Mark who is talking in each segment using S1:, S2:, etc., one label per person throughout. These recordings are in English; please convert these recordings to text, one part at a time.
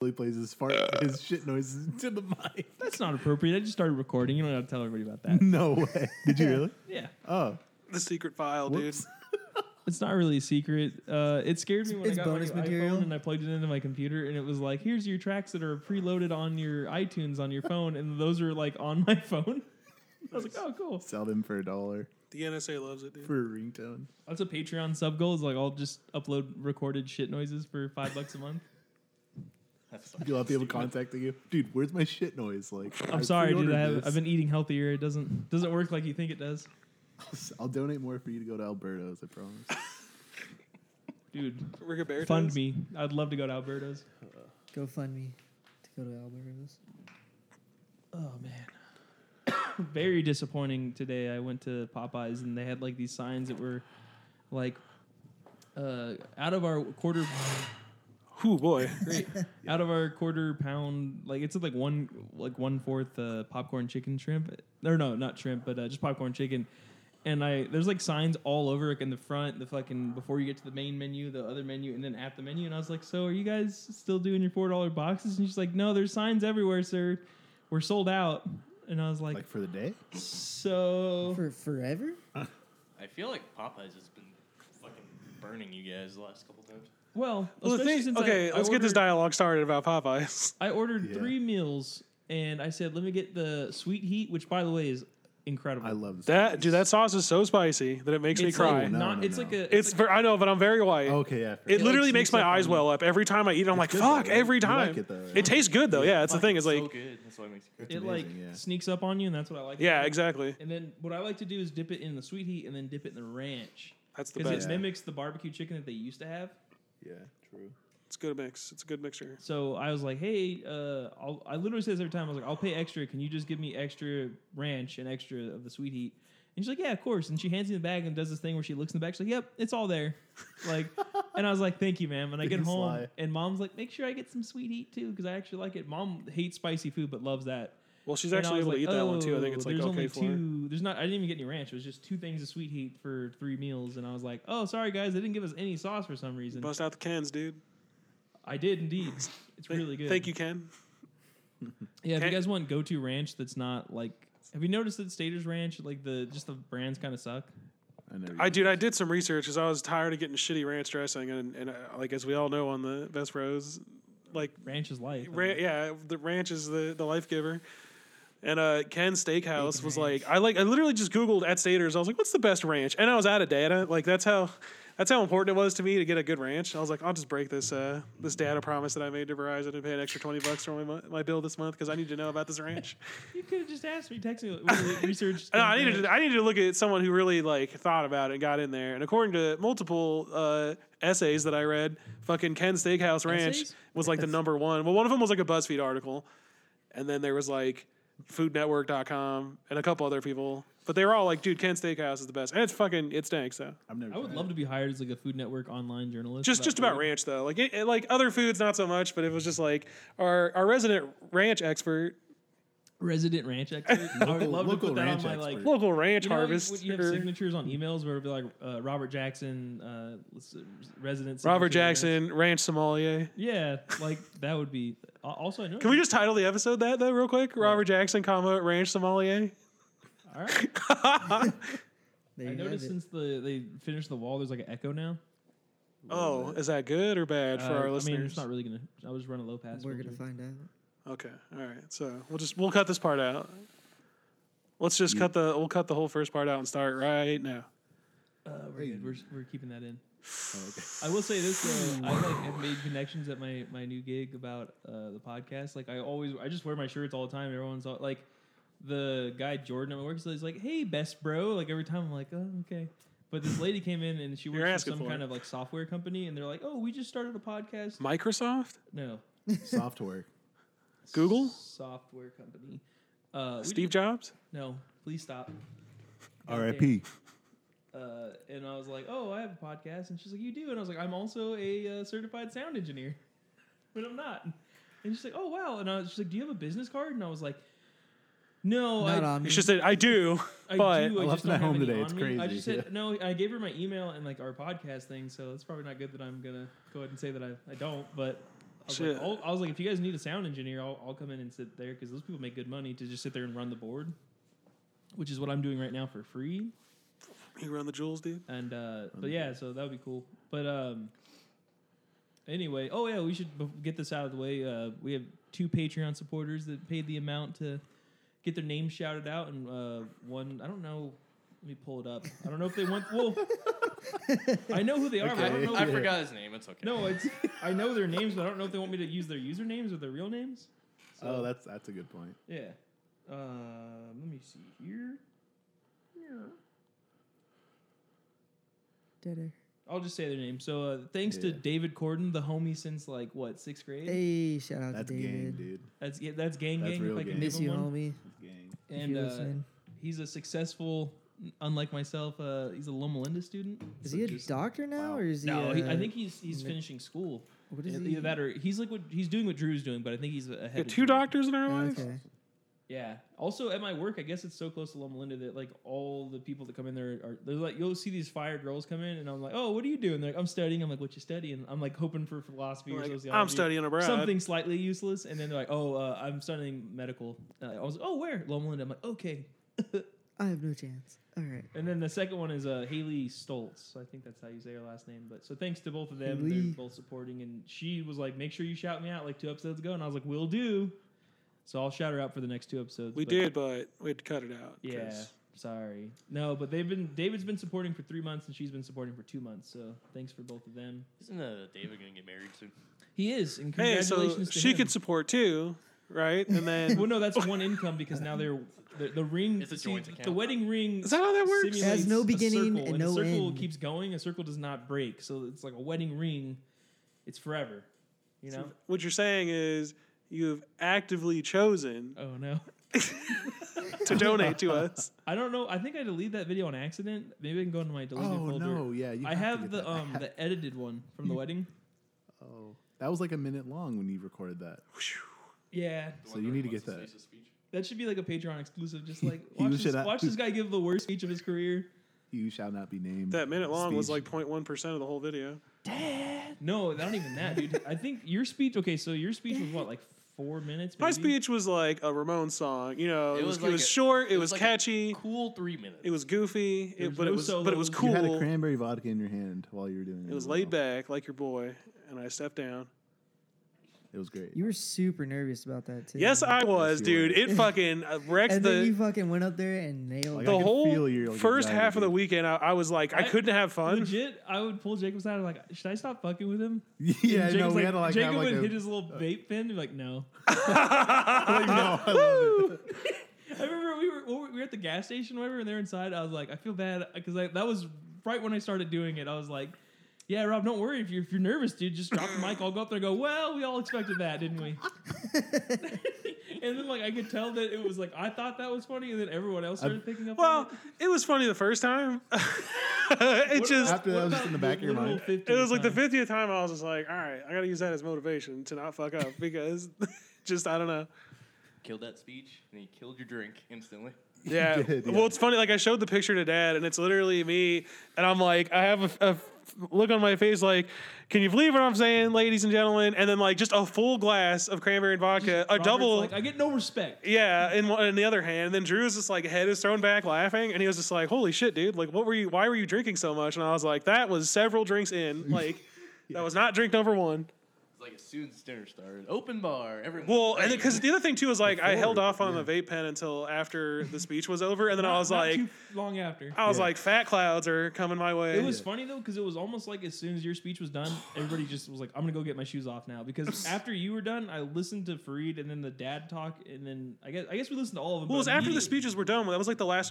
S1: Billy plays his fart,
S2: Uh.
S1: his shit noises to the mic.
S3: That's not appropriate. I just started recording. You don't have to tell everybody about that.
S1: No way. Did you really?
S3: yeah.
S1: Oh,
S2: The secret file,
S1: Whoops.
S2: dude.
S3: It's not really a secret. Uh, it scared me when
S4: It's
S3: I got my
S4: bonus
S3: new
S4: material.
S3: iPhone and I plugged it into my computer, and it was like, "Here's your tracks that are preloaded on your iTunes on your phone, and those are like on my phone." I was like, "Oh, cool."
S1: sell them for a dollar
S2: The NSA loves it, dude.
S1: for a ringtone.
S3: That's a Patreon sub goal. Is like, I'll just upload recorded shit noises for five bucks a month.
S1: You'll have people contacting you, dude. Where's my shit noise? Like,
S3: I'm sorry, dude.
S1: pre-ordered
S3: I have,
S1: this.
S3: I've been eating healthier. It doesn't doesn't work like you think it does,
S1: I'll donate more for you to go to Alberto's. I promise.
S3: dude.
S2: Rigoberto's.
S3: Fund me. I'd love to go to Alberto's.
S4: Go fund me to go to Alberto's.
S3: Oh man. Very disappointing today. I went to Popeyes and they had like these signs that were like uh, out of our quarter
S2: Whew, boy.
S3: great. out of our quarter pound like it's like one like one fourth uh, popcorn chicken shrimp or no not shrimp but uh, just popcorn chicken and I there's like signs all over like in the front the fucking before you get to the main menu the other menu and then at the menu and I was like so are you guys still doing your four dollar boxes and she's like no there's signs everywhere sir we're sold out and I was like
S1: Like for the day.
S3: so
S4: For forever?
S5: I feel like Popeyes has been fucking burning you guys the last couple times.
S3: well,
S2: Well, the
S3: especially
S2: thing,
S3: since I-
S2: okay,
S3: I
S2: let's get this
S3: ordered-
S2: dialogue started about Popeyes.
S3: I ordered
S1: Yeah.
S3: three meals and I said let me get the sweet heat which by the way is incredible
S1: I love
S2: That dude, that sauce is so so spicy that it makes me
S3: It's like
S2: cry.
S1: No,
S3: not-
S1: no,
S3: it's
S1: no.
S3: like a.
S2: it's
S3: like-
S2: ver- I know, but I'm very white.
S3: Oh,
S1: Okay, yeah. I
S2: It,
S1: forgot.
S2: literally
S3: like,
S2: makes
S3: sneaks
S2: my
S3: up on
S2: eyes
S3: you.
S2: well up every time I eat it. I'm like,
S1: good,
S2: fuck,
S1: though, right?
S2: every
S1: You
S2: time.
S1: like it, though, right?
S2: tastes good though. Yeah, that's the thing. It's
S5: so
S2: like,
S5: good. That's why it makes you cry.
S1: It's
S3: it like
S1: amazing, yeah.
S3: sneaks up on you, and that's what I like.
S2: yeah,
S3: about it.
S2: exactly.
S3: And then what I like to do is dip it in the sweet heat, and then dip it in the ranch
S2: That's the
S3: because
S2: best.
S3: it
S1: Yeah.
S3: mimics the barbecue chicken that they used to have.
S1: yeah, true.
S2: It's a good mix. It's a good mixture.
S3: So I was like, "Hey, uh, I'll, I literally say this every time. I was like, I'll pay extra. Can you just give me extra ranch and extra of the sweet heat?" And she's like, "Yeah, of course." And she hands me the bag and does this thing where she looks in the bag. She's like, "Yep, it's all there." Like, and I was like, "Thank you, ma'am." And I
S1: Did
S3: get
S1: you
S3: home,
S1: sly?
S3: and mom's like, "Make sure I get some sweet heat too, because I actually like it." Mom hates spicy food but loves that.
S2: Well, she's
S3: And I
S2: actually
S3: was
S2: able to eat
S3: like,
S2: that one too. I think
S3: "Oh,
S2: it's like
S3: there's
S2: okay
S3: only
S2: for her.
S3: two. There's not. I didn't even get any ranch. It was just two things of sweet heat for three meals, and I was like, "Oh, sorry guys, they didn't give us any sauce for some reason."
S2: Bust out the cans, dude.
S3: I did indeed. It's
S2: Th-
S3: really good.
S2: Thank you, Ken.
S3: Yeah, if you
S2: Ken-
S3: guys want go-to ranch, that's not like. Have you noticed that Stater's Ranch, like the just the brands kind of suck?
S1: I know.
S2: I dude, I did some research because I was tired of getting shitty ranch dressing, and and uh, like as we all know on the best rows, like
S3: Ranch is life. I
S2: Ran-
S3: mean,
S2: yeah, the ranch is the, the life giver. And uh, Ken's Steakhouse
S4: Big
S2: was
S4: ranch.
S2: like, I like, I literally just Googled at Staters. I was like, what's the best ranch? And I was out of data. Like that's how, that's how important it was to me to get a good ranch. I was like, I'll just break this uh, this data promise that I made to Verizon and pay an extra twenty bucks for my mon- my bill this month because I need to know about this ranch.
S3: you could have just asked me, text me, like, research.
S2: And I needed to, I needed to look at someone who really like thought about it and got in there. And according to multiple uh, essays that I read, fucking Ken Steakhouse Ranch
S3: Essays?
S2: was like the number one. Well, one of them was like a BuzzFeed article, and then there was like FoodNetwork.com and a couple other people. But they were all like, "Dude, Ken Steakhouse is the best," and it's fucking it stinks though.
S1: I've never.
S3: I would
S1: tried
S3: love
S1: it.
S3: to be hired as like a Food Network online journalist.
S2: Just just about
S3: food.
S2: ranch though. Like it, it- like other foods, not so much. But it was just like our our resident ranch expert,
S3: resident ranch expert. I
S1: Local-
S3: would love to
S1: local
S3: put that on
S1: ranch
S3: my like.
S1: expert.
S2: local ranch
S3: You know,
S2: harvest.
S3: when you have
S2: or-
S3: signatures on emails where it'll be like uh, Robert Jackson, uh, let's- resident.
S2: Robert
S3: signature ranch.
S2: Jackson, Ranch Sommelier.
S3: Yeah, like that would be. uh, Also, I know.
S2: Can we just title the episode that though, real quick? Robert Jackson, comma Ranch Sommelier.
S3: All right.
S4: There
S3: I
S4: you have
S3: noticed
S4: it.
S3: since the they finished the wall, there's like an echo now.
S2: oh, is that good or bad for
S3: Uh,
S2: our
S3: I
S2: listeners?
S3: mean, it's not really gonna. I was running low pass.
S4: We're
S3: but-
S4: gonna find out.
S2: okay, all right. So we'll just we'll cut this part out. Let's just cut the we'll cut the whole first part out and start right now.
S3: Uh, we're
S1: Hey.
S3: good. We're, s- we're keeping that in.
S1: Oh, okay.
S3: I will say this though. I like have made connections at my my new gig about uh, the podcast. Like I always, I just wear my shirts all the time. Everyone's all, like, the guy Jordan at my work is like, "Hey, best bro." Like every time, I'm like, "Oh, okay." But this lady came in and she
S2: You're
S3: works for
S2: asking
S3: some
S2: for
S3: kind
S2: it.
S3: of like software company, and they're like, "Oh, we just started a podcast."
S2: Microsoft,
S3: No,
S1: Software.
S2: Google,
S3: software company. Uh, we
S2: Steve
S3: just-
S2: Jobs.
S3: No, please stop.
S1: R.I.P.
S3: uh, and I was like, "Oh, I have a podcast," and she's like, "You do?" And I was like, "I'm also a uh, certified sound engineer, but I'm not." And she's like, "Oh wow!" And I was she's like, "Do you have a business card?" And I was like, "No,
S4: Not
S3: I,
S4: on me.
S2: It's just that I do,
S3: I
S2: but
S3: do. I,
S1: I left
S3: just
S1: it
S3: don't
S1: at home
S3: have any
S1: today.
S3: on
S1: It's
S3: me." I
S1: crazy.
S3: just said no. I gave her my email and like our podcast thing, so it's probably not good that I'm gonna go ahead and say that I, I don't. But was
S2: Shit.
S3: like, "I'll- I was like, if you guys need a sound engineer, I'll, I'll come in and sit there because those people make good money to just sit there and run the board, which is what I'm doing right now for free.
S2: You run the jewels, dude.
S3: And uh, but yeah, so that would be cool. But um, anyway, oh yeah, we should bef- get this out of the way. Uh, we have two Patreon supporters that paid the amount to get their name shouted out, and uh, one I don't know. Let me pull it up. I don't know if they went. Well, I know who they are, but I don't
S1: Okay.
S3: know.
S5: I
S1: Yeah.
S5: forgot his name. It's okay.
S3: No, it's I know their names, but I don't know if they want me to use their usernames or their real names. So,
S1: Oh, that's that's a good point.
S3: yeah. Um, let me see here.
S4: Dead air.
S3: I'll just say their name. So uh, thanks to
S1: Yeah.
S3: David Corden, the homie since like what sixth grade.
S4: Hey, shout out
S1: That's
S4: to David.
S1: gang, dude.
S3: That's yeah, that's gang
S1: That's
S3: gang.
S1: real
S3: if I can
S1: gang.
S3: name
S4: Miss
S3: him
S4: you,
S3: one.
S4: homie.
S1: That's gang.
S4: if
S3: And
S4: you're
S3: uh,
S4: listening.
S3: he's a successful, unlike myself, uh, he's a Loma Linda student.
S4: Is
S1: so
S4: he a
S1: just-
S4: doctor now,
S1: wow.
S4: or is he?
S3: No, he, I
S4: uh,
S3: think he's he's
S4: Nick-
S3: finishing school.
S4: What is
S3: Either
S4: he?
S3: that or he's like what he's doing what Drew's doing, but I think he's ahead.
S2: Yeah,
S3: of
S2: two
S3: Drew.
S2: doctors in our
S4: Oh,
S2: life.
S4: okay.
S3: Yeah. Also, at my work, I guess it's so close to Loma Linda that like all the people that come in there are they're like you'll see these fire girls come in, and I'm like, oh, what are you doing? They're like, I'm studying. I'm like, what you studying? I'm like hoping for philosophy or
S2: Like,
S3: sociology.
S2: I'm studying abroad.
S3: Something slightly useless, and then they're like, "Oh, uh, I'm studying medical." Uh, I was, "Oh, where?" Loma Linda. I'm like, "Okay."
S4: I have no chance. All right.
S3: And then the second one is uh, Haley Stoltz. I think that's how you say her last name. But so thanks to both of them,
S4: Haley.
S3: they're both supporting. And she was like, "Make sure you shout me out like two episodes ago," and I was like, "Will do." So I'll shout her out for the next two episodes.
S2: We
S3: but-
S2: did, but we had to cut it out.
S3: Yeah.
S2: 'cause-
S3: Sorry. No, but they've been David's been supporting for three months and she's been supporting for two months. So thanks for both of them.
S5: Isn't uh, David gonna get married soon?
S3: He is, and
S2: Hey,
S3: congratulations
S2: so
S3: to
S2: she
S3: him.
S2: could support too, right? And then
S3: well, no, that's one income because now they're the, the ring.
S5: It's a
S3: see,
S5: joint
S3: The
S5: account.
S3: wedding ring
S2: is that how that works?
S3: simulates
S4: Has no
S3: a
S4: beginning
S3: circle,
S4: and
S3: and
S4: no
S3: a circle
S4: end.
S3: keeps going. A circle does not break. So it's like a wedding ring. It's forever. You know.
S2: What you're saying is you've actively chosen
S3: Oh no.
S2: to donate to us.
S3: I don't know. I think I deleted that video on accident. Maybe I can go into my deleted
S1: Oh
S3: folder.
S1: no, yeah. You
S3: I
S1: to
S3: have
S1: get
S3: the
S1: that
S3: um
S1: back.
S3: the edited one from the wedding.
S1: oh, that was like a minute long when you recorded that.
S3: Yeah.
S5: The
S1: So
S5: one
S1: you
S5: where
S1: need
S5: he
S1: to get
S5: wants
S1: that.
S5: say his speech?
S3: That should be like a Patreon exclusive. Just like
S1: You
S3: watch, this,
S1: should not-
S3: watch this guy give the worst speech of his career.
S1: You shall not be named.
S2: That minute long was like
S1: speech.
S2: 0.1 percent of the whole video.
S3: No, not even that, dude. I think your speech. Okay, so your speech was what, like four minutes?
S2: My
S3: maybe?
S2: speech was like a Ramon song. You know, it,
S5: It
S2: was,
S5: was
S2: it
S5: like
S2: was
S5: a-
S2: short. It,
S5: it
S2: was,
S5: was like a
S2: catchy.
S5: Cool three minutes.
S2: It was goofy.
S3: There
S2: It,
S3: was
S2: but it
S3: no
S2: was but it was
S3: solos.
S2: cool.
S1: you had a cranberry vodka in your hand while you were doing it.
S2: it was
S1: as
S2: laid
S1: well.
S2: back like your boy, and I stepped down.
S1: It was great.
S4: You were super nervous about that too.
S2: Yes, I was,
S1: you
S2: dude.
S1: were.
S2: It fucking uh, wrecked
S4: And then
S2: the
S4: you fucking went up there and nailed
S1: Like, I
S4: it.
S2: the
S1: could feel
S2: whole
S1: your, like,
S2: first half of the
S1: anxiety.
S2: weekend. I, I was like, I,
S3: I-
S2: couldn't have fun.
S3: Legit, I would pull Jacob aside. I'm like, should I stop fucking with him?
S1: yeah,
S3: And
S1: no,
S3: Jacob's
S1: we had to like
S3: Jacob
S1: have like
S3: would
S1: a,
S3: hit his little vape pen. And be like, no.
S1: like, no, I love it.
S3: I remember we were we were at the gas station, or whatever, and they're inside. I was like, I feel bad because that was right when I started doing it. I was like, Yeah, Rob, don't worry if you're if you're nervous, dude. Just drop the mic. I'll go up there and go. Well, we all expected that, didn't we? and then like I could tell that it was like I thought that was funny, and then everyone else started picking up. on
S2: Well,
S3: it.
S2: it was funny the first time. it
S3: What
S2: just
S3: about-
S1: After that was
S3: what
S1: just
S3: about
S1: in the back of your
S3: literal
S1: mind.
S3: 50
S2: it was like the
S3: time?
S2: fiftieth time I was just like, all right, I gotta use that as motivation to not fuck up because just I don't know.
S5: Killed that speech, and he killed your drink instantly.
S2: Yeah.
S1: did, yeah.
S2: Well, it's funny. Like I showed the picture to dad, and it's literally me, and I'm like, I have a, a f- look on my face, like, can you believe what I'm saying, ladies and gentlemen? And then like just a full glass of cranberry and vodka, a
S3: Robert's
S2: double.
S3: Like I get no respect.
S2: Yeah, in one in the other hand, and then Drew was just like head is thrown back laughing, and he was just like, "Holy shit, dude! Like, what were you? Why were you drinking so much?" And I was like, "That was several drinks in. Like, that was not drink number one."
S5: It's like as soon as dinner started, open bar. Everyone.
S2: Well, and because the other thing too is like I held
S1: Before,
S2: off on the vape pen until after the speech was over, and then I was
S3: Not
S2: like,
S3: too long after.
S2: I was
S1: Yeah.
S2: like, fat clouds are coming my way.
S3: It was funny though because it was almost like as soon as your speech was done, everybody just was like, "I'm gonna go get my shoes off now." Because after you were done, I listened to Fareed and then the dad talk, and then I guess I guess we listened to all of them.
S2: well, it was
S3: but
S2: after the
S3: immediately-
S2: speeches were done. That was like the last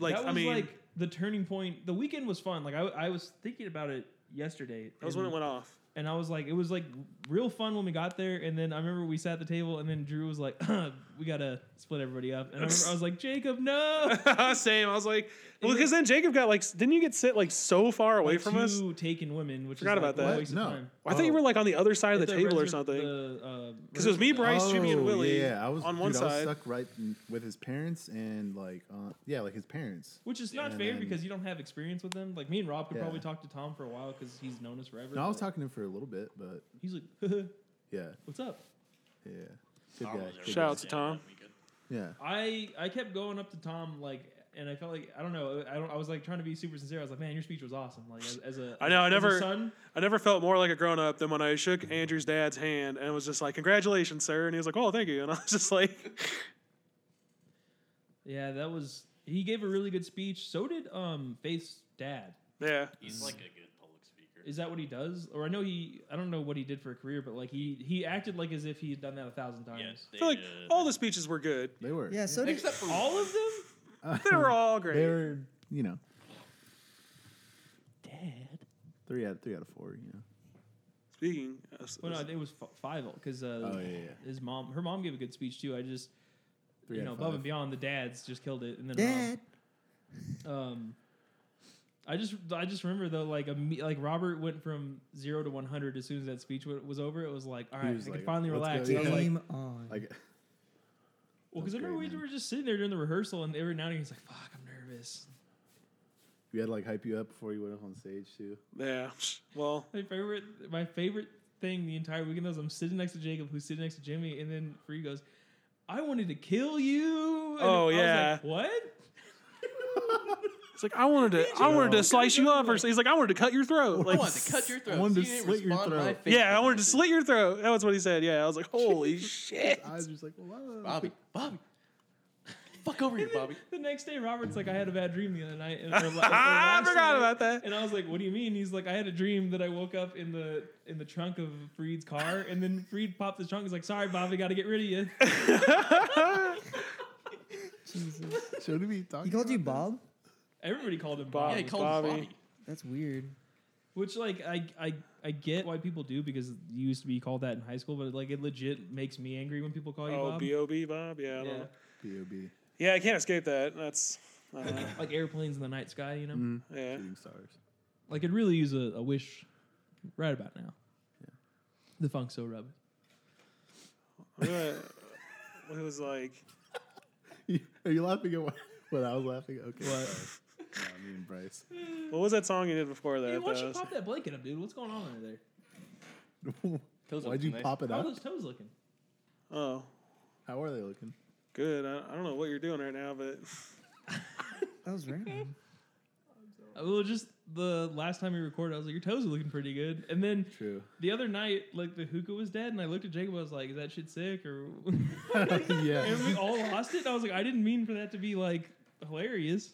S2: Like,
S3: that was
S2: I mean,
S3: like the turning point. The weekend was fun. Like I, I was thinking about it yesterday.
S2: that was
S3: and,
S2: when it went off.
S3: and I was like, it was like real fun when we got there. And then I remember we sat at the table, and then Drew was like, "We gotta split everybody up." And I, remember I was like, "Jacob, no."
S2: Same. I was like, well,
S3: then-
S2: because then Jacob got like, s- didn't you get sit like so far away
S3: Like
S2: from us?
S3: two taken women, which
S2: Forgot
S3: is like
S2: about that.
S3: A waste of
S1: No.
S3: time.
S2: I thought you
S1: Oh.
S2: were like on the other side of the,
S3: At
S2: table or
S3: reser-
S2: something.
S3: the, uh,
S2: Because it was me,
S3: reser-
S2: Bryce, Jimmy, and
S1: Oh,
S2: Willie
S1: Yeah, yeah. I was
S2: on one
S1: dude, I was
S2: side.
S1: stuck right in, with his parents and like, uh, yeah, like his parents.
S3: Which is not
S1: And
S3: fair
S1: then-
S3: because you don't have experience with them. Like me and Rob could
S1: Yeah.
S3: probably talk to Tom for a while because he's known us forever.
S1: No, I was
S3: but
S1: talking to him for a little bit, but
S3: He's like,
S1: Yeah,
S3: What's up?
S1: yeah. Good guy.
S5: Arnold's
S1: Good
S5: are
S1: guy.
S2: Shout out to
S5: Yeah,
S2: Tom.
S5: that'd be good.
S1: Yeah.
S3: I I kept going up to Tom like, and I felt like I don't know. I don't. I was like trying to be super sincere. I was like, man, your speech was awesome. Like as, as a
S2: I know, I
S3: as a
S2: never-
S3: son.
S2: I never felt more like a grown up than when I shook Andrew's dad's hand and was just like, "Congratulations, sir!" And he was like, "Oh, thank you." And I was just like,
S3: Yeah, that was. He gave a really good speech. So did um Faith's dad.
S2: "Yeah,
S5: He's like a good public speaker.
S3: Is that what he does? Or I know he. I don't know what he did for a career, but like he he acted like as if he had done that a thousand times.
S5: Yes,
S2: I feel like
S5: they, uh,
S2: all the speeches were good.
S1: They were.
S4: Yeah, so did,
S5: except for
S3: All of them.
S1: Uh,
S2: They were all great.
S1: They were, you know,
S3: Dad.
S1: three out three out of four. You know.
S2: Speaking, of,
S3: Well, no, it was f- five because uh,
S1: Oh, yeah, yeah.
S3: his mom, her mom gave a good speech too. I just,
S1: Three
S3: you
S1: out
S3: know,
S1: of
S3: above
S1: five.
S3: and beyond, the dads just killed it, and then her mom.
S4: Dad.
S3: Um, I just I just remember though, like a, like Robert went from zero to one hundred as soon as that speech wa- was over. It was like, all right,
S1: was
S3: I
S1: like,
S3: can finally
S1: "Let's go."
S3: relax. And I
S1: Yeah.
S3: was like,
S4: Game on.
S1: Like,
S3: well, because I
S1: That's
S3: remember
S1: great,
S3: we
S1: man.
S3: were just sitting there during the rehearsal, and every now and again, he's like, "Fuck, I'm nervous."
S1: we had to, like hype you up before you went up on stage too.
S2: yeah. Well,
S3: My favorite, my favorite thing the entire weekend was I'm sitting next to Jacob, who's sitting next to Jimmy, and then Free goes, "I wanted to kill you." And
S2: Oh,
S3: I was
S2: yeah.
S3: like, what?
S2: it's like I wanted to, I wanted to slice you up, or he's like, I wanted to cut your throat.
S5: I
S2: Like,
S5: wanted to cut your throat.
S1: wanted
S5: so
S1: to
S5: you didn't
S1: slit your
S5: respond to my
S1: throat.
S5: Facebook
S2: yeah, I wanted to
S5: message.
S2: slit your throat. That was what he said. Yeah, I was like, holy shit.
S1: I was just like, whoa.
S5: Bobby, Bobby, fuck over here, Bobby.
S3: The next day, Robert's like, I had a bad dream the other night. And, or la- or
S2: I
S3: last
S2: forgot
S3: night."
S2: about that.
S3: And I was like, What do you mean? He's like, I had a dream that I woke up in the in the trunk of Freed's car, and then Freed popped the trunk. He's like, Sorry, Bobby, got to get rid of you.
S4: Jesus.
S1: Shouldn't be talking.
S4: He called you
S1: about
S4: Bob?
S3: Everybody called him
S2: Bob.
S3: Bob,
S5: Yeah, he called
S2: Bobby.
S5: Bobby. Bobby.
S4: That's weird.
S3: which like I I I get why people do because you used to be called that in high school, but like it legit makes me angry when people call you
S2: Oh,
S3: Bob.
S2: B O B Bob. Yeah, I don't
S3: yeah.
S2: know.
S1: this. B.O.B.
S2: Yeah, I can't escape that. That's I don't know.
S3: Like airplanes in the night sky, you know.
S2: yeah.
S1: Shooting stars.
S3: Like I'd really use a, a wish right about now. The funk so rub.
S2: I remember It was like
S1: Are you laughing at what, what I was laughing? at? Okay.
S3: What?
S1: sorry. No, me and Bryce.
S2: what was that song you did before that?
S3: Hey, why don't you
S2: though?
S3: pop that blanket up, dude? What's going on under there?
S5: Toes
S1: Why'd
S5: up
S1: you
S5: nice.
S1: pop it
S3: How are
S1: up?
S3: those toes looking?
S2: Oh,
S1: How are they looking?
S2: good. I, I don't know what you're doing right now, but
S4: That was random.
S3: Uh, Well, just the last time we recorded, I was like, "Your toes are looking pretty good." And then
S1: True.
S3: the other night, like the hookah was dead, and I looked at Jacob. I was like, "Is that shit sick?" Or
S1: yeah. Oh,
S3: and we all lost it. And I was like, "I didn't mean for that to be like hilarious."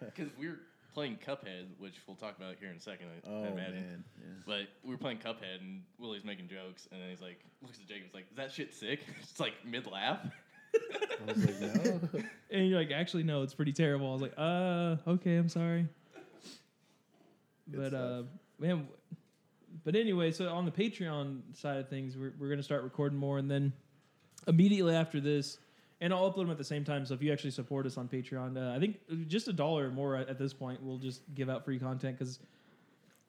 S5: Because we were playing Cuphead, which we'll talk about here in a second, I,
S1: Oh
S5: I imagine.
S1: man. Yeah.
S5: But we were playing Cuphead, and Willie's making jokes, and then he's like, looks at Jacob's like, is that shit sick? It's like mid laugh.
S1: I was like, no.
S3: And you're like, "Actually, no, it's pretty terrible." I was like, "Uh, okay, I'm sorry."
S1: Good
S3: but uh,
S1: stuff.
S3: man, w- but anyway, so on the Patreon side of things, we're we're gonna start recording more, and then immediately after this, and I'll upload them at the same time. So if you actually support us on Patreon, uh, I think just a dollar or more at, at this point, we'll just give out free content because,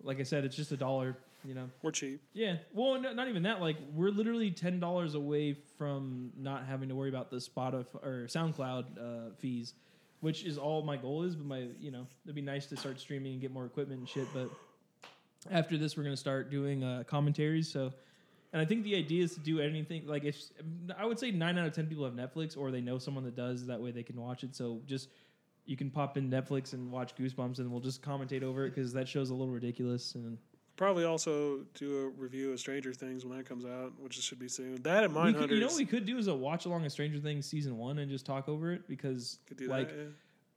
S3: like I said, it's just a dollar. You know,
S2: we're cheap.
S3: yeah. Well, no, not even that. Like we're literally ten dollars away from not having to worry about the Spotify or SoundCloud uh, fees, which is all my goal is. But my, you know, it'd be nice to start streaming and get more equipment and shit. But after this, we're gonna start doing uh, commentaries. So, and I think the idea is to do anything like if I would say nine out of ten people have Netflix or they know someone that does. That way they can watch it. So just. You can pop in Netflix and watch Goosebumps, and we'll just commentate over it because that show's a little ridiculous. And
S2: Probably also do a review of Stranger Things when that comes out, which should be soon. That and
S3: We
S2: Mindhunters.
S3: could, you know what we could do is a watch along of Stranger Things season one and just talk over it because
S2: could do
S3: like
S2: that. yeah.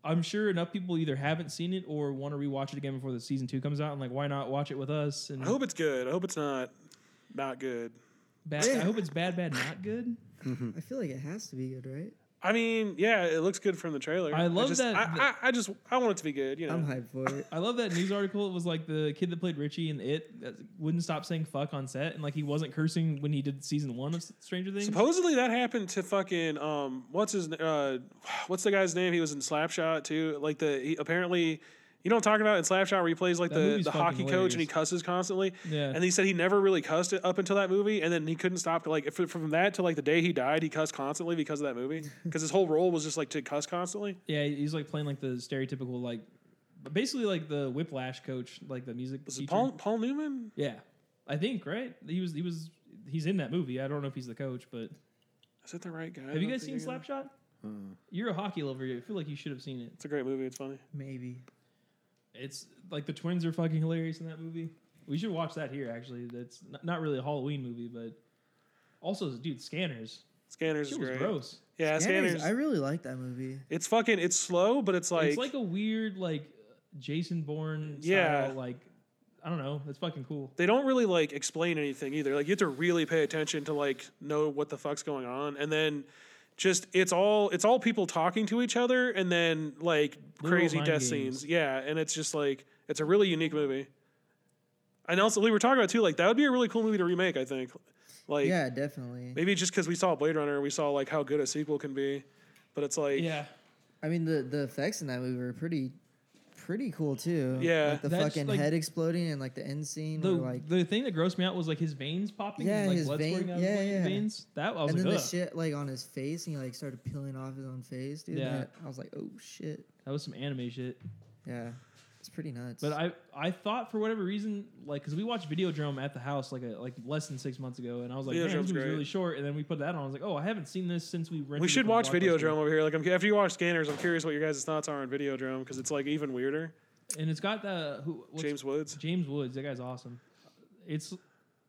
S3: I'm sure enough people either haven't seen it or want to rewatch it again before the season two comes out and like why not watch it with us and
S2: I hope it's good. I hope it's not not good.
S3: bad, I hope it's bad bad not good.
S4: I feel like it has to be good, right?
S2: I mean, yeah, it looks good from the trailer.
S3: I love
S2: just,
S3: that-
S2: I, I, I just I want it to be good. You know,
S4: I'm hyped for it.
S3: I love that news article. It was like the kid that played Richie and it that wouldn't stop saying fuck on set and like he wasn't cursing when he did season one of Stranger Things.
S2: Supposedly that happened to fucking um what's his uh what's the guy's name? He was in Slapshot too. Like the he, apparently you know what I'm talking about in Slapshot where he plays like
S3: That
S2: the,
S3: movie's
S2: the
S3: fucking
S2: hockey coach and he
S3: hilarious.
S2: cusses constantly.
S3: Yeah.
S2: And he said he never really cussed it up until that movie, and then he couldn't stop. Like if, from that to like the day he died, he cussed constantly because of that movie. Because his whole role was just like to cuss constantly.
S3: yeah, he's like playing like the stereotypical like basically like the Whiplash coach, like the music.
S2: Was
S3: teacher.
S2: it Paul Paul Newman?
S3: Yeah, I think right. He was he was he's in that movie. I don't know if he's the coach, but
S2: Is it the right guy? I
S3: have you
S2: don't
S3: guys seen
S2: think I got it.
S3: Slapshot? You're a hockey lover. I feel like you should have seen it.
S2: It's a great movie. It's funny.
S4: Maybe.
S3: It's like the twins are fucking hilarious in that movie. We should watch that here. Actually, that's not, not really a Halloween movie, but also, dude, Scanners.
S2: Scanners
S3: Shit
S2: is
S3: was
S2: great.
S3: gross.
S2: Yeah, Scanners.
S4: I really like that movie.
S2: it's fucking. It's slow, but it's like.
S3: it's like a weird like Jason Bourne. Style,
S2: Yeah.
S3: like I don't know. It's fucking cool.
S2: they don't really like explain anything either. Like you have to really pay attention to like know what the fuck's going on, and then just it's all it's all people talking to each other, and then like
S3: Literal
S2: crazy
S3: mind
S2: death
S3: games.
S2: scenes. Yeah, and it's just like it's a really unique movie. And also we were talking about too, like that would be a really cool movie to remake. I think, like
S4: yeah, definitely.
S2: maybe just because we saw Blade Runner, we saw like how good a sequel can be, but it's like
S3: Yeah,
S4: I mean, the the effects in that movie were pretty, pretty cool too.
S2: Yeah.
S4: like the
S3: That's,
S4: fucking
S3: like-
S4: head exploding and like the end scene.
S3: the
S4: where, like,
S3: the thing that grossed me out was like his veins popping.
S4: Yeah,
S3: and, like
S4: his
S3: blood
S4: vein-
S3: squirting out
S4: yeah,
S3: of his
S4: yeah.
S3: veins. That I was
S4: and then
S3: like,
S4: the
S3: "Ugh."
S4: shit like on his face, and he like started peeling off his own face, dude.
S3: Yeah.
S4: that- I was like, oh shit.
S3: that was some anime shit.
S4: Yeah, it's pretty nuts.
S3: But I I thought for whatever reason, like, because we watched Videodrome at the house like a, like less than six months ago, and I was like, man, this
S2: Videodrome's
S3: movie's
S2: great.
S3: really short. And then we put that on. I was like, oh, I haven't seen this since we rented.
S2: We
S3: it
S2: should
S3: from
S2: watch
S3: Blockbuster."
S2: Videodrome over here. Like, I'm, after you watch Scanners, I'm curious what your guys' thoughts are on Videodrome because it's like even weirder.
S3: And it's got the who what's-
S2: James Woods.
S3: James Woods. That guy's awesome. It's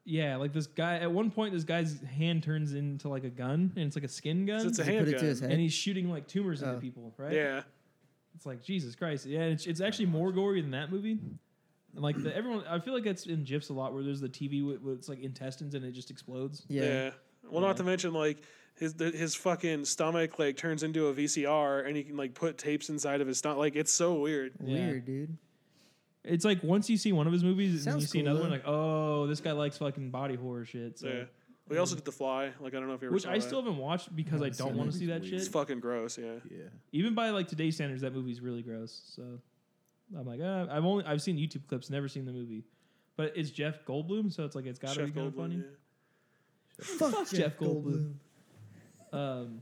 S3: yeah, like this guy. At one point, this guy's hand turns into like a gun, and it's like a skin gun,
S2: It's a
S4: He put it
S2: handgun.
S4: to his
S3: and
S4: head.
S3: he's shooting like tumors into
S4: Oh.
S3: people. Right?
S2: Yeah.
S3: It's like Jesus Christ. Yeah, it's, it's actually more gory than that movie. And like the, everyone, I feel like that's in GIFs a lot, where there's the TV with, with it's like intestines and it just explodes.
S4: Yeah.
S2: Well,
S3: Yeah.
S2: not to mention like his the, his fucking stomach like turns into a VCR, and he can like put tapes inside of his stomach. Like it's so weird.
S3: Yeah.
S4: weird, dude.
S3: It's like once you see one of his movies and
S4: Sounds
S3: you see
S4: cool,
S3: another
S4: though.
S3: one, like oh, this guy likes fucking body horror shit. So,
S2: yeah. We also did The Fly. Like I don't know if you ever
S3: which
S2: saw
S3: I
S2: that.
S3: still haven't watched because I
S4: Haven't
S3: don't
S4: seen
S3: want
S4: it.
S3: to see that
S1: It's
S3: shit.
S2: It's fucking gross. Yeah.
S1: Yeah.
S3: Even by like today's standards, that movie's really gross. So I'm like, uh, I've only I've seen YouTube clips, never seen the movie. But it's Jeff Goldblum, so it's like it's got to
S2: Jeff
S3: be kind of
S2: Goldblum.
S3: funny.
S2: Yeah.
S4: Fuck
S3: Jeff Goldblum. Um,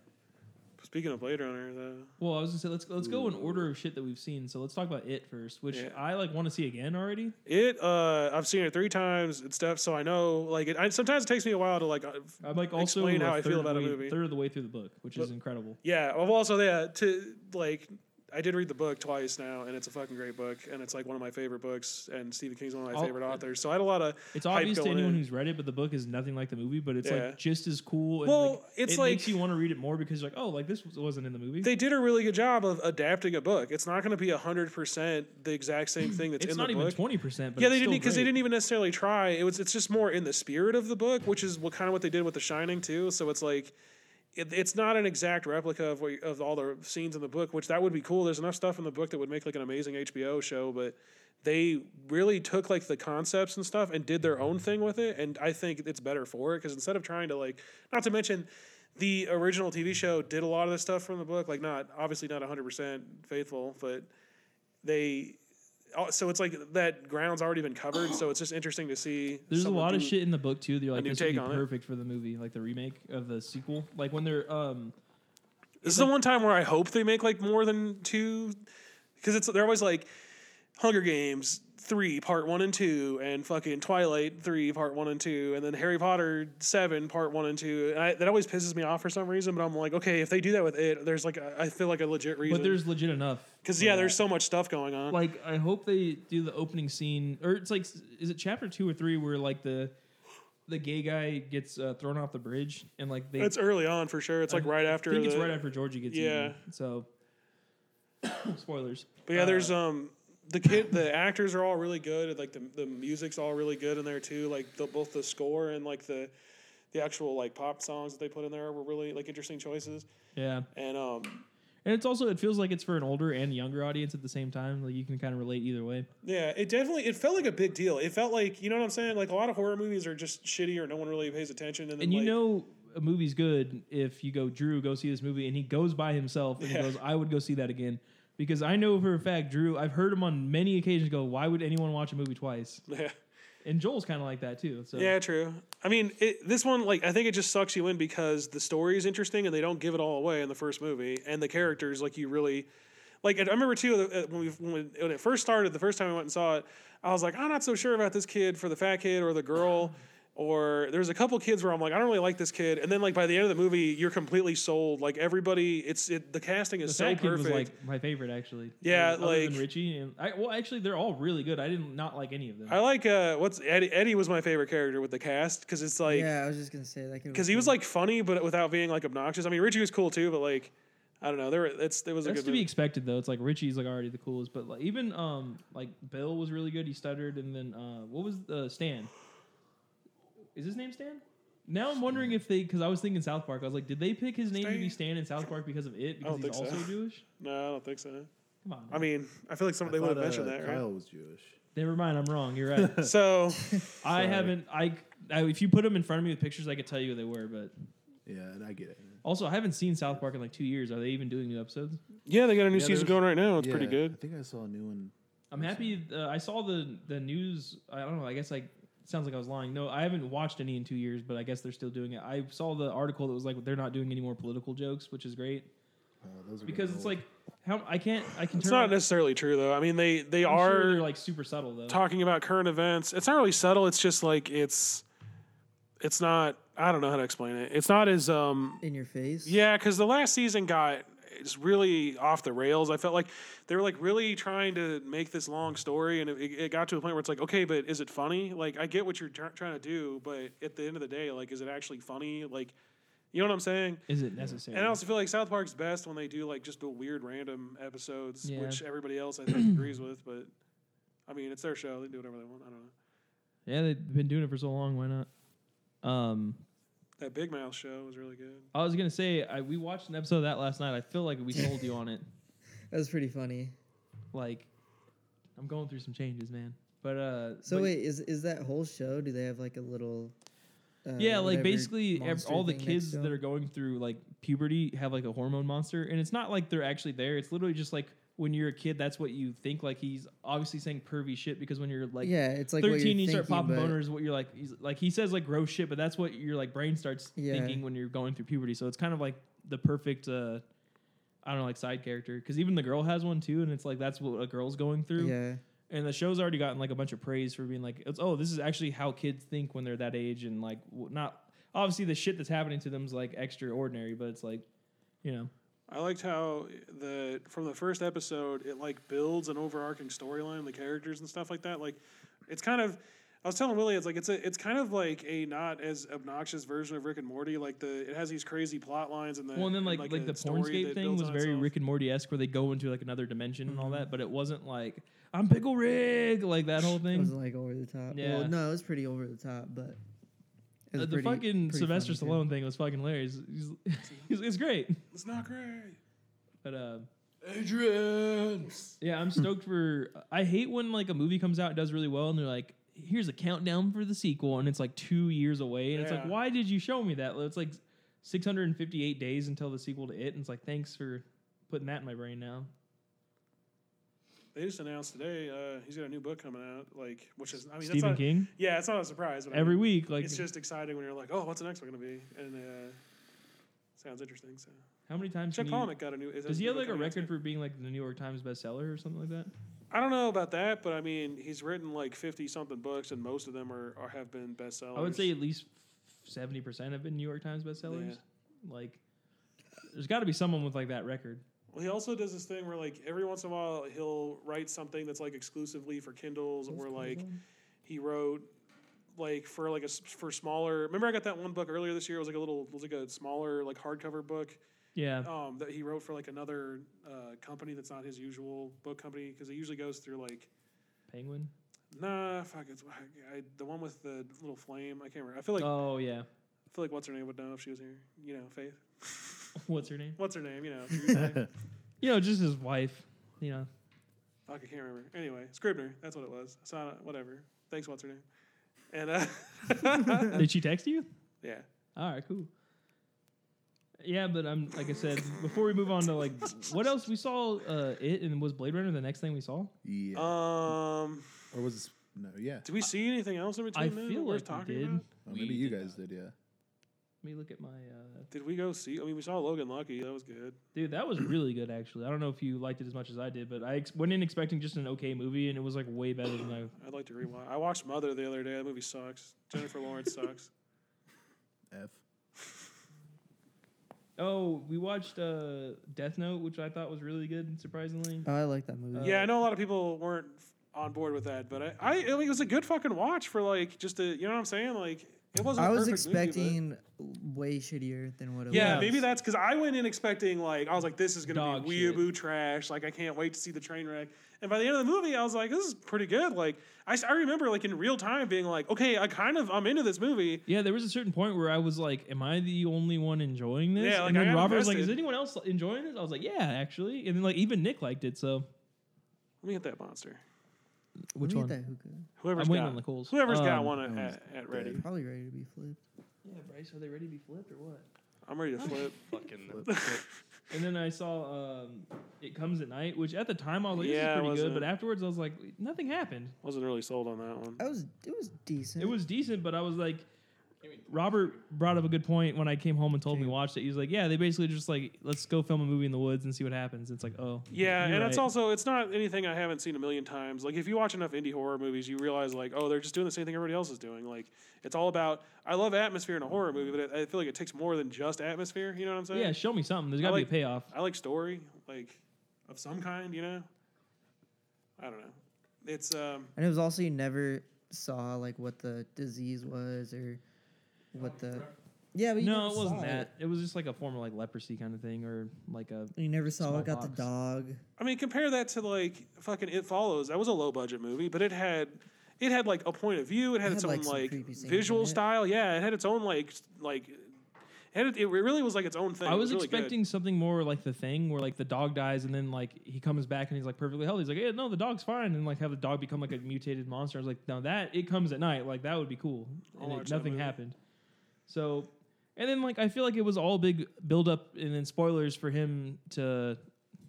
S2: Speaking of Blade Runner, though.
S3: well, I was gonna say let's let's go in order of shit that we've seen. So let's talk about it first, which
S2: Hmm. Yeah.
S3: I like want to see again already.
S2: It uh, I've seen it three times and stuff, so I know like it. I, sometimes it takes me a while to like uh,
S3: I'm like also
S2: Explain
S3: a
S2: how I feel
S3: third
S2: about a
S3: way-
S2: movie.
S3: third of the way through the book, which is
S2: But-
S3: incredible.
S2: Yeah, I've also yeah to like I did read the book twice now, and it's a fucking great book, and it's like one of my favorite books, and Stephen King's one of my
S3: I'll-
S2: favorite authors. So I had a lot of
S3: It's
S2: hype
S3: obvious to
S2: going
S3: anyone
S2: in.
S3: who's read it, but the book is nothing like the movie. But it's
S2: Yeah.
S3: like just as cool. And
S2: Well,
S3: like,
S2: it's
S3: it
S2: like-
S3: makes you want to read it more because you're like, oh, like this wasn't in the movie.
S2: They did a really good job of adapting a book. It's not going to be hundred percent the exact same thing that's
S3: it's
S2: in
S3: not
S2: the
S3: even
S2: book.
S3: twenty percent.
S2: yeah, they didn't because they didn't even necessarily try. It was it's just more in the spirit of the book, which is what kind of what they did with The Shining too. So it's like it, it's not an exact replica of what, of all the scenes in the book, which that would be cool. There's enough stuff in the book that would make like an amazing HBO show, but they really took like the concepts and stuff and did their own thing with it, and I think it's better for it because instead of trying to like, not to mention. The original TV show did a lot of the stuff from the book, like not obviously not 100% faithful, but they oh, so it's like that ground's already been covered so it's just interesting to see
S3: There's a
S2: someone
S3: lot of
S2: do-
S3: shit in the book too. They're like
S2: new
S3: this would
S2: take
S3: be
S2: on it.
S3: perfect for the movie, like the remake of the sequel. Like when they're um
S2: this is the one time where i hope they make like more than two because it's they're always like hunger games three part one and two and fucking twilight three part one and two and then harry potter seven part one and two and I, that always pisses me off for some reason but i'm like okay if they do that with it there's like a, i feel like a legit reason
S3: but there's legit enough.
S2: because
S3: for
S2: yeah
S3: that.
S2: there's so much stuff going on
S3: like I hope they do the opening scene or it's like is it chapter 2 or 3 where like the the gay guy gets uh, thrown off the bridge and like they
S2: it's early on for sure it's like right after
S3: I think it's
S2: the-
S3: right after Georgie gets
S2: Yeah.
S3: eaten. So spoilers.
S2: But yeah,
S3: Uh,
S2: there's um the kid the actors are all really good and like the the music's all really good in there too. Like the, both the score and like the the actual like pop songs that they put in there were really like interesting choices.
S3: yeah.
S2: And um
S3: And it's also it feels like it's for an older and younger audience at the same time. Like you can kind of relate either way.
S2: yeah, it definitely it felt like a big deal. It felt like you know what I'm saying? Like a lot of horror movies are just shitty or no one really pays attention and, then,
S3: And you
S2: like,
S3: know a movie's good if you go, Drew, go see this movie, and he goes by himself and
S2: Yeah.
S3: he goes, I would go see that again. Because I know for a fact, Drew, I've heard him on many occasions go, Why would anyone watch a movie twice?
S2: yeah.
S3: And Joel's kind of like that too. So
S2: Yeah, true. I mean, it, this one, like, I think it just sucks you in because the story is interesting and they don't give it all away in the first movie, and the characters, like, you really, like, I remember too uh, when we when, when it first started, the first time I went and saw it, I was like, I'm not so sure about this kid for the fat kid or the girl. Or there's a couple kids where I'm like, I don't really like this kid, and then like by the end of the movie, you're completely sold. Like everybody, it's it, the casting is
S3: The
S2: so
S3: fat kid
S2: perfect.
S3: was like my favorite actually.
S2: Yeah,
S3: other than
S2: like-
S3: Richie and I, well, actually, they're all really good. I didn't not like any of them.
S2: I like uh, what's Eddie? Eddie was my favorite character with the cast because it's like
S4: yeah, I was just gonna say that
S2: because he was like funny, but without being like obnoxious. I mean, Richie was cool too, but like I don't know, there were- it's there was a
S3: That's
S2: good.
S3: to be
S2: movie.
S3: expected though. It's like Richie's like already the coolest, but like even um like Bill was really good. He stuttered, and then uh what was the Stan? Is his name Stan? Now I'm wondering if they because I was thinking South Park. I was like, did they pick his name to be Stan in South Park because of it? Because
S2: don't
S3: he's
S2: think
S3: also
S2: so.
S3: Jewish.
S2: No, I don't think so.
S3: Come on.
S2: I mean, I feel like somebody
S1: I
S2: would have
S1: thought,
S2: mentioned
S1: uh,
S2: that, right?
S1: Kyle was Jewish.
S3: Never mind. I'm wrong. You're right.
S2: So
S3: I
S1: Sorry.
S3: haven't. I, I if you put them in front of me with pictures, I could tell you who they were. But
S1: Yeah, and I get it.
S3: also, I haven't seen South Park in like two years. Are they even doing new episodes?
S2: yeah, they got a new
S1: Yeah,
S2: season
S1: there's-
S2: going right now. It's pretty
S1: Yeah,
S2: good.
S1: I think I saw a new one.
S3: I'm happy. Uh, I saw the the news. I don't know. I guess like sounds like I was lying. No, I haven't watched any in two years, but I guess they're still doing it. I saw the article that was like they're not doing any more political jokes, which is great
S1: Oh, those are
S3: because
S1: getting
S3: it's
S1: old.
S3: like how I can't I can.
S2: It's
S3: turn
S2: not
S3: on-
S2: necessarily true though. I mean, they they
S3: I'm
S2: are
S3: sure they're like super subtle though.
S2: talking about current events. It's not really subtle. It's just like it's it's not. I don't know how to explain it. It's not as um
S4: in your face.
S2: Yeah, because the last season got it's really off the rails. I felt like they were like really trying to make this long story, and it, it got to a point where it's like, okay, but is it funny? Like, I get what you're try- trying to do, but at the end of the day, like, is it actually funny? Like, you know what I'm saying?
S3: Is it necessary?
S2: And I also feel like South Park's best when they do like just the weird random episodes,
S3: Yeah.
S2: which everybody else I think agrees with. But I mean, it's their show; they do whatever they want. I don't know.
S3: yeah, they've been doing it for so long. Why not? Um,
S2: That Big Mouth show was really good.
S3: I was gonna say I, we watched an episode of that last night. I feel like we sold you on it.
S4: that was pretty funny.
S3: Like, I'm going through some changes, man. But uh,
S4: So
S3: but-
S4: wait, is is that whole show? Do they have like a little? Uh,
S3: yeah like
S4: whatever
S3: basically ev-
S4: monster
S3: all the
S4: thing next
S3: kids
S4: to
S3: that
S4: him?
S3: are going through like puberty have like a hormone monster and it's not like they're actually there it's literally just like when you're a kid that's what you think like he's obviously saying pervy shit because when you're like
S4: yeah, it's like
S3: 13
S4: what you're
S3: you start popping
S4: thinking, but-
S3: boners what you're like he's, like he says like gross shit but that's what your like brain starts
S4: Yeah.
S3: thinking when you're going through puberty so it's kind of like the perfect uh I don't know, like side character, because even the girl has one too, and it's like that's what a girl's going through
S4: Yeah,
S3: and the show's already gotten like a bunch of praise for being like, it's, oh, this is actually how kids think when they're that age, and like w- not obviously the shit that's happening to them is like extraordinary, but it's like, you know,
S2: I liked how the from the first episode it like builds an overarching storyline, the characters and stuff like that. Like it's kind of I was telling Willie it's like it's a it's kind of like a not as obnoxious version of Rick and Morty. Like the it has these crazy plot lines and the
S3: well, and then like like,
S2: a
S3: the
S2: story
S3: pornscape
S2: that
S3: thing
S2: builds
S3: was
S2: on
S3: very
S2: itself. Mm-hmm.
S3: Rick and Morty esque, where they go into like another dimension and all that, but it wasn't like I'm Pickle Rick, like that whole
S4: it
S3: thing.
S4: wasn't like over the top.
S3: Yeah.
S4: well, no, it was pretty over the top, but it was
S3: Uh, the
S4: pretty-
S3: fucking
S4: pretty
S3: Sylvester
S4: funny, too.
S3: Stallone thing was fucking hilarious. He's, he's, it's great,
S2: It's not great.
S3: but uh,
S5: Adrian.
S3: Yeah, I'm stoked for. I hate when like a movie comes out and does really well, and they're like, "Here's a countdown for the sequel," and it's like two years away, and it's like,
S2: Yeah.
S3: "Why did you show me that?" It's like 658 days until the sequel to it, and it's like, "Thanks for putting that in my brain now."
S2: They just announced today uh, he's got a new book coming out. Like which is I mean
S3: Stephen
S2: that's not,
S3: King
S2: yeah it's not a surprise. But I
S3: every
S2: mean,
S3: week, like,
S2: it's just exciting when you're like oh what's the next one gonna be and uh, sounds interesting. So
S3: how many times
S2: Chuck
S3: can you-
S2: Palahniuk got a new.
S3: does he have like a record for being like the New York Times bestseller or something like that?
S2: I don't know about that, but I mean, he's written like fifty something books, and most of them are, are have been bestsellers.
S3: I would say at least seventy percent have been New York Times bestsellers. Like, there's got to be someone with like that record.
S2: Well, he also does this thing where like every once in a while he'll write something that's like exclusively for Kindles, or like he wrote like for like a s- for smaller. Remember, I got that one book earlier this year. It was like a little, it was like a smaller like hardcover book
S3: Yeah,
S2: um, that he wrote for like another uh, company that's not his usual book company because it usually goes through like
S3: Penguin.
S2: nah, fuck, it's I, the one with the little flame. I can't remember. I feel like
S3: oh yeah,
S2: I feel like what's her name would know if she was here. You know, Faith.
S3: what's her name?
S2: What's her name? You know, Drew's name.
S3: You know, just his wife. You know,
S2: fuck, I can't remember. Anyway, Scribner, that's what it was. It's not whatever. Thanks, what's her name? And uh,
S3: did she text you?
S2: yeah,
S3: All right, cool. Yeah, but I'm like I said before we move on to like what else we saw uh, it and was Blade Runner the next thing we saw.
S1: yeah.
S2: um,
S1: or was it? No, yeah.
S2: did we see anything else in between?
S3: I
S2: then
S3: feel
S2: worth
S3: like we
S2: talking
S3: did.
S2: about?
S1: Oh, maybe
S5: We
S1: you
S5: did
S1: guys did, yeah.
S3: Let me look at my uh,
S2: Did we go see? I mean, we saw Logan Lucky. That was good.
S3: dude. That was really good, actually. I don't know if you liked it as much as I did, but I ex- went in expecting just an okay movie, and it was like way better than I.
S2: I'd like to rewatch. I watched Mother the other day. That movie sucks. Jennifer Lawrence sucks.
S1: F.
S3: Oh, we watched uh, Death Note, which I thought was really good, surprisingly.
S4: Oh, I like that movie.
S2: Yeah, I know a lot of people weren't on board with that, but I, I, I mean, it was a good fucking watch for like just a, you know what I'm saying? Like it wasn't.
S4: I
S2: a
S4: was
S2: perfect movie, but-
S4: expecting way shittier than what it
S2: yeah,
S4: was.
S2: maybe that's because I went in expecting like I was like, this is gonna
S3: Dog
S2: be
S3: shit.
S2: weeaboo trash. Like I can't wait to see the train wreck. And by the end of the movie, I was like, this is pretty good. Like I, s- I remember like in real time being like, okay, I kind of I'm into this movie.
S3: Yeah, there was a certain point where I was like, "Am I the only one enjoying this?"
S2: Yeah, like,
S3: and
S2: I
S3: then
S2: got
S3: Robert was like, "Is
S2: invested.
S3: anyone else enjoying this?" I was like, "Yeah, actually." And then like even Nick liked it. So
S2: Let me hit that monster.
S3: which
S4: Let
S3: one?
S4: me get that hookah.
S2: Whoever's
S3: waiting
S2: got
S3: on the coals.
S2: whoever's got
S3: Um,
S2: one uh,
S1: I'm
S2: at, at ready.
S1: dead.
S4: Probably ready to be flipped.
S3: Yeah, Bryce, are they ready to be flipped or what?
S2: I'm ready to flip.
S5: Fucking.
S3: And then I saw um, it comes at night, which at the time I was like, "This
S2: Yeah, it
S3: is pretty good,"
S2: wasn't-
S3: but afterwards I was like, "Nothing happened."
S2: Wasn't really sold on that one.
S4: That was it was decent.
S3: It was decent, but I was like, Robert brought up a good point when I came home and told me watched it. He was like, "Yeah, they basically just like let's go film a movie in the woods and see what happens." It's like, oh,
S2: Yeah,
S3: you're
S2: and it's
S3: right.
S2: also it's not anything I haven't seen a million times. Like if you watch enough indie horror movies, you realize like, oh, they're just doing the same thing everybody else is doing. Like it's all about. I love atmosphere in a horror movie, but it, I feel like it takes more than just atmosphere. You know what I'm saying?
S3: yeah. Show me something. There's got to
S2: like-
S3: be a payoff.
S2: I like story, like of some kind. You know. I don't know. It's um.
S4: and it was also you never saw like what the disease was or what the yeah, but you
S3: No,
S4: never
S3: it wasn't
S4: saw
S3: that. It was just like a form of like leprosy kind of thing, or like a
S4: You never saw what got the
S3: Smallpox.
S4: dog.
S2: I mean, compare that to like fucking It Follows. That was a low budget movie, but it had it had like a point of view. It had,
S4: had,
S2: its
S4: like,
S2: own
S4: some
S2: like
S4: creepy scenes
S2: visual
S4: in it.
S2: style. Yeah, it had its own like s- like it had it, it really was like its own thing.
S3: I
S2: It
S3: was
S2: really good.
S3: expecting something more like the thing where like the dog dies and then like he comes back and he's like perfectly healthy. He's like, yeah, no, the dog's fine, and like have the dog become like a mutated monster. I was like, no, that it comes at night. Like that would be cool.
S2: I'll
S3: And
S2: watch
S3: it,
S2: that
S3: nothing
S2: movie.
S3: happened. So, and then like I feel like it was all big build up and then spoilers for him to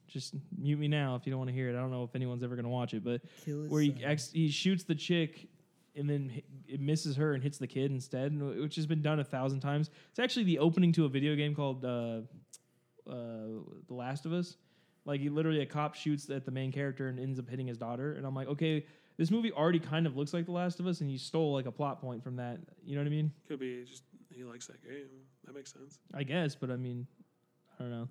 S3: just mute me now if you don't want to hear it. I don't know if anyone's ever gonna watch it, but
S4: Kill his
S3: where he
S4: son.
S3: ex- he shoots the chick and then hi- it misses her and hits the kid instead, and- which has been done a thousand times. It's actually the opening to a video game called uh, uh, The Last of Us. Like, he literally, a cop shoots at the main character and ends up hitting his daughter. And I'm like, okay, this movie already kind of looks like The Last of Us, and you stole like a plot point from that. You know what I mean?
S2: Could be just he likes that game. That makes sense.
S3: I guess, but I mean, I don't know.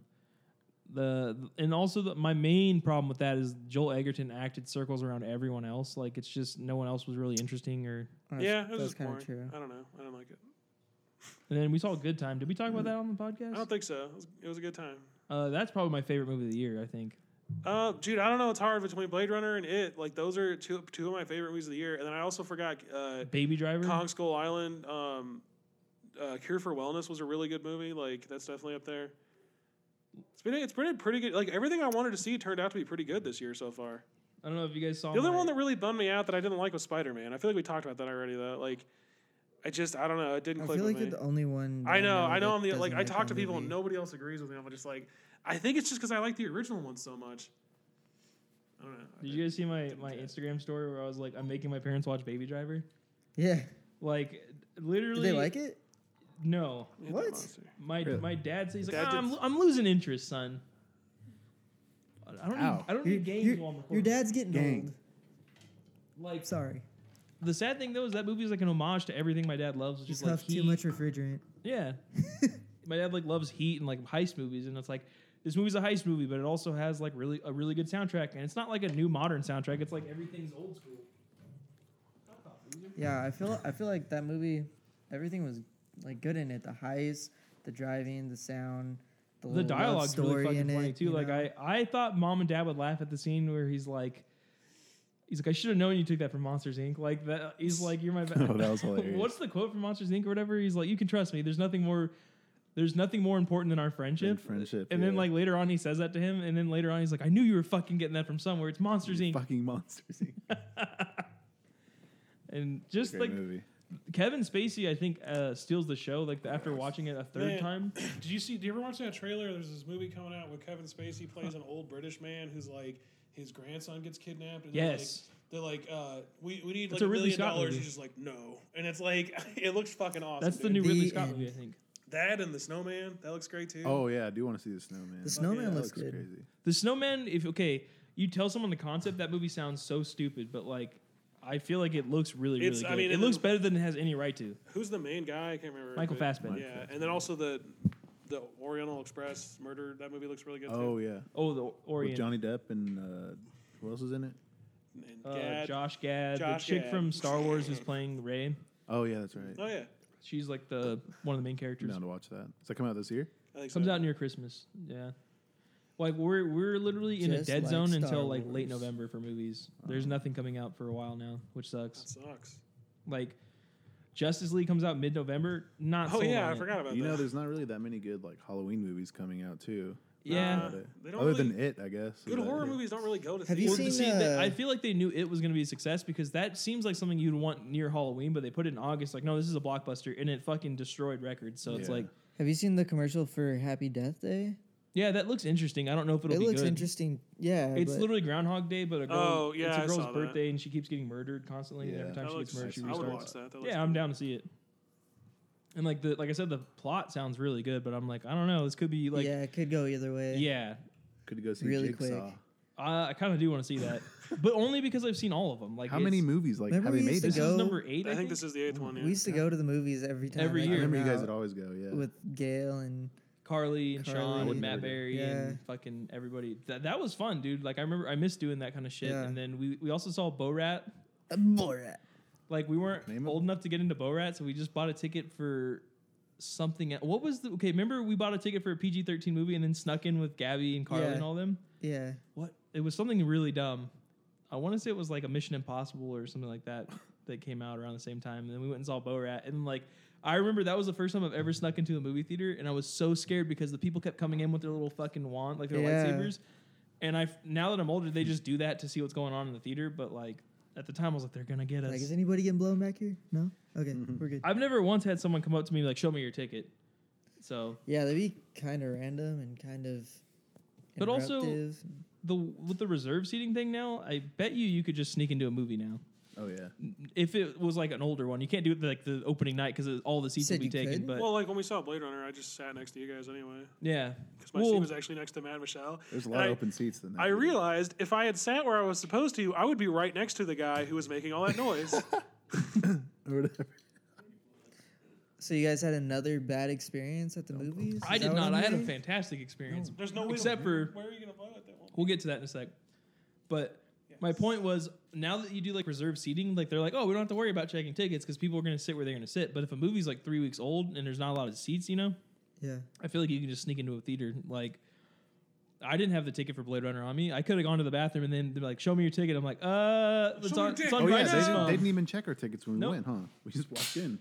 S3: The and also the, my main problem with that is Joel Egerton acted circles around everyone else. Like it's just no one else was really interesting. Or
S4: Oh,
S2: yeah, it was
S4: that's- that's
S2: just
S4: kind
S2: boring.
S4: of true.
S2: I don't know. I don't like it.
S3: and then we saw Good Time. Did we talk about that on the
S2: I don't
S3: podcast?
S2: think so. It was, it was a good time.
S3: Uh, that's probably my favorite movie of the year. I think.
S2: Uh, dude, I don't know. It's hard between Blade Runner and it. Like those are two two of my favorite movies of the year. And then I also forgot uh,
S3: Baby Driver.
S2: Kong Skull Island. Um, uh, Cure for Wellness was a really good movie. Like that's definitely up there. It's been it's been pretty good. Like everything I wanted to see turned out to be pretty good this year so far.
S3: I don't know if you guys
S4: Oh
S3: saw.
S2: The other
S3: my-
S2: one that really bummed me out that I didn't like was Spider Man. I feel like we talked about that already though. Like I just I don't know. It didn't
S4: I
S2: click
S4: feel
S2: with
S4: like you're
S2: me.
S4: the only one. that
S2: I know, I know.
S4: that
S2: I'm the
S4: doesn't
S2: like I
S4: like
S2: talk to
S4: that
S2: people and
S4: movie.
S2: nobody else agrees with me. I'm just like, I think it's just because I like the original one so much. I don't know. I
S3: Did
S2: think-
S3: you guys see my
S2: Didn't
S3: my
S2: get it.
S3: Instagram story where I was like, I'm making my parents watch Baby Driver.
S4: Yeah.
S3: Like literally.
S4: Did they like it?
S3: No.
S2: Hit that
S4: What?
S2: monster.
S3: My
S1: Really?
S3: my dad says he's
S2: Dad
S3: like, "Ah,
S2: did-
S3: I'm, lo- I'm losing interest, son. I don't need,
S1: Ow.
S3: I don't
S4: Your,
S3: need games
S4: your-
S3: while I'm
S4: your
S3: recording.
S4: dad's getting
S1: Gang.
S3: like
S4: Sorry.
S3: the sad thing though is that movie is like an homage to everything my dad loves, which
S4: You
S3: is like
S4: stuffed
S3: heat.
S4: too much refrigerant.
S3: Yeah, my dad like loves heat and like heist movies, and it's like this movie's a heist movie, but it also has like really a really good soundtrack, and it's not like a new modern soundtrack. It's like everything's old school.
S4: Yeah, I feel I feel like that movie, everything was like good in it. The heist, the driving, the sound, the,
S3: the
S4: little love
S3: dialogue's really
S4: story
S3: fucking
S4: in it.
S3: funny too.
S4: you
S3: Like
S4: know?
S3: I, I thought mom and dad would laugh at the scene where he's like, he's like, I should have known you took that from Monsters Inc. Like that, he's like, you're my. Ba-
S1: Oh, that was hilarious.
S3: What's the quote from Monsters Inc. or whatever? He's like, you can trust me. There's nothing more. There's nothing more important than our friendship.
S1: Than friendship,
S3: And then
S1: yeah.
S3: like later on, he says that to him, and then later on, he's like, I knew you were fucking getting that from somewhere. It's Monsters Inc.
S1: Fucking Monsters Inc.
S3: and just
S1: Great
S3: like
S1: movie.
S3: Kevin Spacey, I think uh, steals the show. Like after watching it a third
S2: Yeah.
S3: time,
S2: Did you see? Do you ever watch that trailer? There's this movie coming out where Kevin Spacey plays an old British man who's like his grandson gets kidnapped. And
S3: Yes.
S2: They're like, they're like uh, we, we need
S3: It's
S2: like
S3: a
S2: a
S3: Ridley
S2: million
S3: Scott
S2: dollars.
S3: movie.
S2: He's just like, no. And it's like, it looks fucking awesome.
S3: that's the new
S2: dude.
S3: Ridley
S4: The
S3: Scott movie, I
S4: end.
S3: think.
S2: That and the snowman. That looks great too.
S1: Oh yeah, I do want to see the snowman.
S4: The snowman
S2: yeah,
S1: That
S4: looks,
S1: looks
S4: good.
S1: crazy.
S3: The Snowman, if okay, you tell someone the concept, that movie sounds so stupid, but like I feel like it looks really, really
S2: It's-
S3: good.
S2: I mean,
S3: it
S2: it-
S3: looks better than it has any right to.
S2: Who's the main guy? I can't remember.
S3: Michael
S2: but-
S3: Fassbender.
S2: Yeah, and then also the the Oriental Express murder. That movie looks really good
S1: Oh
S2: too.
S1: yeah,
S3: Oh, the
S1: with
S3: Orient.
S1: Johnny Depp and uh, who else is in it?
S2: And
S3: uh,
S2: Gad.
S3: Josh Gad,
S2: Josh
S3: the chick
S2: Gad.
S3: from Star Wars who's playing Ray.
S1: Oh yeah, that's right.
S2: Oh yeah,
S3: She's like the one of the main
S1: I'm
S3: characters.
S1: down to watch that. Does that come out this year?
S2: I think
S3: Comes
S2: so.
S3: out near Christmas. Yeah. Like we're we're literally in
S4: Just
S3: a dead
S4: like
S3: zone
S4: Star
S3: until like late
S4: Wars.
S3: November for movies. There's nothing coming out for a while now, which
S2: That
S3: sucks.
S2: sucks.
S3: Like Justice League comes out mid November. Not
S2: Oh
S3: sold
S2: yeah,
S3: on
S2: I
S3: it.
S2: forgot about
S1: You
S2: that.
S1: know, there's not really that many good like Halloween movies coming out too.
S3: Yeah.
S2: Nah.
S1: About it.
S2: they don't
S1: Other
S2: really-
S1: than it, I guess. is
S2: Good
S1: that
S2: horror
S1: it?
S2: movies don't really go to.
S4: Have you
S3: Well,
S2: theaters.
S4: seen,
S3: see, that-
S4: uh,
S3: I feel like they knew it was going to be a success because that seems like something you'd want near Halloween, but they put it in August. Like, no, this is a blockbuster, and it fucking destroyed records. So it's
S1: Yeah.
S3: like,
S4: Have you seen the commercial for Happy Death Day?
S3: yeah, that looks interesting. I don't know if it'll
S4: it
S3: be
S4: looks
S3: good.
S4: interesting. Yeah,
S3: It's
S4: but
S3: literally Groundhog Day, but a girl,
S2: Oh, yeah,
S3: it's a
S2: I
S3: girl's
S2: saw that.
S3: birthday, and she keeps getting murdered constantly. And every
S1: Yeah.
S3: time
S2: That
S3: she
S2: looks
S3: gets murdered, she
S2: nice. I would
S3: restarts.
S2: watch that. that looks
S3: Yeah, I'm
S2: cool.
S3: down to see it. And like the like I said, the plot sones really good, but I'm like, I don't know. This could be like, yeah,
S4: yeah, it could go either way.
S1: Could go see
S4: Really
S1: Jigsaw.
S4: quick.
S3: I, I kind of do want to see that, but only because I've seen all of them. Like,
S1: How many
S3: it's-
S1: movies like
S4: Remember
S1: have they
S4: we
S1: made?
S4: used to
S3: This
S1: It?
S4: go-
S3: is number eight.
S2: I think this is the eighth one. Yeah.
S4: We used to go to the movies every time.
S3: Every
S4: that
S1: I
S3: year.
S4: came
S1: remember you guys
S4: out
S1: would always go. Yeah.
S4: with Gail and
S3: Carly and Sean
S4: Carly.
S3: and Matt Berry
S4: Yeah.
S3: and fucking everybody. That, that was fun, dude. Like I remember I missed doing that kind of shit.
S4: Yeah.
S3: And then we, we also saw Bo Rat.
S4: Borat.
S3: Like we weren't
S1: Name it.
S3: old enough to get into Bo Rat, so we just bought a ticket for something. el- What was the okay? Remember we bought a ticket for a PG thirteen movie and then snuck in with Gabby and Carly
S4: Yeah.
S3: and all them.
S4: Yeah,
S3: What it was something really dumb. I want to say it was like a Mission Impossible or something like that that came out around the same time. And then we went and saw Bo Rat. And like, I remember that was the first time I've ever snuck into a movie theater. And I was so scared because the people kept coming in with their little fucking wand, like their
S4: Yeah.
S3: lightsabers. And I, now that I'm older, they just do that to see what's going on in the theater. But like, at the time, I was like, they're going to get us.
S4: like is anybody getting blown back here? No. Okay,
S1: Mm-hmm.
S4: we're good.
S3: I've never once had someone come up to me like, show me your ticket. So
S4: Yeah, they'd be kind of random and kind of.
S3: But also-
S4: interruptive.
S3: the with the reserve seating thing now, I bet you you could just sneak into a movie now.
S1: Oh yeah.
S3: if it was like an older one, you can't do it like the opening night because all the seats
S4: Said
S3: will be
S4: you
S3: taken.
S4: couldn't?
S3: But
S2: Well, like when we saw Blade Runner, I just sat next to you guys anyway
S3: yeah,
S2: because my
S3: Well,
S2: seat was actually next to Mad Michelle.
S1: There's a
S2: And
S1: lot
S2: I-
S1: of open seats than that.
S2: I realized if I had sat where I was supposed to, I would be right next to the guy who was making all that noise.
S1: Or whatever.
S4: so you guys had another bad experience at the movies? Is
S3: I
S4: that
S3: did
S4: what
S3: not.
S4: I'm
S3: I had a
S4: hearing? Oh.
S3: fantastic experience.
S2: There's no way. to-
S3: Except for-
S2: where are you gonna blow it? That won't.
S3: We'll get to that in a sec. But my point was, now that you do like reserve seating, like they're like, oh, we don't have to worry about checking tickets because people are going to sit where they're going to sit. But if a movie's like three weeks old and there's not a lot of seats, you know,
S4: Yeah.
S3: I feel like you can just sneak into a theater. Like, I didn't have the ticket for Blade Runner on me. I could have gone to the bathroom and then they're like, show me your ticket. I'm like, uh, it's
S2: Show me
S3: on,
S2: your
S3: it's
S2: ticket.
S3: on
S1: Oh yeah,
S3: Brighton's
S1: they didn't,
S3: phone.
S1: they didn't even check our tickets when we
S3: Nope.
S1: went, huh? We just walked in.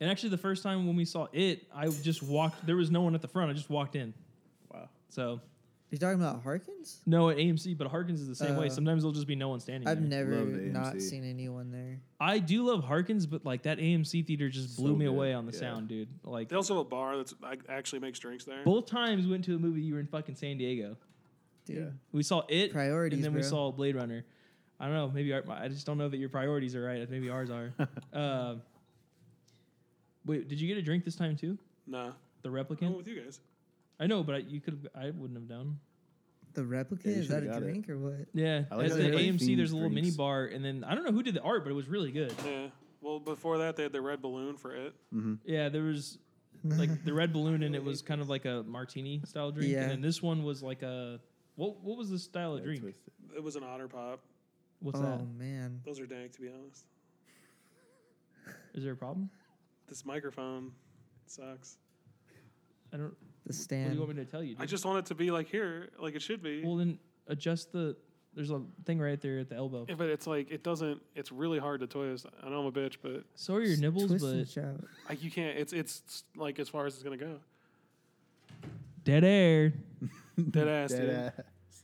S3: And actually, the first time when we saw it, I just walked. There was no one at the front. I just walked in.
S1: Wow.
S3: So
S4: You're talking about Harkins?
S3: no at AMC, but Harkins is the same way.
S4: Uh,
S3: Sometimes there'll just be no one standing.
S4: I've
S3: there.
S4: never
S1: Love the
S4: not
S1: AMC.
S4: seen anyone there.
S3: I do love Harkins, but like that AMC theater just blew
S1: So
S3: me
S1: good,
S3: away on the
S1: yeah.
S3: sound, dude. Like
S2: They also have a bar that's like, actually makes drinks there.
S3: both times we went to a movie. You were in fucking San Diego.
S4: Dude,
S3: We saw it,
S4: Priorities,
S3: and then we
S4: bro.
S3: saw Blade Runner. I don't know. Maybe our, I just don't know that your priorities are right. Maybe ours are. Um wait, did you get a drink this time too?
S2: Nah,
S3: The
S2: I went
S1: Oh.
S3: replicant.
S2: with you guys.
S3: I know, but I, you could. I wouldn't have done.
S4: the replicant?
S1: Yeah, you
S4: is that
S1: should've
S4: a
S1: got it.
S4: drink or what?
S3: Yeah,
S1: I like
S3: at
S1: how
S3: the
S1: they, like,
S3: AMC, there's
S1: themed
S3: a little mini
S1: drinks. Mm.
S3: bar, and then I don't know who did the art, but it was really good.
S2: Yeah. Well, before that, they had the red balloon for it.
S3: Yeah, there was like the red balloon, and it was kind of like a martini style drink,
S4: Yeah.
S3: and then this one was like a what? What was the style of drink?
S1: Twisted.
S2: It was an otter pop.
S3: What's
S4: Oh
S3: that?
S1: Um,
S4: man.
S2: Those are dank, to be honest.
S3: Is there a problem?
S2: This microphone sucks.
S3: I don't.
S4: The
S3: What do
S4: stand.
S3: you want me to tell you?
S2: I
S3: dude?
S2: just want it to be like here, like it should be.
S3: well then adjust the. There's a thing right there at the elbow.
S2: Yeah, but it's like it doesn't. It's really hard to twist. I know I'm a bitch, but
S3: Sorry, your nibbles,
S4: Twist and
S3: but
S4: shout.
S2: I, you can't. It's it's like as far as it's gonna go.
S3: dead air.
S2: Dead ass. dude.
S1: Dead ass.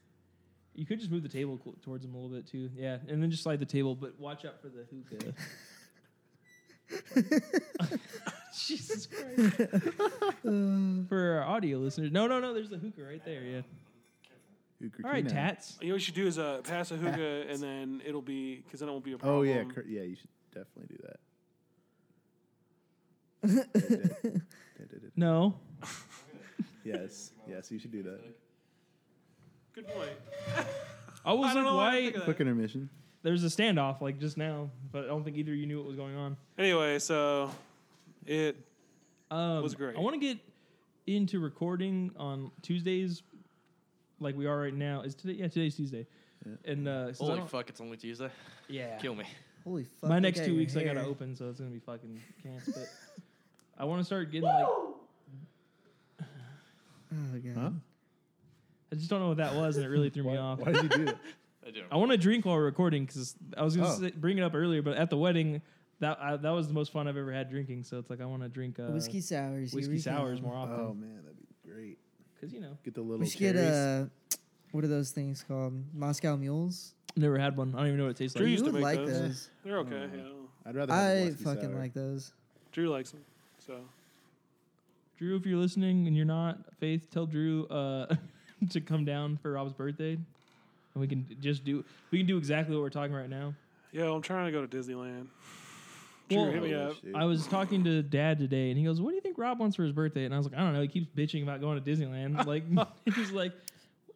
S3: You could just move the table cl- towards him a little bit too. Yeah, and then just slide the table, but watch out for the hookah. Jesus Christ. for our audio listeners. No, no, no, there's the hookah right there, yeah.
S1: Hooker
S3: All right,
S1: Kina.
S3: tats.
S2: You know what you should do is uh, pass a hookah, and then it'll be because then it won't be a problem.
S1: Oh yeah, cur- yeah. You should definitely do that. Dead, dead. Dead,
S3: No.
S1: Yes, yes, you should do that.
S2: Good point.
S3: I was
S2: I don't
S3: like,
S2: know why I
S3: why?
S2: didn't think of that.
S1: Quick intermission.
S3: There's a standoff like just now, but I don't think either of you knew what was going on.
S2: Anyway, so it
S3: Um,
S2: was great.
S3: I want to get into recording on Tuesdays, like we are right now. Is today? Yeah, today's Tuesday. And uh, since I
S5: Holy
S3: don't-
S5: fuck! It's only Tuesday.
S3: Yeah.
S5: Kill me.
S4: Holy fuck!
S3: My
S4: look
S3: next
S4: at
S3: two
S4: your
S3: weeks I gotta
S4: hair.
S3: open, so it's gonna be fucking cans. But I want to start getting like
S4: Oh god.
S1: Huh?
S3: I just don't know what that was, and it really threw me off.
S1: Why did you do that?
S5: I do.
S3: I want to drink while we're recording because I was gonna
S1: Oh.
S3: say, bring it up earlier, but at the wedding, that I, that was the most fun I've ever had drinking. So it's like I want to drink uh,
S4: whiskey sours. here
S3: whiskey
S4: we
S3: sours
S4: come.
S3: more
S1: Oh
S3: often
S1: man, that'd be great.
S3: because you know
S1: Get the little
S4: We should get
S1: cherries.
S4: uh, what are those things called? Moscow mules.
S3: never had one. I don't even know what it tastes
S2: Drew
S3: like.
S2: used
S4: you
S2: to
S4: would
S2: make
S4: like
S2: those.
S4: those.
S2: They're okay.
S1: Mm.
S2: yeah.
S1: I'd rather. Have a
S4: I
S1: whiskey
S4: fucking
S1: sour.
S4: like those.
S2: Drew likes them. So
S3: Drew, if you're listening and you're not, Faith, tell Drew uh, to come down for Rob's birthday, and we can just do we can do exactly what we're talking right now.
S2: yo, I'm trying to go to Disneyland.
S3: Well,
S2: Drew, hit me
S1: I
S2: up.
S1: wish, dude.
S3: I was talking to Dad today, and he goes, "What do you think Rob wants for his birthday?" And I was like, "I don't know." He keeps bitching about going to Disneyland. Like he's like,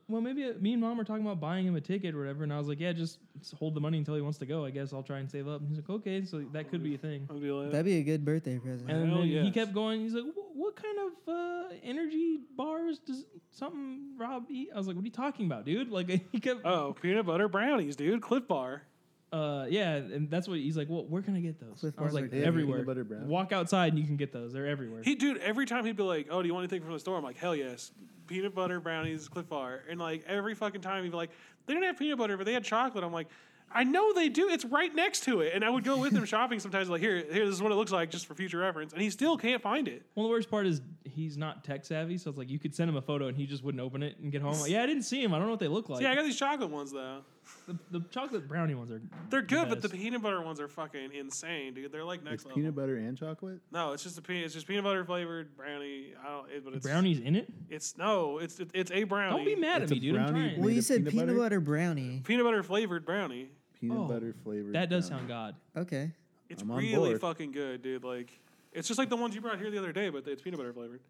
S3: "Well, maybe uh, me and Mom are talking about buying him a ticket or whatever." And I was like, "Yeah, just s- hold the money until he wants to go. I guess I'll try and save up." And he's like, "Okay, so that could be a thing."
S2: I'll do
S1: uh,
S2: that.
S4: That'd be a good birthday present.
S3: And
S2: Hell
S3: then he
S2: yes.
S3: kept going. He's like, "Wh- "What kind of uh, energy bars does something Rob eat?" I was like, "What are you talking about, dude?" Like he kept,
S2: Oh, peanut butter brownies, dude. Cliff Bar.
S3: uh, yeah, and that's what he's like. Well, where can I get those?
S4: Cliff
S3: I was
S4: bars are
S3: like,
S4: good. They have
S3: everywhere.
S1: peanut butter brownie.
S3: Walk outside and you can get those. They're everywhere.
S2: He, dude, every time he'd be like, "Oh, do you want anything from the store?" I'm like, "Hell yes." Peanut butter brownies, Cliff Bar, and like every fucking time he'd be like, "They didn't have peanut butter, but they had chocolate." I'm like, "I know they do. It's right next to it." And I would go with him shopping sometimes. Like, here, here, this is what it looks like, just for future reference. And he still can't find it.
S3: Well, the worst part is he's not tech savvy, so it's like you could send him a photo and he just wouldn't open it and get home. Like, yeah, I didn't see him. I don't know what they look like.
S2: yeah, I got these chocolate ones though.
S3: the, the chocolate brownie ones are.
S2: They're good, but the
S3: best.
S2: peanut butter ones are fucking insane, dude. They're like next
S1: It's
S2: level.
S1: peanut butter and chocolate.
S2: no, it's just a peanut. It's just peanut butter flavored brownie. I don't. It, but it's
S3: brownies in it.
S2: It's no. It's it's a brownie.
S3: Don't be mad
S1: It's
S3: at
S1: a
S3: me, dude. I'm
S1: brownie
S3: trying.
S4: well,
S1: made
S4: you
S1: of
S4: said
S1: peanut
S4: peanut,
S1: butter?
S4: butter? brownie.
S2: Peanut butter flavored brownie.
S1: Peanut
S3: Oh,
S1: butter flavored.
S3: That does
S1: brownie.
S3: sound god.
S4: Okay.
S2: It's
S1: I'm on
S2: really
S1: board.
S2: fucking good, dude. Like, it's just like the ones you brought here the other day, but it's peanut butter flavored.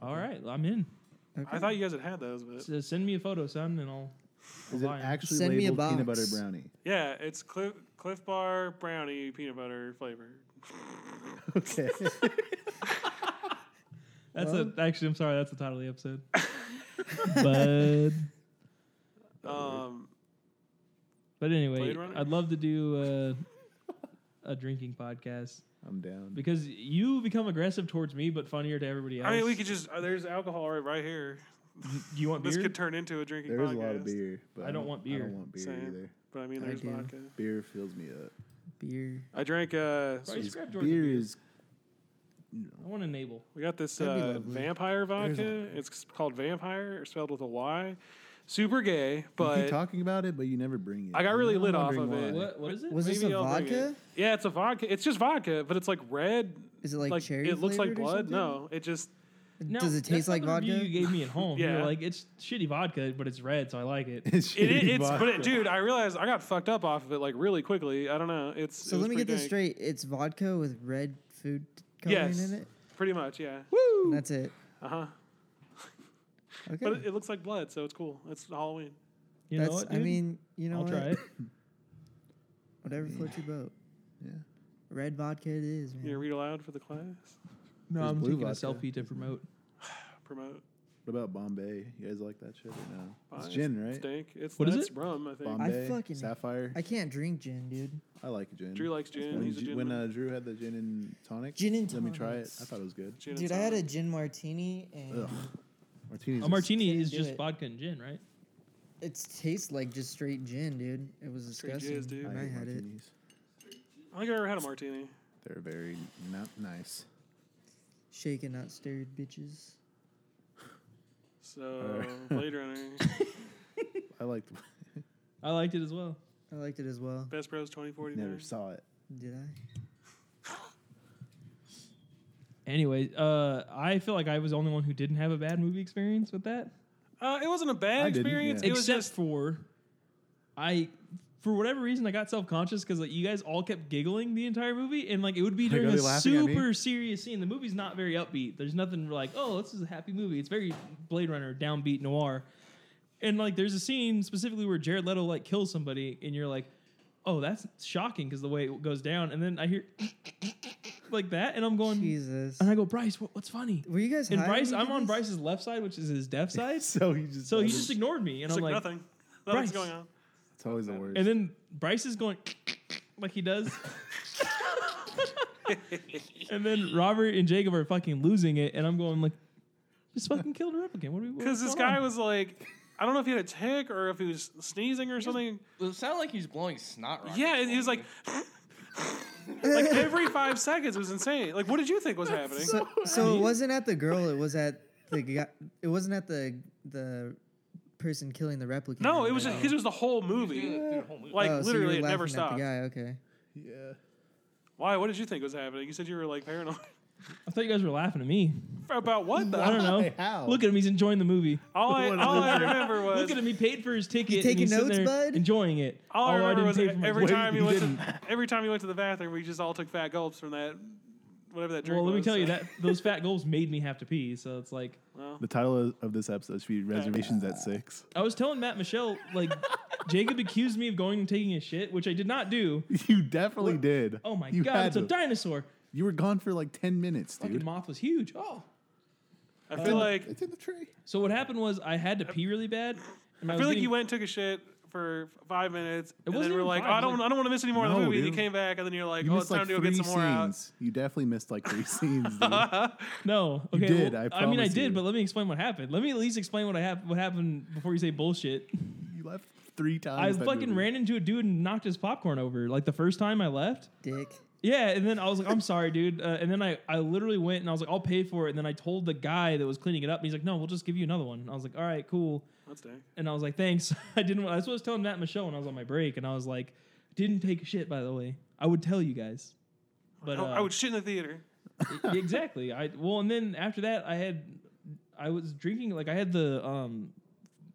S3: All right, I'm in.
S2: I thought you guys had had those, but
S3: S- uh, send me a photo, son, and I'll.
S1: Is
S3: I'll
S1: it
S3: buy 'em.
S1: actually
S4: Send me a
S1: labeled peanut butter
S4: box.
S1: brownie?
S2: yeah, it's Cliff, Cliff Bar brownie peanut butter flavored.
S1: Okay.
S3: That's
S4: Well-
S3: a, actually. I'm sorry. That's the title of the episode. but
S2: Um,
S3: but anyway,
S2: Blade Runner?
S3: I'd love to do uh, a drinking podcast
S1: I'm down.
S3: because you become aggressive towards me, but funnier to everybody else.
S2: I mean, we could just uh, there's alcohol right right here.
S3: Do you want
S2: This
S3: beer?
S2: could turn into a drinking
S1: There is
S2: podcast.
S1: a lot of beer, but
S3: I don't want
S1: I
S3: beer.
S1: don't want beer
S2: Same.
S1: either.
S2: but I mean,
S4: I
S2: there's
S4: do.
S2: vodka.
S1: Beer fills me up.
S4: Beer.
S2: I drank. Uh,
S3: Bro, you just grab Jordan
S1: Beer
S3: beer.
S1: is.
S3: I want to enable.
S2: we got this
S4: That'd be
S2: uh,
S4: lovely.
S2: vampire vodka. It's called vampire, spelled with a Y. Super gay,
S1: you keep
S2: but
S1: talking about it, but you never bring it.
S2: I got really
S1: I'm
S2: lit off
S1: wondering
S2: of it.
S1: why.
S3: What what is it?
S4: Was this
S2: Maybe
S4: a
S2: I'll bring it.
S4: vodka?
S2: yeah, it's a vodka. It's just vodka, but it's like red
S4: Is it like,
S2: like
S4: cherry?
S2: it looks like
S4: flavored or
S2: blood.
S4: something?
S2: No, it just
S4: Does it
S3: that's
S4: taste
S3: not
S4: like
S3: the review
S4: vodka?
S3: You gave me at home. yeah.
S2: Yeah.
S3: You're like it's shitty vodka, but it's red, so I like it.
S1: It's
S2: it, it-
S1: shitty
S2: it's but it,
S1: vodka.
S2: dude, I realized I got fucked up off of it like really quickly. I don't know. It's
S4: So
S2: it was
S4: let me get
S2: pretty
S4: this
S2: dank.
S4: straight. It's vodka with red food coloring
S2: Yes.
S4: in it.
S2: Pretty much, yeah.
S4: And that's it.
S2: Uh huh.
S4: Okay.
S2: But it, it looks like blood, so it's cool. It's Halloween.
S3: You
S4: that's,
S3: know what?
S4: I
S3: dude?
S4: mean, you know
S3: I'll
S4: what?
S3: try it.
S4: Whatever floats your boat.
S1: Yeah.
S4: Red vodka it is, man.
S2: You gonna read aloud for the class.
S3: No,
S1: There's
S3: I'm
S1: blue
S3: taking
S1: vodka,
S3: a selfie to promote.
S2: Promote.
S1: What about Bombay? You guys like that shit or no? It's
S2: Fine.
S1: gin,
S2: It's
S1: right?
S2: dank. It's
S3: What is
S2: that's
S3: it?
S2: rum. I think.
S1: Bombay,
S4: fucking-
S1: Sapphire.
S4: I can't drink gin, dude.
S1: I, like gin.
S2: Drew likes gin.
S1: When,
S2: He's a
S1: Ju-
S2: gin.
S1: when
S2: man.
S1: uh, Drew had the gin and tonic,
S4: Gin and
S1: let me try it.
S4: tonics.
S1: I thought it was good.
S2: Gin and
S4: Dude, I had a
S2: tonic.
S4: gin martini and
S1: Ugh. Martini's
S3: A
S1: is-
S3: martini
S4: Can't
S3: is
S4: do
S3: just
S4: it.
S3: vodka and gin, right?
S4: it tastes like just straight gin, dude. It was
S2: Straight
S4: disgusting.
S2: jizz, dude.
S1: I
S4: when I
S1: hate
S4: had it.
S1: martinis.
S2: I don't think I ever had a martini.
S1: They're very not nice.
S4: Shaken, not stirred, bitches.
S2: So
S1: Alright.
S2: Blade Runner,
S1: I liked.
S3: I liked it as well.
S4: I liked it as well.
S2: Best Bros 2040.
S1: Never saw it.
S4: Did I?
S3: Anyway, uh, I feel like I was the only one who didn't have a bad movie experience with that,
S2: Uh, it wasn't a
S1: I
S2: bad
S1: didn't,
S2: experience.
S1: yeah.
S2: It was
S3: except
S2: just
S3: for I for whatever reason, I got self conscious because like you guys all kept giggling the entire movie, and like it would be
S1: Like,
S3: during
S1: are
S3: a
S1: they laughing at me?
S3: super serious scene. The movie's not very upbeat. There's nothing like, oh, this is a happy movie. It's very Blade Runner, downbeat noir. And like, there's a scene specifically where Jared Leto like kills somebody, and you're like, oh, that's shocking because the way it goes down. And then I hear like that, and I'm going,
S4: Jesus.
S3: and I go, Bryce, what, what's funny?
S4: Were you guys?
S3: And
S4: high when
S3: Bryce,
S4: you
S3: I'm
S4: did
S3: on
S4: this?
S3: Bryce's left side, which is his deaf side.
S1: So he just
S3: So he
S1: does
S3: just
S1: it.
S3: ignored me, and
S2: It's
S3: I'm
S2: like,
S3: like,
S2: nothing. Nothing's
S3: Bryce.
S2: going on.
S1: it's always the worst.
S3: and then Bryce is going like he does. and then Robert and Jacob are fucking losing it, and I'm going like, just fucking killed a replicant. What are we?
S2: Because this guy was like, I don't know if he had a tick or if he was sneezing or something.
S5: It sounded like he's blowing snot rockets.
S2: Yeah, and
S5: all
S2: he was
S5: over.
S2: like, like every five seconds it was insane. Like, what did you think was happening?
S4: So, so it wasn't at the girl. It was at the guy. It wasn't at the the person killing the replicant.
S2: no,
S4: or
S2: it was just
S4: whatever.
S2: because it was the whole
S5: He was
S2: movie.
S5: doing that through the whole movie.
S2: Like
S4: Oh, so you
S2: literally,
S4: were
S2: it never
S4: laughing at
S2: stopped.
S4: The guy. Okay.
S1: yeah,
S2: Why? What did you think was happening? You said you were like paranoid
S3: I thought you guys were laughing at me.
S2: about what?
S3: I
S2: The?
S3: don't know.
S1: Why? How?
S3: Look at him. He's enjoying the movie.
S2: All I,
S1: What
S2: all I
S1: is it?
S2: remember was
S3: Look at him. He paid for his ticket. and
S4: taking
S3: he's sitting
S4: notes,
S3: there
S4: bud?
S3: Enjoying it. Oh,
S2: All I
S3: Although
S2: remember was e-
S3: for my
S2: every
S1: Wait,
S2: time he
S1: you
S2: went
S1: didn't.
S2: to every time he went to the bathroom, we just all took fat gulps from that whatever that drink.
S3: Well, let me
S2: was,
S3: tell you
S2: so-
S3: that those fat goals made me have to pee. So it's like
S2: Well,
S1: the title of- of this episode should be "Reservations
S2: Ah.
S1: at 6.
S3: I was telling Matt Michelle like Jacob accused me of going and taking a shit, which I did not do.
S1: You definitely did.
S3: Oh my
S1: you
S3: god,
S1: had
S3: it's a
S1: to.
S3: dinosaur!
S1: you were gone for like ten minutes,
S3: Fucking
S1: dude.
S3: moth was huge. Oh,
S2: I feel like
S1: it's in the tree.
S3: so what happened was I had to pee really bad. and
S2: I
S3: was
S2: feel like
S3: getting-
S2: you went and took a shit for f- five minutes, and
S3: wasn't
S2: then we're
S3: even
S2: like,
S3: five,
S2: "Oh,
S3: it
S2: I
S3: was
S2: don't,
S3: like-
S2: I don't want to miss any more of the
S1: No,
S2: movie. And you
S1: dude.
S2: came back, and then you're like,
S1: You
S2: "Oh, it's
S1: missed
S2: time
S1: like
S2: to go
S1: three
S2: get some
S1: scenes.
S2: more out."
S1: You definitely missed like three scenes. Dude.
S3: No, okay.
S1: did,
S3: well,
S1: I
S3: mean, I
S1: promise
S3: did,
S1: you.
S3: but let me explain what happened. Let me at least explain what I hap- what happened before you say bullshit.
S1: you left three
S3: I,
S1: times. that
S3: fucking
S1: movie.
S3: ran into a dude and knocked his popcorn over. Like the first time I left.
S4: Dick.
S3: Yeah, and then I was like, I'm sorry, dude. Uh, and then I, I literally went and I was like, I'll pay for it. And then I told the guy that was cleaning it up, and he's like, No, we'll just give you another one. And I was like, All right, cool.
S2: That's dank.
S3: And I was like, thanks. I didn't. That's what I was telling Matt and Michelle when I was on my break, and I was like, didn't take a shit. By the way, I would tell you guys. But
S2: I,
S3: uh,
S2: I would shit in the theater.
S3: y- exactly. I well, and then after that, I had, I was drinking like I had the um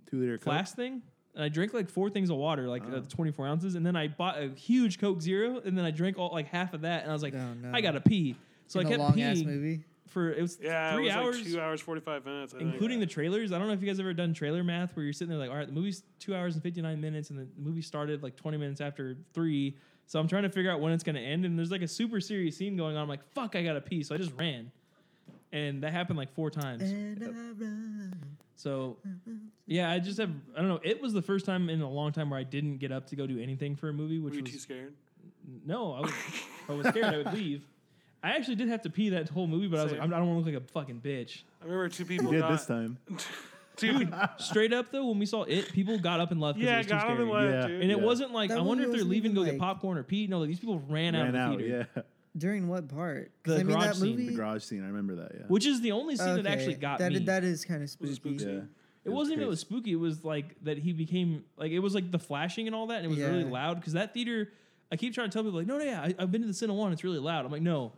S1: two liter
S3: flask thing, and I drank like four things of water, like
S2: Oh.
S3: uh, twenty four ounces, and then I bought a huge Coke Zero, and then I drank all like half of that, and I was like,
S4: Oh, no.
S3: I gotta pee. So
S4: in
S3: I
S4: a
S3: kept
S4: long ass
S3: peeing
S4: movie.
S3: for it was
S2: Yeah,
S3: three
S2: it was
S3: hours.
S2: like two hours forty five minutes, I think.
S3: including the trailers. I don't know if you guys ever done trailer math where you're sitting there like, all right, the movie's two hours and 59 minutes and the movie started like 20 minutes after three. So I'm trying to figure out when it's going to end. And there's like a super serious scene going on. I'm like, fuck, I got to pee. So I just ran. And that happened like four times.
S4: And I run.
S3: So yeah, I just have, I don't know. It was the first time in a long time where I didn't get up to go do anything for a movie,
S2: Were
S3: which
S2: you
S3: was
S2: too scared?
S3: no, I was, I was scared I would leave. I actually did have to pee that whole movie, but I was like,
S2: Same.
S3: I'm- I don't want to look like a fucking bitch.
S2: I remember two
S1: You
S2: people
S1: did
S2: got,
S1: this time.
S2: Dude,
S3: Straight up though, when we saw it, people got up and left. 'cause it
S2: yeah,
S3: was too
S2: got him
S3: scary.
S2: and left,
S1: Yeah.
S2: dude.
S3: And it
S1: Yeah.
S3: wasn't like
S4: That
S3: I wonder if
S4: movie
S3: they're
S4: wasn't
S3: leaving to go
S4: even,
S3: get
S4: like-
S3: popcorn or pee. No, these people ran,
S1: Ran
S3: out of
S1: out.
S3: the theater,
S1: Yeah,
S4: During what part? 'Cause
S3: The
S4: I mean,
S3: garage
S4: that
S3: scene.
S4: movie.
S1: the garage scene. I remember that. Yeah.
S3: which is the only scene that
S4: okay,
S3: actually got
S4: that,
S3: me.
S4: That is kind of spooky.
S2: was a spook
S1: yeah.
S2: scene.
S3: it
S1: was
S3: wasn't even it
S1: crazy.
S3: was spooky. It was like that he became like it was like the flashing and all that, and it was really
S4: Yeah.
S3: loud because that theater. I keep trying to tell people like, no, no, yeah, I, I've been to the Cine One. It's really loud. I'm like, no,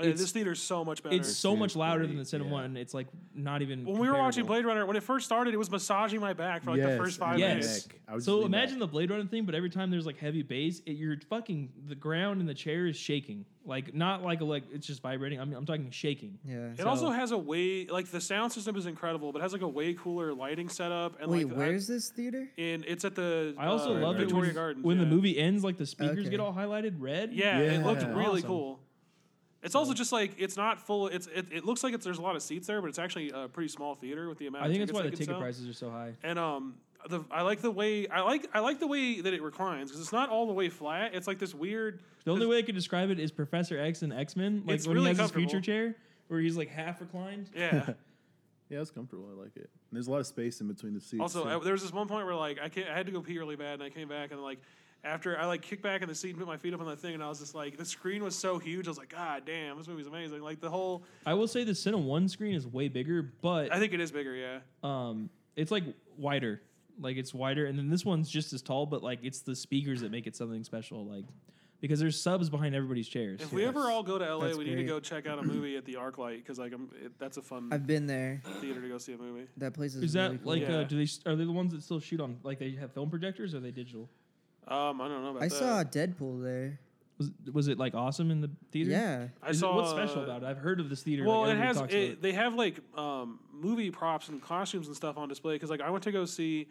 S2: Oh, yeah,
S3: It's-
S2: this theater's so much better.
S3: it's so much louder than the
S1: great,
S3: Cine
S1: yeah.
S3: One. It's like not even.
S2: when we were watching
S3: comparable.
S2: Blade Runner, when it first started, it was massaging my back for like the
S1: Yes,
S2: first five
S1: and
S3: Yes.
S2: minutes.
S1: Nick. I would just
S3: So
S1: lean
S3: imagine
S1: back.
S3: the Blade Runner thing, but every time there's like heavy bass, it, you're fucking the ground and the chair is shaking. Like not like a, like it's just vibrating. I'm I'm talking shaking.
S4: Yeah.
S2: It
S3: So-
S2: also has a way like the sound system is incredible, but it has like a way cooler lighting setup and
S4: Wait,
S2: like
S4: where's this theater?
S2: and it's at the
S3: I also
S2: uh,
S3: love it
S2: Victoria
S3: when,
S2: Gardens
S3: when the
S2: yeah.
S3: movie ends, like the speakers
S4: Okay.
S3: get all highlighted red.
S2: Yeah, it looked
S1: Yeah.
S2: really
S3: Awesome.
S2: cool. It's also just like it's not full. It's it, it looks like it's there's a lot of seats there, but it's actually a pretty small theater with the amount.
S3: I
S2: of
S3: think that's
S2: tickets
S3: why
S2: they
S3: the
S2: can
S3: ticket
S2: sell.
S3: prices are so high.
S2: And um, the I like the way I like I like the way that it reclines because it's not all the way flat. It's like this weird.
S3: The only way I could describe it is Professor X and X Men, like
S2: It's
S3: when
S2: really
S3: he has his
S2: comfortable.
S3: future chair where he's like half reclined.
S2: Yeah.
S1: Yeah, it's comfortable. I like it. And there's a lot of space in between the seats.
S2: also,
S1: too.
S2: I, there was this one point where like I can't, I had to go pee really bad, and I came back and like. After I like kicked back in the seat and put my feet up on the thing, and I was just like, the screen was so huge. I was like, God damn, this movie's amazing. Like the whole,
S3: I will say the Cine One screen is way bigger, but
S2: I think it is bigger, yeah.
S3: um, it's like wider. Like it's wider, and then this one's just as tall, but like it's the speakers that make it something special. Like because there's subs behind everybody's chairs.
S2: If we ever all go to LA,
S4: That's
S2: we need to
S4: great.
S2: go check out a movie at the ArcLight because like I'm, it, that's a fun
S4: I've been there.
S2: theater to go see a movie.
S4: That place is.
S3: Is that
S4: really cool.
S3: like
S2: Yeah.
S3: uh, do they s- are they the ones that still shoot on like they have film projectors or are they digital?
S2: Um, I don't know about
S4: I
S2: that.
S4: saw Deadpool there.
S3: Was, was it like awesome in the theater?
S4: Yeah.
S2: I
S3: Is it-
S2: saw
S3: what's special
S2: uh,
S3: about it? I've heard of this theater.
S2: Well,
S3: like,
S2: it
S3: everybody
S2: has.
S3: talks
S2: It,
S3: about
S2: they have like um, movie props and costumes and stuff on display. Because like I went to go see,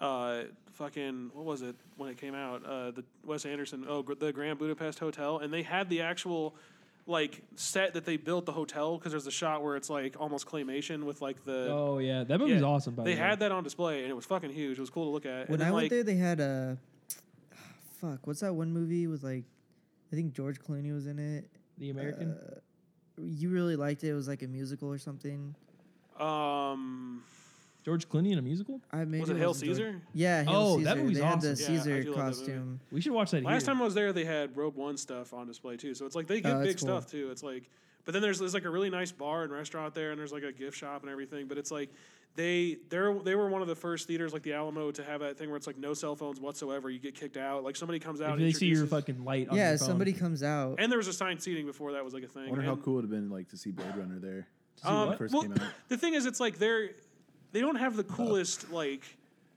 S2: uh, fucking what was it when it came out? Uh, the Wes Anderson. Oh, gr- the Grand Budapest Hotel, and they had the actual like set that they built the hotel because there's a shot where it's like almost claymation with like the.
S3: Oh yeah, that
S2: Yeah.
S3: movie's awesome. By
S2: they
S3: the way.
S2: had that on display and it was fucking huge. It was cool to look at. and
S4: When
S2: then,
S4: I
S2: like,
S4: went there, they had a. Fuck, what's that one movie with like. I think George Clooney was in it.
S3: the American.
S4: Uh, you really liked it. It was like a musical or something.
S2: um,
S3: George Clooney in a musical.
S4: I maybe
S2: was it Hail
S4: wasn't George-
S2: Caesar?
S4: Yeah. Hail
S3: Oh, that
S4: Caesar.
S3: movie's
S4: they Had the
S3: awesome.
S2: Yeah, I
S4: Caesar
S2: do love that movie.
S4: costume.
S3: We should watch that.
S2: Last
S3: here.
S2: time I was there, they had Rogue One stuff on display too. So it's like they
S4: Oh,
S2: get
S4: that's
S2: big
S4: cool.
S2: stuff too. It's like, but then there's there's like a really nice bar and restaurant there, and there's like a gift shop and everything. But it's like they they're they were one of the first theaters like the Alamo to have that thing where it's like no cell phones whatsoever. You get kicked out. Like somebody comes out.
S3: if
S2: And
S3: they see your
S2: introduces-
S3: fucking light. on
S4: Yeah,
S3: your phone.
S4: somebody comes out.
S2: And there was assigned seating before that was like a thing.
S1: I wonder how
S2: And-
S1: cool it would have been like to see Blade Runner there.
S3: See
S2: Um,
S3: what?
S1: first
S2: well,
S1: came out.
S2: The thing is, it's like they're they don't have the coolest like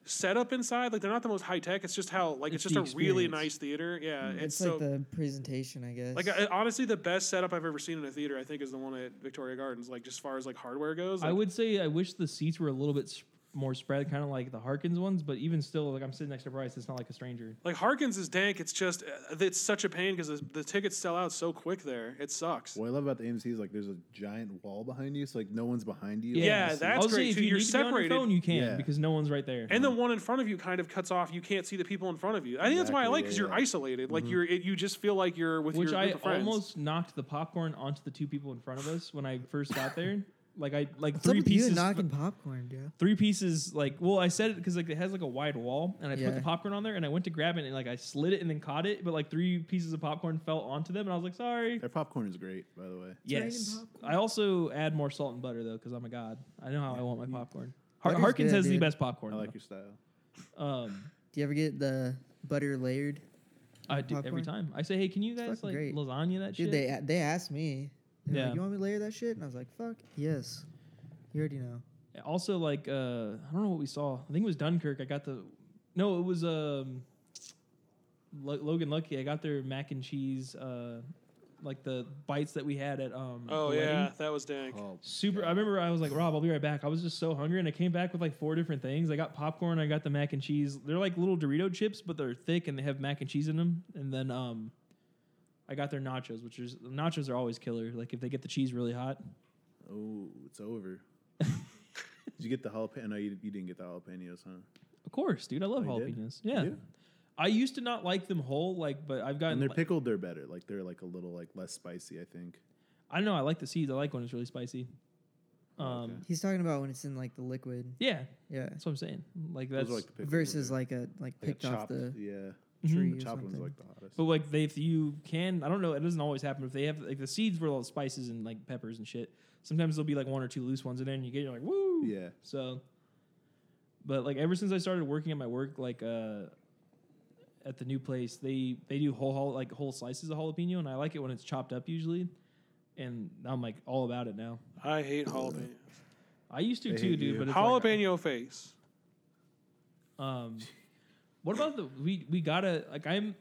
S2: setup inside. Like they're not the most high tech. It's just how like it's,
S3: It's
S2: just
S3: the
S2: a really
S3: experience.
S2: nice theater. Yeah,
S4: it's
S2: so,
S4: like the presentation, I guess.
S2: Like uh, I, honestly, the best setup I've ever seen in a theater, I think, is the one at Victoria Gardens. Like just far as like hardware goes,
S3: I
S2: like,
S3: would say I wish the seats were a little bit s- more spread, kind of like the Harkins ones. But even still, like I'm sitting next to Bryce, it's not like a stranger.
S2: like Harkins is dank. It's just uh, it's such a pain because the, the tickets sell out so quick there. It sucks.
S1: What I love about the AMC is like there's a giant wall behind you, so like no one's behind you.
S2: Yeah,
S1: Honestly.
S2: that's
S3: I would say
S2: great,
S3: If
S2: too.
S3: you
S2: You're
S3: need to be on your
S2: separated.
S3: phone, you can
S1: Yeah.
S3: because no one's right there.
S2: And the one in front of you kind of cuts off. You can't see the people in front of you. I think that's why I
S1: Exactly,
S2: like because
S1: yeah,
S2: you're
S1: yeah.
S2: isolated. Like you're it, you just feel like you're with
S3: Mm-hmm. which
S2: your
S3: I
S2: group of friends.
S3: almost knocked the popcorn onto the two people in front of us when I first got there. Like I like
S4: What's up
S3: three
S4: with you
S3: pieces.
S4: and knocking popcorn, dude?
S3: Three pieces, like well, I said it because like it has like a wide wall, and I put
S4: Yeah.
S3: the popcorn on there, and I went to grab it, and like I slid it and then caught it, but like three pieces of popcorn fell onto them, and I was like, sorry.
S1: Their popcorn is great, by the way.
S4: raining
S3: Yes,
S4: popcorn.
S3: I also add more salt and butter though because I'm a god. I know how I want my popcorn. Har-
S4: Butter's
S3: Harkins
S4: good,
S3: has the
S4: dude.
S3: best popcorn.
S1: I like
S3: though.
S1: your style.
S3: Um,
S4: Do you ever get the butter layered?
S3: I do every
S4: Popcorn?
S3: time. I say, hey, can you guys
S4: fucking
S3: like
S4: great.
S3: lasagna that
S4: Dude,
S3: shit?
S4: they they asked me. They were like,
S3: Yeah.
S4: you want me to layer that shit? And I was like, fuck yes. You already know.
S3: also like uh, I don't know what we saw. I think it was Dunkirk. I got the no, it was um Lo- Logan Lucky. I got their mac and cheese uh like the bites that we had at um
S2: Oh
S3: the
S2: yeah,
S3: wedding.
S2: that was dank.
S1: Oh,
S3: Super. I remember I was like, Rob, I'll be right back. I was just so hungry, and I came back with like four different things. I got popcorn. I got the mac and cheese. They're like little Dorito chips, but they're thick and they have mac and cheese in them. And then um, I got their nachos, which is nachos are always killer. Like if they get the cheese really hot,
S1: oh, it's over. Did you get the jalapeno? No, you, you didn't get the jalapenos, huh?
S3: Of course, dude. I love
S1: Oh, you did?
S3: jalapenos. Yeah.
S1: You do?
S3: I used to not like them whole, like, but I've gotten.
S1: And they're
S3: like-
S1: pickled. They're better. Like they're like a little like less spicy. I think.
S3: I don't know. I like the seeds. I like when it's really spicy. Um.
S1: Oh, okay.
S4: He's talking about when it's in like the liquid.
S3: Yeah,
S4: Yeah.
S3: that's what I'm saying. Like
S1: Those
S3: that's.
S1: are like the pickled
S4: Versus
S1: ones.
S4: like a like
S1: Like a
S4: picked off
S1: chopped-
S4: the
S1: yeah. Mm,
S3: Mhm.
S4: tree or
S1: Chopped ones are
S4: something.
S1: like the hottest.
S3: But like they, if you can, I don't know. It doesn't always happen. If they have like the seeds with all the spices and like peppers and shit, sometimes there'll be like one or two loose ones in there, and you get you're like woo.
S1: yeah.
S3: So. But like ever since I started working at my work, like uh, at the new place, they they do whole jal- like whole slices of jalapeno, and I like it when it's chopped up usually, and I'm like all about it now.
S2: I hate jalapeno.
S3: I used to
S1: They
S3: too,
S1: hate
S3: dude.
S1: you.
S3: But it's Like,
S2: Jalapeno face.
S3: um, what about the we we gotta like I'm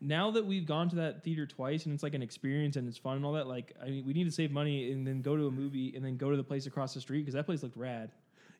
S3: now that we've gone to that theater twice and it's like an experience and it's fun and all that. Like I mean, we need to save money and then go to a movie and then go to the place across the street because that place looked rad.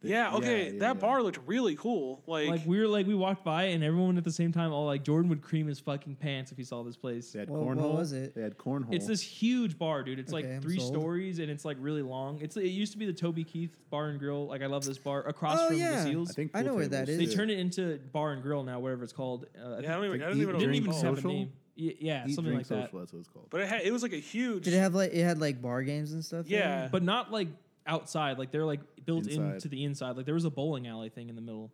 S1: They-
S2: Yeah. Okay,
S1: yeah,
S2: that
S1: yeah.
S2: bar looked really cool. Like,
S3: Like we were like we walked by and everyone at the same time all like Jordan would cream his fucking pants if he saw this place.
S1: They had
S4: Well, what
S1: cornhole.
S4: was it?
S1: They had cornhole.
S3: It's this huge bar, dude. It's
S4: Okay,
S3: like
S4: I'm
S3: three
S4: sold.
S3: stories and it's like really long. It's it used to be the Toby Keith Bar and Grill. Like I love this bar across
S4: Oh,
S3: from
S4: yeah.
S3: the Seals.
S1: I think
S4: I know
S1: pool
S4: where that
S1: tables,
S3: They
S4: is.
S1: too.
S3: turned it into bar and grill now, whatever it's called. Uh, I
S2: yeah, I
S3: think
S2: don't even.
S1: like
S2: I don't even
S1: eat,
S2: know.
S3: it
S2: what
S3: didn't
S2: it's
S3: even
S2: called.
S3: have a
S1: Social?
S3: name. Y- yeah,
S1: Eat,
S3: something
S1: drink,
S3: like that.
S1: social, That's what it's called.
S2: But it, had, it was like a huge.
S4: Did it have like it had like bar games and stuff? there?
S2: Yeah.
S3: But not like outside. Like they're like built
S1: Inside.
S3: into the inside. Like there was a bowling alley thing in the middle.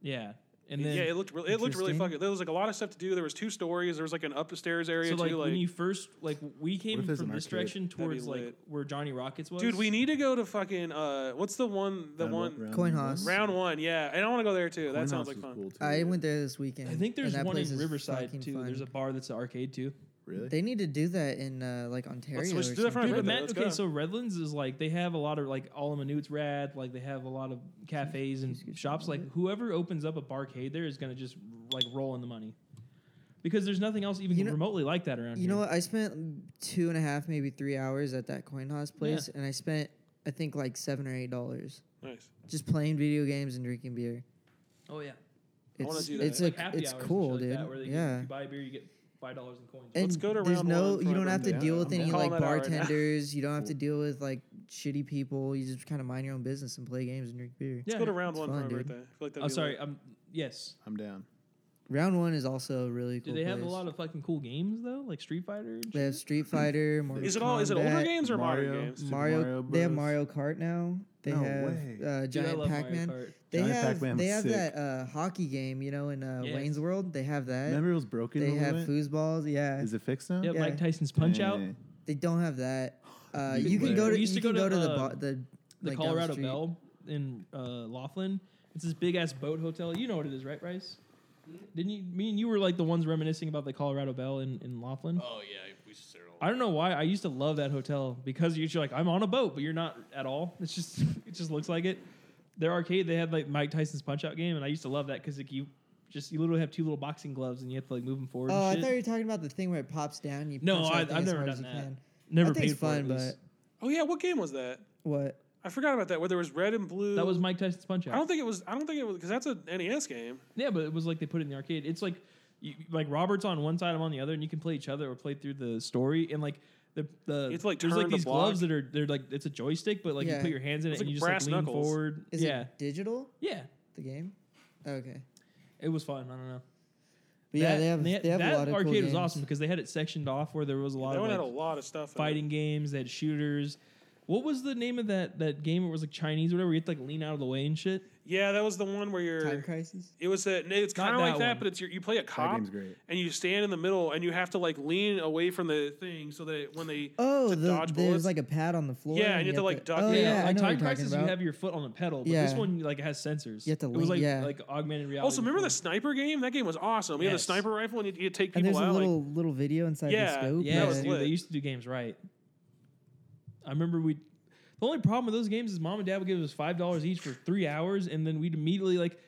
S3: Yeah, and then
S2: yeah, it looked really, it looked really
S4: Interesting.
S2: fucking. There was like a lot of stuff to do. There was two stories. There was like an upstairs area
S3: so like,
S2: too.
S3: when
S2: Like,
S3: you first like we came
S1: if there's
S3: from
S1: an
S3: this
S1: arcade?
S3: direction
S2: be
S3: towards like
S2: lit.
S3: where Johnny Rockets was.
S2: dude, we need to go to fucking. Uh, what's the one? The
S1: Round
S2: one
S1: round
S4: Coin
S1: one?
S4: Hoss.
S2: round one. Yeah, and I want to go there too.
S1: Coin
S2: that
S1: Hoss
S2: sounds like
S1: was
S2: fun.
S1: cool, too,
S4: I
S1: yeah.
S4: went there this weekend.
S3: I think there's
S4: and that
S3: one
S4: place
S3: in
S4: is
S3: Riverside
S4: fucking
S3: too.
S4: fun.
S3: There's a bar that's an arcade too.
S1: Really?
S4: They need to do that in uh, like Ontario.
S2: let's
S4: or
S2: do that for my
S3: Dude, but
S4: something.
S2: birthday.
S3: Matt,
S2: let's
S3: okay,
S2: go.
S3: so Redlands is like they have a lot of like all Manute's rad, like they have a lot of cafes and
S4: Excuse me,
S3: shops. Like whoever opens up a barcade there is gonna just like rolling the money because there's nothing else even
S4: You know-
S3: remotely like that around
S4: You
S3: here.
S4: know what? I spent two and a half, maybe three hours at that coin house place, and I spent I think like seven or eight dollars
S2: Nice.
S4: just playing video games and drinking beer.
S3: Oh yeah,
S2: I wanna
S4: It's
S2: do that.
S4: it's
S3: like
S4: a-
S3: happy
S4: it's
S3: hours and
S4: cool,
S3: shit like
S4: dude.
S3: That, where they give-
S4: yeah.
S3: you buy a beer, you get five dollars in coins.
S4: and
S2: Let's go to
S4: there's
S2: round
S4: no,
S2: one for
S4: you
S2: my
S4: don't have to
S2: birthday.
S4: deal with
S2: I'm
S4: any
S2: calling
S4: like
S2: that out right now.
S4: bartenders. you don't have to deal with like shitty people. You just kind of mind your own business and play games and drink beer.
S3: yeah.
S2: Let's go to round
S4: It's
S2: one
S4: fun,
S2: for my
S4: dude.
S2: birthday. I feel like that'd
S3: oh,
S2: be
S3: sorry.
S2: lit.
S3: Um, yes.
S1: I'm down.
S4: Round one is also a really
S3: Do
S4: cool.
S3: they have a
S4: place.
S3: lot of fucking cool games though, like Street Fighter? And
S4: They have
S3: shit?
S4: Street Fighter. Mortal
S2: Is it all? Is it older
S4: Kombat,
S2: games or modern
S1: Mario.
S2: games?
S1: Super
S4: Mario,
S1: Mario
S4: they have
S1: Bros.
S4: Mario Kart now. They
S1: No
S4: have
S1: way.
S4: uh,
S3: Dude, I
S4: Giant
S3: love Mario
S4: Pac-Man.
S3: Kart.
S4: They
S1: Giant
S4: have
S1: Pac-Man
S4: they
S1: was
S4: have
S1: sick.
S4: that uh, hockey game, you know, in uh,
S3: Yes.
S4: Wayne's World. They have that.
S1: Remember it was broken.
S4: they
S1: a
S4: have
S1: little bit?
S4: foosballs. Yeah,
S1: Is it fixed now?
S3: Yeah,
S4: Yeah.
S3: Mike Tyson's Punch Out,
S1: Eh.
S4: they don't have that. Uh,
S1: You
S4: you
S1: can
S4: can go
S1: play.
S4: to
S3: We used
S4: you
S3: to
S4: can
S3: go
S4: go
S3: to uh,
S4: to the
S3: the-
S4: bar- the
S3: the
S4: like, down
S3: Colorado
S4: street.
S3: Bell in uh, Laughlin. It's this big ass boat hotel. You know what it is, right, Rice? Didn't you? Me and you were like the ones reminiscing about the Colorado Bell in in Laughlin.
S5: Oh yeah, we should settle.
S3: I don't know why I used to love that hotel because you're just like I'm on a boat, but you're not at all. It's just it just looks like it. Their arcade they had like Mike Tyson's Punch Out game, and I used to love that because like you just you literally have two little boxing gloves and you have to like move them forward.
S4: Oh, I
S3: and
S4: thought
S3: shit.
S4: you were talking about the thing where it pops down. And you
S3: No,
S4: punch that
S3: I-
S4: thing
S3: I've
S4: as
S3: never
S4: hard
S3: done
S4: as you
S3: that.
S4: can.
S3: never
S4: I think
S3: paid
S4: it's
S3: for it.
S4: fun,
S3: it. was-
S2: Oh yeah, what game was that?
S4: but what?
S2: I forgot about that. Where there was red and blue.
S3: that was Mike Tyson's Punch
S2: I don't
S3: Out.
S2: think it was. I don't think it was because that's a NES game.
S3: Yeah, but it was like they put it in the arcade. It's like you, like Robert's on one side, I'm on the other, and you can play each other or play through the story and like. The, the
S2: It's like
S3: there's
S2: turn
S3: like
S2: to
S3: these
S2: block.
S3: gloves that are they're like it's a joystick but like you
S4: Yeah.
S3: put your hands in it
S2: It's
S3: and
S2: like
S3: you just like
S2: brass
S3: lean
S2: knuckles.
S3: forward
S4: Is
S3: yeah
S4: it digital?
S3: yeah
S4: The game? Okay.
S3: it was fun I don't know
S4: But yeah,
S3: That-
S4: they have
S3: and
S4: they, have
S3: that
S4: a lot of
S3: arcade
S4: cool games.
S3: was awesome because they had it sectioned off where there was a lot
S2: That
S3: of
S2: one
S3: like,
S2: had a lot of stuff. in it.
S3: fighting games. They had shooters. What was the name of that that game? Where it was like Chinese, or whatever. You had to like lean out of the way and shit.
S2: Yeah, that was the one where you're.
S4: Time Crisis.
S2: It was a. no, It's
S3: Not
S2: kind of like
S3: that
S2: that,
S3: one.
S2: but it's your, you play a
S1: That
S2: cop
S1: game's great.
S2: and you stand in the middle and you have to like lean away from the thing so that when they
S4: Oh,
S2: to
S4: the,
S2: dodge
S4: there's
S2: bullets.
S4: like a pad on the floor.
S2: Yeah, and you have to, like, duck
S4: Oh
S2: it.
S4: yeah,
S3: like
S4: I know what
S3: Time
S4: you're talking
S3: Crisis, you
S4: about.
S3: have your foot on the pedal, but this
S4: Yeah.
S3: one like it has sensors.
S4: You have to
S3: it was
S4: lean-
S3: like
S4: yeah.
S3: like augmented reality.
S2: Also, remember the
S3: before.
S2: sniper game? That game was awesome. You had the
S3: Yes.
S2: sniper rifle and you you take
S4: and
S2: people
S4: there's a
S2: out. like,
S4: little little video inside
S2: Yeah,
S4: the scope.
S2: That was
S3: Yes, dude,
S2: lit.
S3: they used to do games right. I remember we. The only problem with those games is mom and dad would give us five dollars each for three hours, and then we'd immediately like.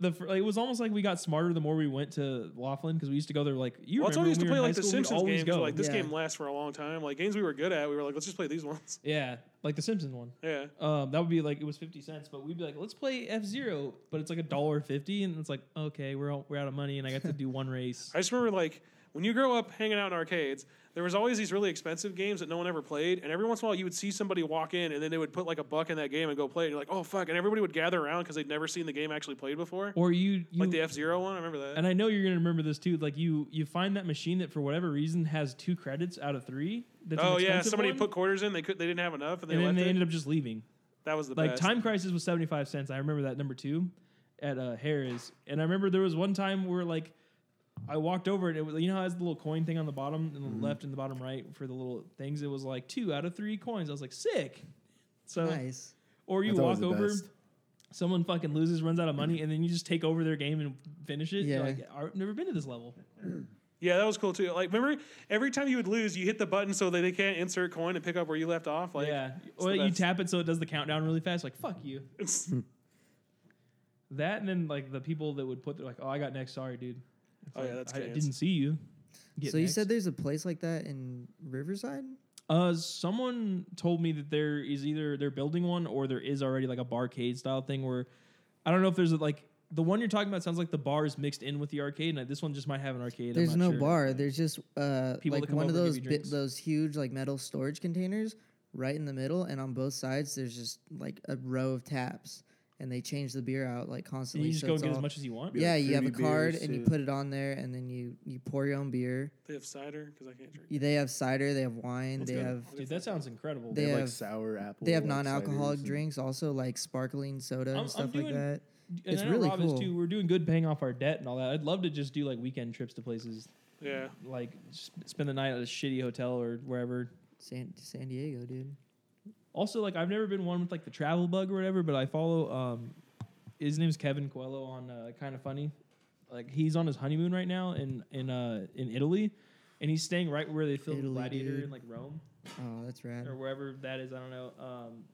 S3: The, fir- like, it was almost like we got smarter the more we went to Laughlin because we used to go there like you
S2: well, that's why
S3: remember
S2: we used to
S3: when we
S2: play
S3: were in
S2: like
S3: high
S2: the
S3: school, we'd
S2: Simpsons
S3: always
S2: games.
S3: Go.
S2: Like this
S4: Yeah.
S2: game lasts for a long time. Like games we were good at, we were like, let's just play these ones.
S3: yeah, like the Simpsons one.
S2: Yeah.
S3: Um, that would be like it was fifty cents, but we'd be like, let's play F Zero, but it's like a dollar fifty, and it's like okay, we're all, we're out of money, and I got to do one race.
S2: I just remember like when you grow up hanging out in arcades, there was always these really expensive games that no one ever played, and every once in a while you would see somebody walk in and then they would put like a buck in that game and go play it. And you're like, oh fuck, and everybody would gather around because they'd never seen the game actually played before.
S3: Or you, you
S2: like the F Zero one, I remember that.
S3: and I know you're gonna remember this too. Like you, you find that machine that for whatever reason has two credits out of three. That's an
S2: oh yeah,
S3: expensive
S2: somebody
S3: one,
S2: put quarters in, they could they didn't have enough, and they
S3: and then
S2: left
S3: they
S2: it.
S3: ended up just leaving.
S2: that was the
S3: like
S2: best.
S3: Time Crisis was seventy five cents. I remember that number two at uh, Harris, and I remember there was one time where like I walked over and it was you know how it has the little coin thing on the bottom and the
S2: Mm-hmm.
S3: left and the bottom right for the little things. It was like two out of three coins. I was like sick. So
S4: Nice.
S3: or you
S1: That's always
S3: walk
S1: the
S3: over,
S1: best.
S3: someone fucking loses, runs out of money, and then you just take over their game and finish it. You're
S4: Yeah.
S3: like, I've never been to this level.
S2: yeah, that was cool too. Like remember every time you would lose, you hit the button so that they can't insert coin and pick up where you left off. Like
S3: yeah.
S2: it's
S3: Or
S2: the
S3: you
S2: best.
S3: tap it so it does the countdown really fast. Like fuck you.
S2: it's-
S3: That and then like the people that would put their like, oh I got next. Sorry, dude. It's
S2: Oh, yeah,
S3: like,
S2: that's
S3: I,
S2: good.
S3: didn't see you. Get
S4: so you
S3: next.
S4: said there's a place like that in Riverside?
S3: Uh, someone told me that there is either they're building one or there is already like a barcade style thing where I don't know if there's a, like the one you're talking about sounds like the bar is mixed in with the arcade, and this one just might have an arcade. I'm
S4: There's
S3: not
S4: no
S3: sure.
S4: bar. There's just uh
S3: People that
S4: like
S3: come
S4: one of
S3: over and
S4: those
S3: give you
S4: bi-
S3: drinks.
S4: those huge like metal storage containers right in the middle, and on both sides there's just like a row of taps, and they change the beer out like
S3: And
S4: constantly.
S3: you just
S4: so
S3: go
S4: it's
S3: get as
S4: all-
S3: much as you want.
S1: Yeah,
S4: Yeah,
S1: like
S4: you have a
S1: 30
S4: card
S1: beers
S4: and you
S1: to-
S4: put it on there, and then you you pour your own beer.
S2: they have cider because I can't drink.
S4: You- They have cider, they have wine, they
S2: go.
S4: have
S3: Dude, that sounds incredible.
S1: They
S4: They
S1: have, like
S4: have-
S1: sour apple.
S4: they have
S1: like, ciders
S4: non-alcoholic
S1: and-
S4: drinks, also like sparkling
S3: I'm-
S4: soda and
S3: I'm
S4: stuff
S3: doing-
S4: like that.
S3: and
S4: it's
S3: I know
S4: really
S3: Rob is
S4: cool.
S3: too. We're doing good paying off our debt and all that. I'd love to just do like weekend trips to places,
S2: Yeah.
S3: like s- spend the night at a shitty hotel or wherever.
S4: San San Diego, dude.
S3: Also, like I've never been one with like the travel bug or whatever, but I follow um his name's Kevin Coelho on uh, kind of funny. Like he's on his honeymoon right now in in uh in Italy and he's staying right where they filmed
S4: Italy,
S3: Gladiator
S4: dude.
S3: in like Rome
S4: Oh, that's rad.
S3: or wherever that is, I don't know. Um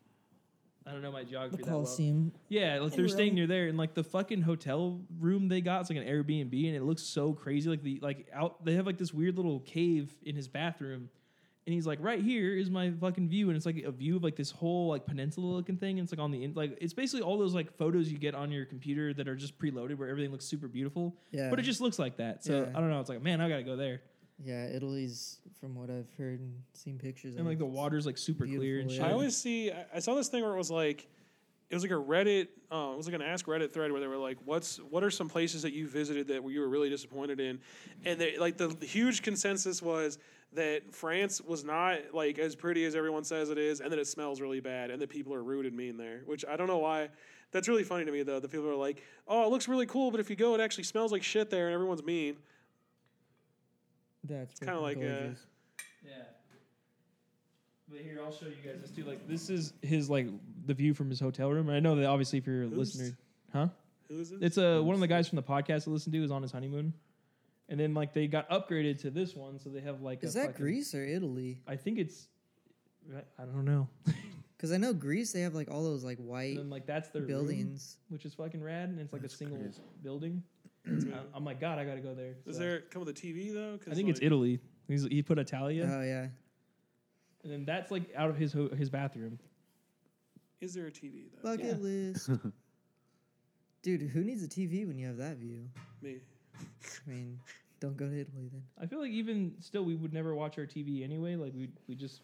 S3: I don't know my geography
S4: The
S3: that well.
S4: Coliseum.
S3: Yeah, like
S4: In
S3: they're staying
S4: Rome.
S3: near there, and like the fucking hotel room they got, it's like an Airbnb, and it looks so crazy. Like the like out, they have like this weird little cave in his bathroom, and he's like, right here is my fucking view, and it's like a view of like this whole like peninsula looking thing, and it's like on the in, like it's basically all those like photos you get on your computer that are just preloaded where everything looks super beautiful,
S4: Yeah.
S3: but it just looks like that. So
S4: Yeah.
S3: I don't know. It's like man, I gotta go there,
S4: Yeah, Italy's from what I've heard and seen pictures
S3: and
S4: of.
S3: like the water's like super clear and
S4: Beautiful,
S3: shit.
S4: yeah.
S2: I always see. I- I saw this thing where it was like, it was like a Reddit. Uh, it was like an Ask Reddit thread where they were like, "What's what are some places that you visited that you were really disappointed in?" And they, like the huge consensus was that France was not like as pretty as everyone says it is, and that it smells really bad, and that people are rude and mean there. Which I don't know why. That's really funny to me though. The people are like, "Oh, it looks really cool, but if you go, it actually smells like shit there, and everyone's mean."
S4: That's
S2: kinda
S4: freaking
S2: like, uh,
S4: gorgeous.
S3: Yeah. But here, I'll show you guys this too. Like, this is his like the view from his hotel room. And I know that obviously, if you're a
S2: Who's-
S3: listener, huh?
S2: Who is this?
S3: It's uh, one of the guys from the podcast I listen to is on his honeymoon, and then like they got upgraded to this one, so they have like.
S4: Is
S3: a
S4: that
S3: fucking-
S4: Greece or Italy?
S3: I think it's. I- I don't know.
S4: Because I know Greece, they have like all those like
S3: And
S4: white
S3: then like that's their room,
S4: buildings.
S3: which is fucking rad, and it's like a
S1: That's
S3: single
S1: crazy.
S3: building. I, I'm like, God, I gotta go there.
S2: Does
S3: So-
S2: there come with a TV though? 'Cause,
S3: I think it's
S2: like,
S3: Italy. He's, he put Italia,
S4: Oh yeah,
S3: and then that's like out of his ho- his bathroom.
S2: Is there a TV though?
S4: bucket
S3: Yeah.
S4: list. Dude, who needs a TV when you have that view?
S2: Me.
S4: I mean, don't go to Italy then.
S3: I feel like even still, we would never watch our TV anyway. Like we we just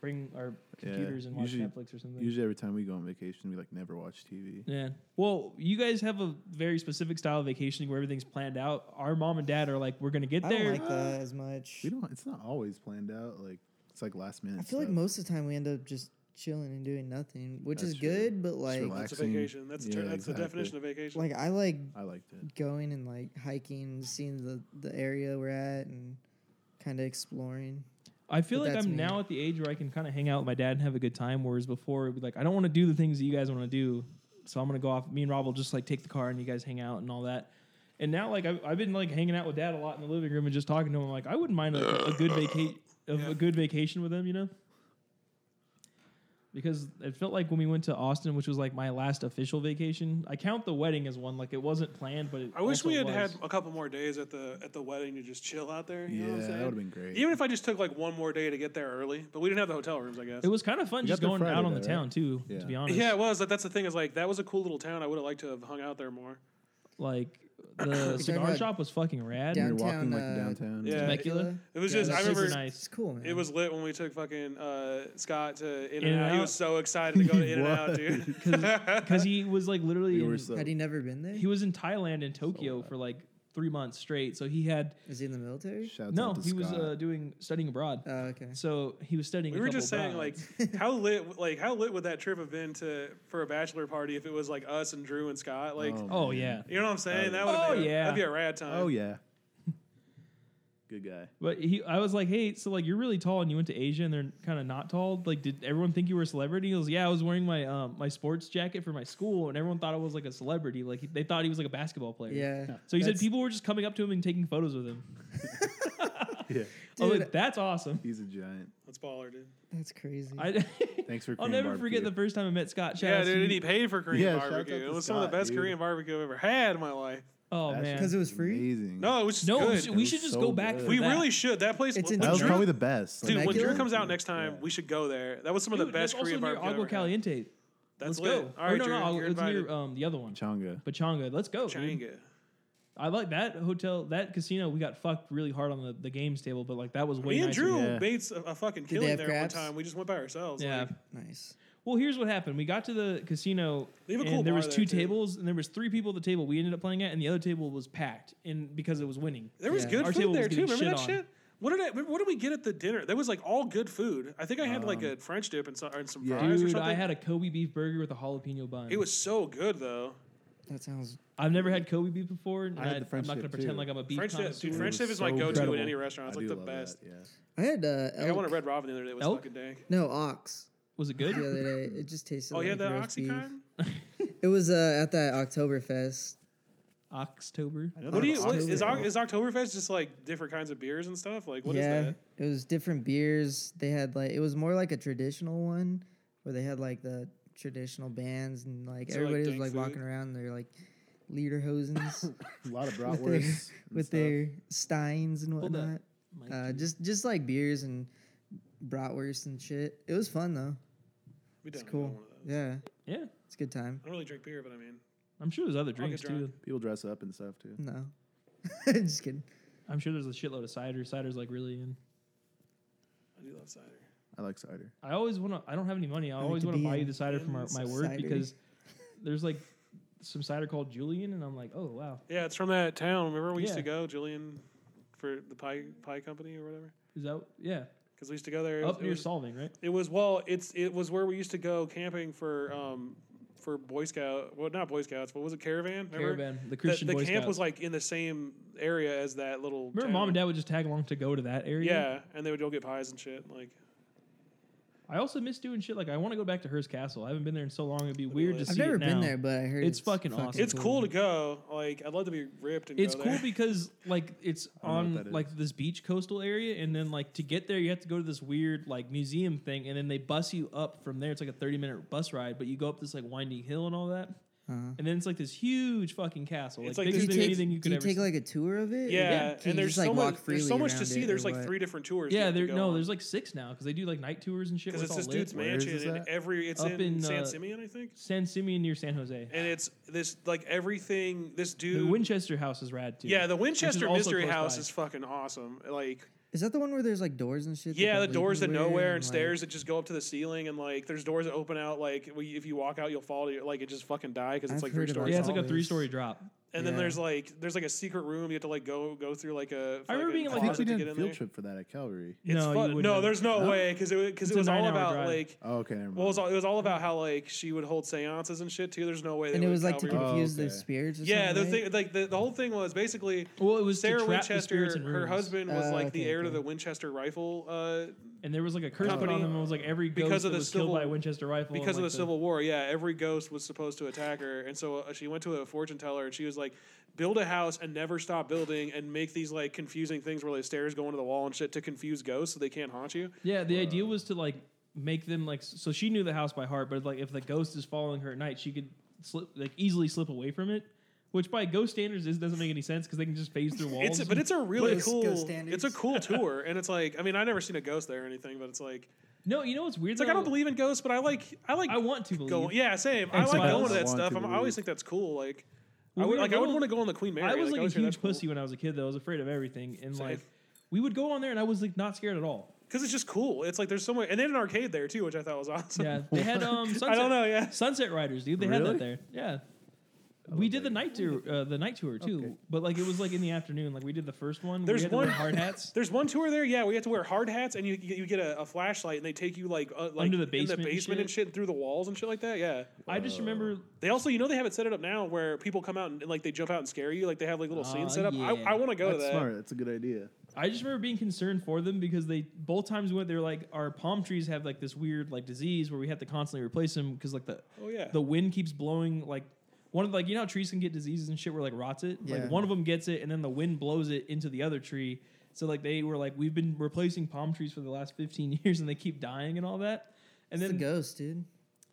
S3: bring our
S1: Yeah,
S3: computers and watch
S1: usually-
S3: Netflix or something.
S1: Usually, every time we go on vacation, we like never watch TV.
S3: Yeah. Well, you guys have a very specific style of vacationing where everything's planned out. Our mom and dad are like, we're gonna get
S4: I don't
S3: there.
S4: like that as much.
S1: We don't. It's not always planned out. Like it's like last minute.
S4: I feel like
S1: stuff.
S4: most of the time we end up just chilling and doing nothing, which
S1: That's
S4: is
S1: true.
S4: good. But
S1: Just
S4: like,
S1: relax.
S2: That's a
S1: Vaccine.
S2: vacation. That's a ter-
S1: Yeah,
S2: that's the
S1: exactly.
S2: definition of vacation.
S4: like I like
S1: I liked it.
S4: going and like hiking, seeing the the area we're at, and kind of exploring.
S3: I feel
S4: But
S3: like
S4: that's
S3: I'm
S4: me.
S3: now at the age where I can kind of hang out with my dad and have a good time. Whereas before, it'd be like, I don't want to do the things that you guys want to do, so I'm gonna go off. Me and Rob will just like take the car and you guys hang out and all that. And now, like I've, I've been like hanging out with dad a lot in the living room and just talking to him. Like I wouldn't mind like, a good vacation of
S2: Yeah.
S3: a good vacation with him, you know. Because it felt like when we went to Austin, which was like my last official vacation. I count the wedding as one. Like it wasn't planned, but it
S2: I wish
S3: also
S2: we had
S3: was.
S2: had a couple more days at the at the wedding to just chill out there. You
S1: Yeah,
S2: know what I'm
S1: that would
S2: saying?
S1: have been great.
S2: Even if I just took like one more day to get there early, but we didn't have the hotel rooms, I guess.
S3: It was kind of fun
S1: You
S3: just
S1: got there
S3: going
S1: Friday
S3: out on
S1: though,
S3: the
S1: right?
S3: town too.
S1: Yeah.
S3: To be honest,
S2: yeah, it was. Like, that's the thing is like that was a cool little town. I would have liked to have hung out there more.
S3: Like the cigar
S4: about
S3: shop was fucking rad.
S1: we were walking
S4: Downtown,
S1: like
S4: uh,
S1: downtown.
S2: Yeah.
S1: Like,
S3: Temecula?
S2: It was
S4: Yeah,
S2: just I
S4: that's super
S2: remember
S3: nice.
S4: It's cool, man.
S2: it was lit when we took fucking uh, Scott to In
S3: In-N-Out?
S2: and Out. He was so excited to go to
S1: He
S2: In and Out,
S1: was.
S2: dude.
S3: Because he was like literally,
S1: we were
S3: in-
S1: so-
S4: Had he never been there?
S3: he was in Thailand and Tokyo
S1: bad.
S3: for like three months straight. So he had
S4: Is he in the military?
S1: shouts
S3: no,
S1: out to
S3: he was
S1: Scott.
S3: uh, doing studying abroad.
S4: Oh, okay.
S3: so he was studying.
S2: We
S3: a
S2: were
S3: couple
S2: just saying like
S3: abroads.
S2: how lit like how lit would that trip have been to for a bachelor party if it was like us and Drew and Scott like
S3: oh
S1: man.
S3: yeah.
S2: you know what I'm saying that would
S3: Oh,
S2: be
S3: yeah.
S2: that'd be a rad time
S1: Oh yeah. Good guy.
S3: But he, I was like, hey, so like you're really tall, and you went to Asia, and they're kind of not tall. Like, did everyone think you were a celebrity? He goes, yeah, I was wearing my um, my sports jacket for my school, and everyone thought I was like a celebrity. Like he- they thought he was like a basketball player.
S4: Yeah.
S3: So he said
S4: That's-
S3: people were just coming up to him and taking photos with him.
S1: Yeah.
S3: I was
S4: Dude.
S3: like, that's awesome.
S1: He's a giant.
S2: That's baller, dude.
S4: That's crazy.
S3: I,
S1: Thanks for.
S3: I'll
S1: Korean
S3: never forget the
S1: barbecue.
S3: first time I met Scott. Shout
S2: yeah,
S3: out to
S2: dude, and
S3: you.
S2: he paid for Korean
S1: Yeah, shout out
S2: barbecue.
S1: to
S2: It was some of the
S1: Scott,
S2: best
S1: dude.
S2: Korean barbecue I've ever had in my life.
S3: Oh
S1: That
S3: man,
S1: shit's
S4: it was free?
S1: Amazing.
S2: No, it was just
S3: no, we
S2: good.
S3: should, we
S1: was
S3: should just
S1: so
S3: go back.
S1: good.
S3: for
S2: we
S3: that.
S2: really should. That place,
S4: It's
S2: when
S4: in
S1: That was
S2: Drew,
S1: probably the best.
S2: dude. When Drew
S4: Temecula?
S2: comes out next time,
S1: Yeah.
S2: we should go there. That was some of
S3: Dude,
S2: the best
S3: that's
S2: Korean
S3: also near
S2: barbecue. I've
S3: Agua
S2: ever had.
S3: Caliente.
S2: That's
S3: Let's
S2: lit.
S3: go.
S2: All right,
S3: or no,
S2: Drew,
S3: no,
S2: you're
S3: it's
S2: invited.
S3: near um, the other one,
S1: Changa.
S3: Pachanga. Let's go. dude.
S2: Changa.
S3: I like that hotel, that casino. We got fucked really hard on the, the games table, but like that was way
S2: Me and
S3: nicer.
S2: Drew
S1: Yeah.
S2: made s- a, a fucking
S4: they
S2: killing
S4: have
S2: there
S4: crabs?
S2: one time. We just went by ourselves.
S3: Yeah.
S2: Like,
S4: nice.
S3: Well, here's what happened. We got to the casino,
S2: They have a
S3: and
S2: cool
S3: there
S2: bar
S3: was
S2: there,
S3: two
S2: too.
S3: tables, and there was three people at the table we ended up playing at, and the other table was packed, and because it was winning.
S2: there was
S4: Yeah.
S2: good
S3: Our
S2: food
S3: table was
S2: there too.
S3: getting
S2: Remember that
S3: shit on.
S2: shit? What did I? remember- What did we get at the dinner? That was like all good food. I think I had like a French dip and some, and some
S1: yeah.
S2: fries or
S3: Dude,
S2: something.
S3: I had a Kobe beef burger with a jalapeno bun.
S2: it was so good though.
S4: That sounds.
S3: I've never had Kobe beef before. And
S1: I had the French
S3: am not
S1: dip,
S3: going to pretend
S1: too.
S3: like I'm a beef
S2: French dip,
S3: connoisseur.
S2: dude. French
S1: It
S2: dip
S1: was
S2: is my
S1: so
S2: go-to
S3: incredible.
S2: in any restaurant. It's
S1: I
S2: like
S1: do
S2: the
S1: love
S2: best.
S1: That, yeah.
S4: I had uh,
S2: Like, I
S4: elk.
S2: won a red robin the other day. It was
S3: Elk?
S2: fucking dank.
S4: no ox
S3: Was it
S4: the
S3: good?
S4: other day. It just tasted.
S2: Oh,
S4: like
S2: yeah, that
S4: roast beef.
S2: OxyContin.
S4: It was uh, at that Oktoberfest.
S3: October.
S4: Uh,
S1: I know
S2: What do you?
S1: that's
S2: What, is,
S1: awesome.
S2: Oc- is Oktoberfest just like different kinds of beers and stuff? Like what is
S4: yeah,
S2: that?
S4: it was different beers. They had like it was more like a traditional one where they had like the traditional bands and like
S2: So, like,
S4: everybody
S2: dank
S4: was like
S2: food?
S4: walking around and they're like lederhosens
S1: A lot of
S4: with their,
S1: bratwursts and
S4: with
S1: stuff.
S4: their steins and
S3: Hold
S4: whatnot.
S3: up, Mikey.
S4: Uh, just just like beers and bratwurst and shit. It was fun though.
S2: We
S4: It's
S2: don't
S4: cool.
S2: One of those.
S4: Yeah,
S3: yeah,
S4: it's a good time.
S2: I don't really drink beer, but I mean,
S3: I'm sure there's other drinks
S2: drunk.
S3: too.
S1: people dress up and stuff too.
S4: No, just kidding.
S3: I'm sure there's a shitload of cider. Cider's like really in.
S2: I do love cider.
S1: I like cider.
S3: I always want to. I don't have any money. I,
S4: like
S3: always
S4: to
S3: want to
S4: be
S3: buy you
S4: in
S3: the cider from our,
S2: Indian
S3: my work
S4: society.
S3: because there's like some cider called Julian, and I'm like, oh wow,
S2: Yeah, it's from that town. Remember we used to
S3: Yeah.
S2: go, Julian, for the pie pie company or whatever.
S3: is that yeah?
S2: Because we used to go there. It was,
S3: Up
S2: it
S3: near
S2: was-
S3: solving, right?
S2: It was well, it's it was where we used to go camping for um for Boy Scout. Well, not Boy Scouts. What was it? Caravan. Remember?
S3: Caravan, the
S2: The,
S3: Christian
S2: the
S3: Boy
S2: camp
S3: Scouts.
S2: was like in the same area as that little.
S3: Remember,
S2: town.
S3: mom and dad would just tag along to go to that area.
S2: Yeah, and they would go get pies and shit. Like
S3: I also miss doing shit. Like I want to go back to Hearst Castle. I haven't been there in so long. It'd be weird to
S2: lit.
S3: see
S4: I've never
S3: it
S4: been
S3: now.
S4: there, but I heard
S3: It's
S4: it's,
S3: fucking awesome.
S2: it's cool to go. Like I'd love to be ripped and
S3: It's
S2: go
S3: cool
S2: there.
S3: because like it's
S1: I don't know what
S3: on
S1: that
S3: like
S1: is.
S3: this beach coastal area, and then like to get there you have to go to this weird like museum thing, and then they bus you up from there. It's like a thirty minute bus ride, but you go up this like winding hill and all that,
S4: Uh-huh.
S3: and then it's like this huge fucking castle, like,
S2: It's like
S3: bigger
S4: Do you
S3: than
S4: take,
S3: anything you
S4: do
S3: could
S4: you
S3: ever.
S4: take
S3: see.
S4: like a tour of it?
S2: yeah,
S4: Can you
S2: and there's
S4: just, like,
S2: so
S4: walk
S2: much. There's
S4: freely
S2: so much to
S4: around
S2: see.
S4: it or
S2: There's like
S4: what?
S2: three different tours.
S3: yeah,
S2: you
S3: there
S2: can go
S3: no,
S2: on.
S3: there's like six now because they do like night tours and shit.
S2: because
S3: Where it's
S2: it's this
S3: all lit.
S2: dude's
S1: Where is this
S2: mansion. and
S1: at?
S2: Every it's
S3: Up
S2: in,
S3: in,
S2: San
S3: uh,
S2: Simeon, I think.
S3: San Simeon near San Jose.
S2: And it's this like everything. This
S3: The
S2: dude.
S3: Winchester House is rad too.
S2: yeah, the
S3: which is
S2: Winchester
S3: also
S2: Mystery
S3: close
S2: House
S3: by.
S2: is fucking awesome. Like
S4: Is that the one where there's like doors and shit? that
S2: Yeah,
S4: don't
S2: the
S4: lead
S2: doors to nowhere and
S4: like-
S2: stairs that just go up to the ceiling, and like there's doors that open out. Like we- if you walk out, you'll fall to your, like it just fucking die because it's
S4: I've
S2: like three
S4: heard about
S2: stories.
S3: yeah, it's like a
S4: always-
S3: three story drop.
S2: And then
S4: yeah.
S2: there's like there's like a secret room you have to like go go through like a.
S3: I remember
S2: like, a
S3: being in,
S1: I
S3: like,
S1: think
S2: closet
S1: we
S2: to
S1: did
S2: get
S1: a
S2: in
S1: field
S2: there.
S1: trip for that at Calgary.
S3: No,
S2: It's
S3: you
S2: fun.
S3: wouldn't
S2: No,
S3: have.
S2: there's no,
S1: No?
S2: way because it because
S3: It's a
S2: it was all
S3: nine-hour
S2: about
S3: drive.
S2: like
S1: Oh, okay, never mind.
S2: well it was, all, it was all about how like she would hold seances and shit too. There's no way. They
S4: And it
S2: would
S4: was like to
S2: Calvary-
S1: Oh,
S4: confuse
S1: okay.
S4: the spirits. Or
S2: yeah, the
S4: something,
S2: thing
S4: right?
S2: like the, the whole thing was basically.
S3: Well, it was to
S2: Sarah
S3: trap the spirits
S2: Winchester,
S3: in
S2: her
S3: rooms.
S2: husband was
S4: Oh,
S2: like the
S4: okay,
S2: heir to
S4: okay.
S2: the Winchester rifle uh,
S3: and there was like a curse put
S2: Company.
S3: on them. and It was like every ghost
S2: Because of
S3: that
S2: the
S3: was killed by a
S2: civil-
S3: Winchester rifle and,
S2: because of
S3: like,
S2: the, Civil War, yeah, every ghost was supposed to attack her, and so uh, she went to a fortune teller and she was like, "Build a house and never stop building, and make these like confusing things where the stairs go into the wall and shit to confuse ghosts so they can't haunt you."
S3: Yeah, the idea was to like make them like s- so she knew the house by heart, but like if the ghost is following her at night, she could slip like easily slip away from it, which by ghost standards is doesn't make any sense because they can just phase through walls.
S2: It's but it's a really
S4: Ghost-
S2: cool,
S4: ghost
S2: it's a
S4: standards.
S2: cool tour, and it's like, I mean, I never seen a ghost there or anything, but it's like,
S3: no, you know what's weird?
S2: it's like I
S3: though?
S2: don't believe in ghosts, but I like, I like
S3: I want to believe.
S2: going, yeah, same. I
S3: It's
S2: like
S3: wild.
S2: going to
S1: I
S2: that
S1: want
S2: stuff.
S1: to
S2: I'm, I
S1: believe.
S2: always think that's cool. Like, I
S3: When we
S2: would
S3: were
S2: like, I would
S3: little-
S2: want to go on the Queen Mary.
S3: I was like,
S2: like, I
S3: a
S2: always hear that's
S3: huge
S2: cool.
S3: pussy when I was a kid. though. I was afraid of everything, and
S2: Same.
S3: like we would go on there, and I was like not scared at all.
S2: because it's just cool. It's like there's so much, and they had an arcade there too, which I thought was awesome.
S3: Yeah, they had um. Sunset,
S2: I don't know. Yeah,
S3: Sunset Riders, dude. They had
S1: Really?
S3: that there. Yeah. We did the night tour, uh, the night tour too,
S1: Okay.
S3: but like it was like in the afternoon. Like we did the first one.
S2: There's
S3: we had to wear
S2: one-
S3: hard hats.
S2: There's one tour there, yeah. We have to wear hard hats, and you you get a, a flashlight, and they take you like, uh, like
S3: Under the
S2: in
S3: basement
S2: the
S3: and
S2: basement and shit, through the walls and shit like that. Yeah.
S3: I just remember
S2: They also, you know, they have it set it up now where people come out and, like they jump out and scare you. Like they have like little scenes
S3: Aw,
S2: set up.
S3: Ah, yeah.
S2: I, I want to go to
S1: That's
S2: that.
S1: smart. That's a good idea.
S3: I just remember being concerned for them because they both times we went they're like our palm trees have like this weird like disease where we have to constantly replace them because like the
S2: Oh yeah.
S3: the wind keeps blowing like one of like you know how trees can get diseases and shit where like rots it
S4: Yeah.
S3: like one of them gets it and then the wind blows it into the other tree so like they were like we've been replacing palm trees for the last 15 years and they keep dying and all that and
S4: It's
S3: then
S4: the ghost, dude.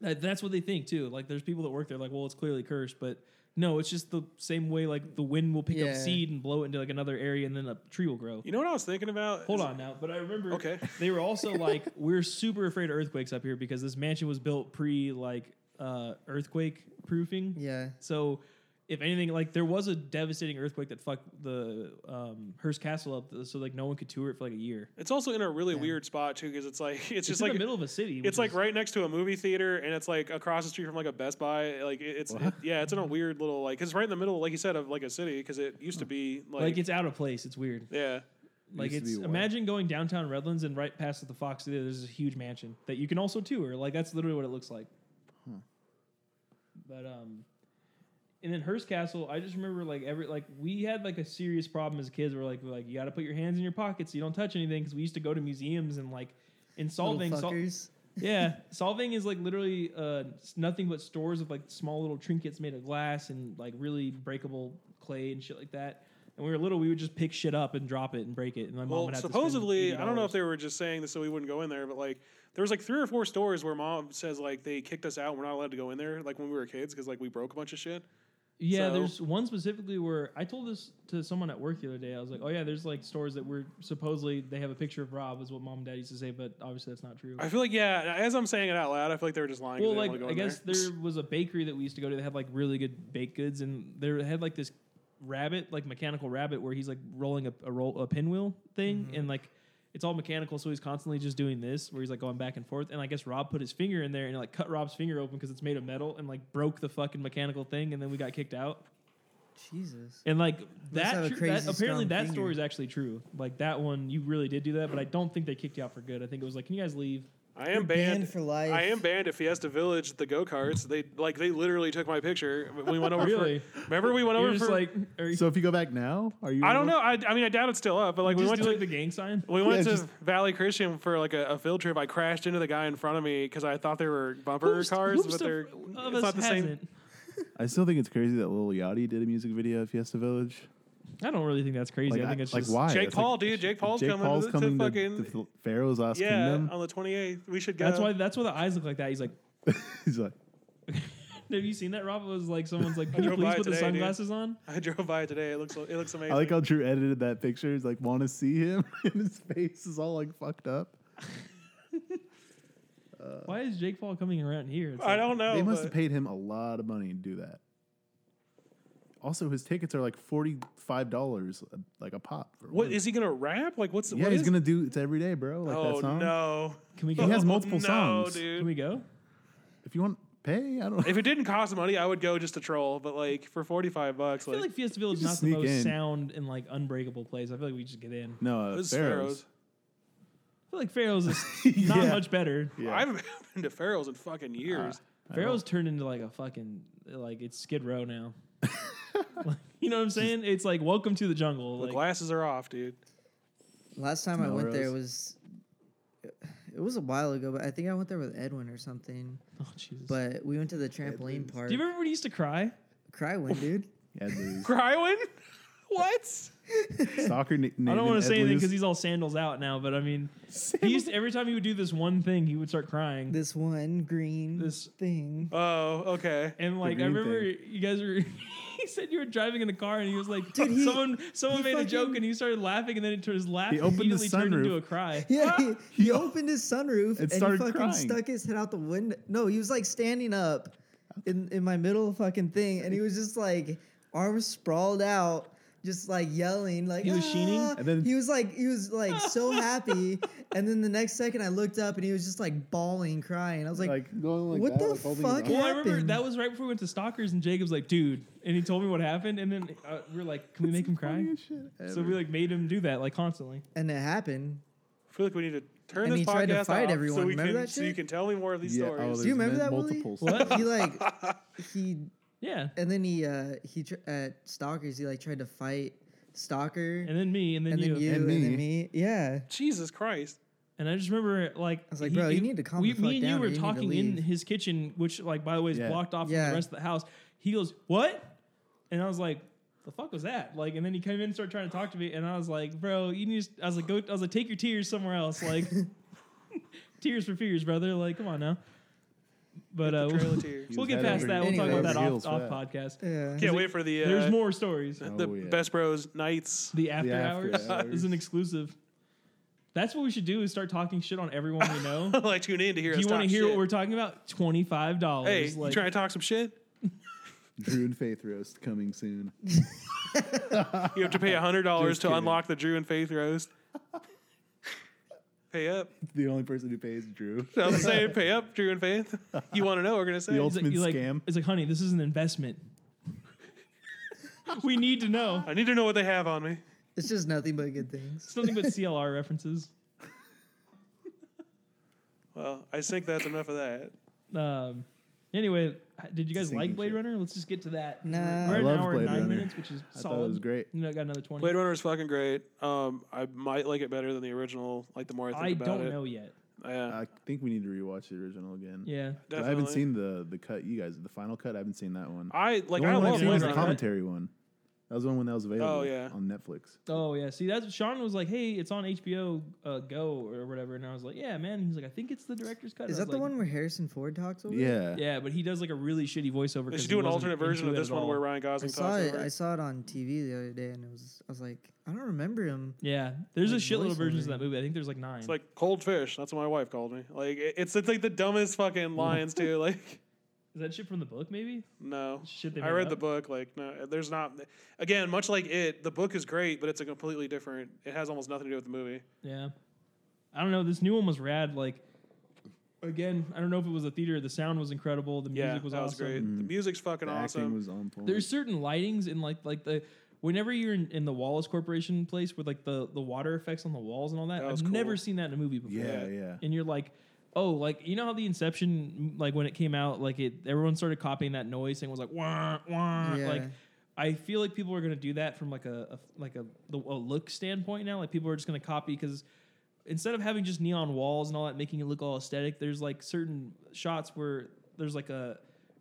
S3: that- that's what they think too like there's people that work there like well it's clearly cursed but no it's just the same way like the wind will pick
S4: Yeah.
S3: up seed and blow it into like another area and then a tree will grow
S2: you know what I was thinking about?
S3: Hold
S2: Is-
S3: on now, but I remember
S2: Okay.
S3: they were also like, we're super afraid of earthquakes up here because this mansion was built pre like uh, earthquake proofing.
S4: Yeah.
S3: So if anything, like there was a devastating earthquake that fucked the um, Hearst Castle up, so like no one could tour it for like a year.
S2: It's also in a really
S4: Yeah.
S2: weird spot too, because it's like it's,
S3: It's,
S2: just
S3: in
S2: like
S3: the middle of a city. which
S2: it's like
S3: is-
S2: right next to a movie theater, and it's like across the street from like a Best Buy. Like it, it's it- yeah, it's in a weird little like 'cause it's right in the middle, like you said, of like a city because it used to be like,
S3: like it's out of place. It's weird.
S2: yeah.
S3: Like
S1: used to
S3: it's
S1: be what?
S3: imagine going downtown Redlands and right past the Fox Theater, there's a huge mansion that you can also tour. Like that's literally what it looks like. But um, and then Hearst Castle, I just remember like every like we had like a serious problem as kids. We're like we're like you got to put your hands in your pockets, so you don't touch anything because we used to go to museums and like in solving.
S4: Little
S3: Sol-
S4: fuckers.
S3: yeah, solving is like literally uh, s- nothing but stores of like small little trinkets made of glass and like really breakable clay and shit like that. And when we were little, we would just pick shit up and drop it and break it. And my mom
S2: Well,
S3: would have
S2: supposedly,
S3: To spend
S2: I don't know if
S3: $80.
S2: they were just saying this so we wouldn't go in there, but like There was like three or four stores where mom says like they kicked us out. We're not allowed to go in there like when we were kids because like we broke a bunch of shit.
S3: Yeah,
S2: So-
S3: there's one specifically where I told this to someone at work the other day. I was like, "Oh yeah, there's like stores that we're supposedly they have a picture of Rob," is what mom and dad used to say, but obviously that's not true.
S2: I feel like yeah, as I'm saying it out loud, I feel like they were just lying. 'cause
S3: well,
S2: they
S3: like
S2: didn't
S3: I
S2: wanna go in
S3: guess there. was a bakery that we used to go to that had like really good baked goods, and they had like this rabbit, like mechanical rabbit, where he's like rolling a, a roll a pinwheel thing, and like it's all mechanical, so he's constantly just doing this, where he's like going back and forth. And I guess Rob put his finger in there and like cut Rob's finger open because it's made of metal, and like broke the fucking mechanical thing, and then we got kicked out.
S4: Jesus.
S3: And like
S4: have a
S3: that, tr-
S4: crazy
S3: that apparently
S4: strong
S3: that
S4: finger.
S3: story is actually true. Like that one, you really did do that, but I don't think they kicked you out for good. I think it was like, can you guys leave?
S2: I am
S4: You're
S2: banned,
S4: banned for life.
S2: I am banned at Fiesta Village. The go karts. They like they literally took my picture. We went over.
S3: Really?
S2: For, remember we went
S3: You're
S2: over
S3: just
S2: for.
S3: like, are you,
S1: So if you go back now, are you?
S2: I don't know. I, I mean, I doubt it's still up, but like we
S3: just
S2: went
S3: do
S2: to
S3: like the gang sign.
S2: we went
S1: Yeah,
S2: to
S1: just-
S2: Valley Christian for like a, a field trip. I crashed into the guy in front of me because I thought they were bumper
S3: Who's-
S2: cars,
S3: who's
S2: but
S3: the-
S2: they're
S3: of us
S2: it's not the same.
S3: hasn't?
S1: I still think it's crazy that Lil Yachty did a music video at Fiesta Village.
S3: I don't really think that's crazy.
S1: Like,
S3: I think
S1: I-
S3: it's
S1: like,
S3: just
S1: why?
S2: Jake
S1: It's like-
S2: Paul, dude. Jake Paul's
S1: Jake
S2: coming,
S1: Paul's
S2: to,
S1: coming
S2: to
S1: to,
S2: fucking
S1: to Phil- Pharaoh's Last
S2: yeah um,
S1: Kingdom.
S2: on the 28th. We should go.
S3: that's why that's why the eyes look like that. He's like,
S1: He's like,
S3: have you seen that? Rob It was like, someone's like, can you
S2: drove by
S3: please put the
S2: today, dude.
S3: sunglasses on?
S2: I drove by today. It looks it looks amazing.
S1: I like how Drew edited that picture. He's like, want to see him, and his face is all like fucked up.
S3: Why is Jake Paul coming around here? It's
S2: I
S3: like-
S2: don't know.
S1: they must
S2: but-
S1: have paid him a lot of money to do that. Also, his tickets are like forty five dollars, uh, like a pop. For
S2: What is he gonna rap? Like what's
S1: Yeah,
S2: what
S1: he's
S2: is-
S1: gonna do it's every day, bro. Like
S2: Oh
S1: that song.
S2: no.
S3: Can we
S1: He
S3: go?
S1: has
S2: Oh,
S1: multiple
S2: no,
S1: songs.
S2: dude.
S3: Can we go?
S1: If you want pay, I don't. know.
S2: If it didn't cost money, I would go just to troll. But like for forty five bucks,
S3: I feel
S2: like,
S3: like Fiesta Village is not
S1: just
S3: the
S1: sneak
S3: most
S1: in.
S3: sound and like unbreakable place. I feel like we just get in.
S1: No,
S2: it
S1: uh,
S2: was
S1: Pharaoh's.
S2: Sparrows.
S3: I feel like Pharaoh's is not
S1: Yeah.
S3: much better.
S1: Yeah. Ah,
S2: I haven't been to Pharaoh's in fucking years.
S3: Pharaoh's turned into like a fucking like it's Skid Row now. Like, you know what I'm saying? It's like Welcome to the Jungle.
S2: the
S3: Like,
S2: glasses are off, dude.
S4: Last time I went there was it was a while ago, but I think I went there with Edwin or something.
S3: oh Jesus!
S4: But we went to the trampoline park.
S3: Do you remember when he used to cry?
S4: Cry when, dude?
S1: Edleys.
S2: Crywin? what?
S1: Soccer.
S3: I don't want to say anything because he's all sandals out now. But I mean, he used to- every time he would do this one thing, he would start crying.
S4: This one green
S3: This-
S4: thing.
S2: Oh, okay.
S3: and like I
S1: green
S3: remember, you guys were. He said you were driving in a car, and he was like,
S4: Dude, he-
S3: "Someone, someone
S4: he
S3: made a joke,"
S4: fucking-
S3: and he started laughing, and then it his laugh
S1: He opened the
S3: immediately turned into
S1: sunroof.
S3: a cry.
S4: Yeah, he, he opened his sunroof and,
S1: started
S4: he fucking
S1: crying.
S4: stuck his head out the window. No, he was like standing up in, in my middle fucking thing, and he was just like arms sprawled out, just like yelling, like
S3: He was
S4: "Ah!"
S3: sheening?
S1: And then-
S4: he was like he was like so happy, and then the next second I looked up and he was just like bawling, crying. I was like,
S1: like going like
S4: what
S1: that,
S4: the
S1: like, holding his
S4: fuck?
S1: arm.
S3: Well, I remember
S4: happened?
S3: that was right before we went to Stalkers, and Jacob's like, "Dude," and he told me what happened, and then uh, we were like, "Can we make him cry?"
S1: Funniest shit
S3: So
S1: ever.
S3: we like made him do that like constantly.
S4: and it happened.
S2: I feel like we need to turn
S4: And
S2: this
S4: he
S2: podcast
S4: tried to fight
S2: off
S4: everyone.
S2: so we
S4: Remember
S2: can
S4: that
S2: so you
S4: shit?
S2: can tell me more of these
S1: Yeah, oh,
S2: stories.
S1: there's
S4: Do you remember
S1: been
S4: that, Willie?
S1: multiple
S3: What?
S4: He like he
S3: Yeah,
S4: and then he uh he tr- at Stalkers he like tried to fight Stalker.
S3: and then me, and then
S4: and
S3: you,
S4: then you,
S1: And
S4: and,
S1: me.
S4: then me. Yeah.
S2: Jesus Christ.
S3: and I just remember like I
S4: was like, "Bro, you need to calm
S3: we,
S4: the fuck
S3: Me and
S4: down,
S3: you were
S4: you need to
S3: talking in
S4: leave."
S3: his kitchen, which like by the way is
S1: Yeah.
S3: blocked off from
S4: Yeah.
S3: the rest of the house. He goes, "What?" And I was like. The fuck was that? Like, and then he came in and started trying to talk to me, and I was like, "Bro, you need." to-" I was like, "Go." I was like, "Take your tears somewhere else." Like, tears for fears, brother. Like, come on now. But
S2: The
S3: uh,
S2: Trail of Tears.
S1: He
S3: We'll
S1: was
S3: get
S1: head
S3: past
S1: over-
S3: that. We'll talk
S4: Anyway.
S3: about that
S1: over
S3: off,
S1: heels for
S3: off
S1: that.
S3: podcast.
S4: Yeah.
S2: Can't wait for the uh,
S3: There's more stories.
S2: the
S1: Oh, yeah.
S2: Best Bros Nights.
S3: The after,
S1: after
S3: hours,
S1: hours.
S3: is an exclusive. That's what we should do is start talking shit on everyone we know. Do
S2: like tune in to hear.
S3: you
S2: want to
S3: hear what we're talking about? Twenty five dollars.
S2: Hey, you trying to talk some shit?
S1: Drew and Faith roast coming soon.
S2: You have to pay hundred dollars
S1: Just
S2: to
S1: kidding.
S2: unlock the Drew and Faith roast. pay up.
S1: The only person who pays Drew.
S2: I was saying, pay up, Drew and Faith. You want to know? We're gonna say.
S1: The old-
S3: it's like, you're like-
S1: scam.
S3: It's like, honey, this is an investment. we need to know.
S2: I need to know what they have on me.
S4: It's just nothing but good things.
S3: It's nothing but CLR references.
S2: Well, I think that's enough of that.
S3: Um, anyway, h- did you guys
S1: Singing
S3: like Blade
S1: shit.
S3: Runner? Let's just get to that.
S4: Nah.
S3: We're at
S4: I
S3: an
S1: loved
S3: hour and
S1: Blade
S3: nine
S1: Runner.
S3: minutes, which is
S1: I
S3: solid.
S1: thought it was great.
S3: You know, I got another twenty.
S2: Blade Runner is fucking great. Um, I might like it better than the original. Like the more I think
S3: I
S2: about
S3: don't
S2: it,
S3: know yet.
S2: yeah,
S1: I think we need to rewatch the original again.
S3: Yeah.
S1: I haven't
S2: definitely.
S1: seen the the cut. You guys, the final cut. I haven't seen that one.
S2: I like.
S1: the only
S2: I
S1: one
S2: love
S1: I've seen
S2: Blade
S1: was the
S2: Runner.
S1: commentary one. That was the one when that was available
S2: Oh, yeah.
S1: on Netflix.
S3: Oh yeah, see that's Sean was like, "Hey, it's on HBO uh, Go or whatever," and I was like, "Yeah, man." He's like, "I think it's the director's cut."
S4: Is
S3: I
S4: that
S3: was
S4: the
S3: like,
S4: one where Harrison Ford talks over? it?
S1: Yeah.
S3: Yeah, but he does like a really shitty voiceover.
S2: They
S3: 'cause
S2: should
S3: he
S2: do an
S3: wasn't
S2: alternate version of
S3: into it
S2: this
S3: at
S2: one where
S3: all.
S2: Ryan
S4: I
S2: Gosling
S4: saw
S2: talks
S4: it.
S2: over
S4: I
S2: it.
S4: saw it on TV the other day, and it was. I was like, I don't remember him.
S3: Yeah, there's a
S4: Like,
S3: shitload of versions of
S4: voiceover.
S3: that movie. I think there's like nine.
S2: It's like cold fish. That's what my wife called me. Like it- it's it's like the dumbest
S3: Mm-hmm.
S2: fucking lines too. Like
S3: is that shit from the book? Maybe
S2: no.
S3: shit. They
S2: I
S3: made
S2: read
S3: up?
S2: the book. Like, no, there's not. Again, much like it, the book is great, but it's a completely different. It has almost nothing to do with the movie.
S3: Yeah, I don't know. This new one was rad. Like again, I don't know if it was the theater. The sound was incredible. The
S2: Yeah,
S3: music was
S2: that was
S3: awesome.
S2: great. The music's fucking
S1: The
S2: awesome.
S1: acting was on point.
S3: There's certain lightings in like like the whenever you're in, in the Wallace Corporation place with like the the water effects on the walls and all that.
S2: That
S3: I've
S2: was cool.
S3: never seen that in a movie before.
S1: yeah,
S2: Yeah.
S1: yeah.
S3: and you're like, oh, like you know how the Inception, like when it came out, like it everyone started copying that noise thing was like, wah, wah.
S4: Yeah.
S3: like I feel like people are gonna do that from like a, a like a, the- a look standpoint now. Like people are just gonna copy because instead of having just neon walls and all that making it look all aesthetic, there's like certain shots where there's like a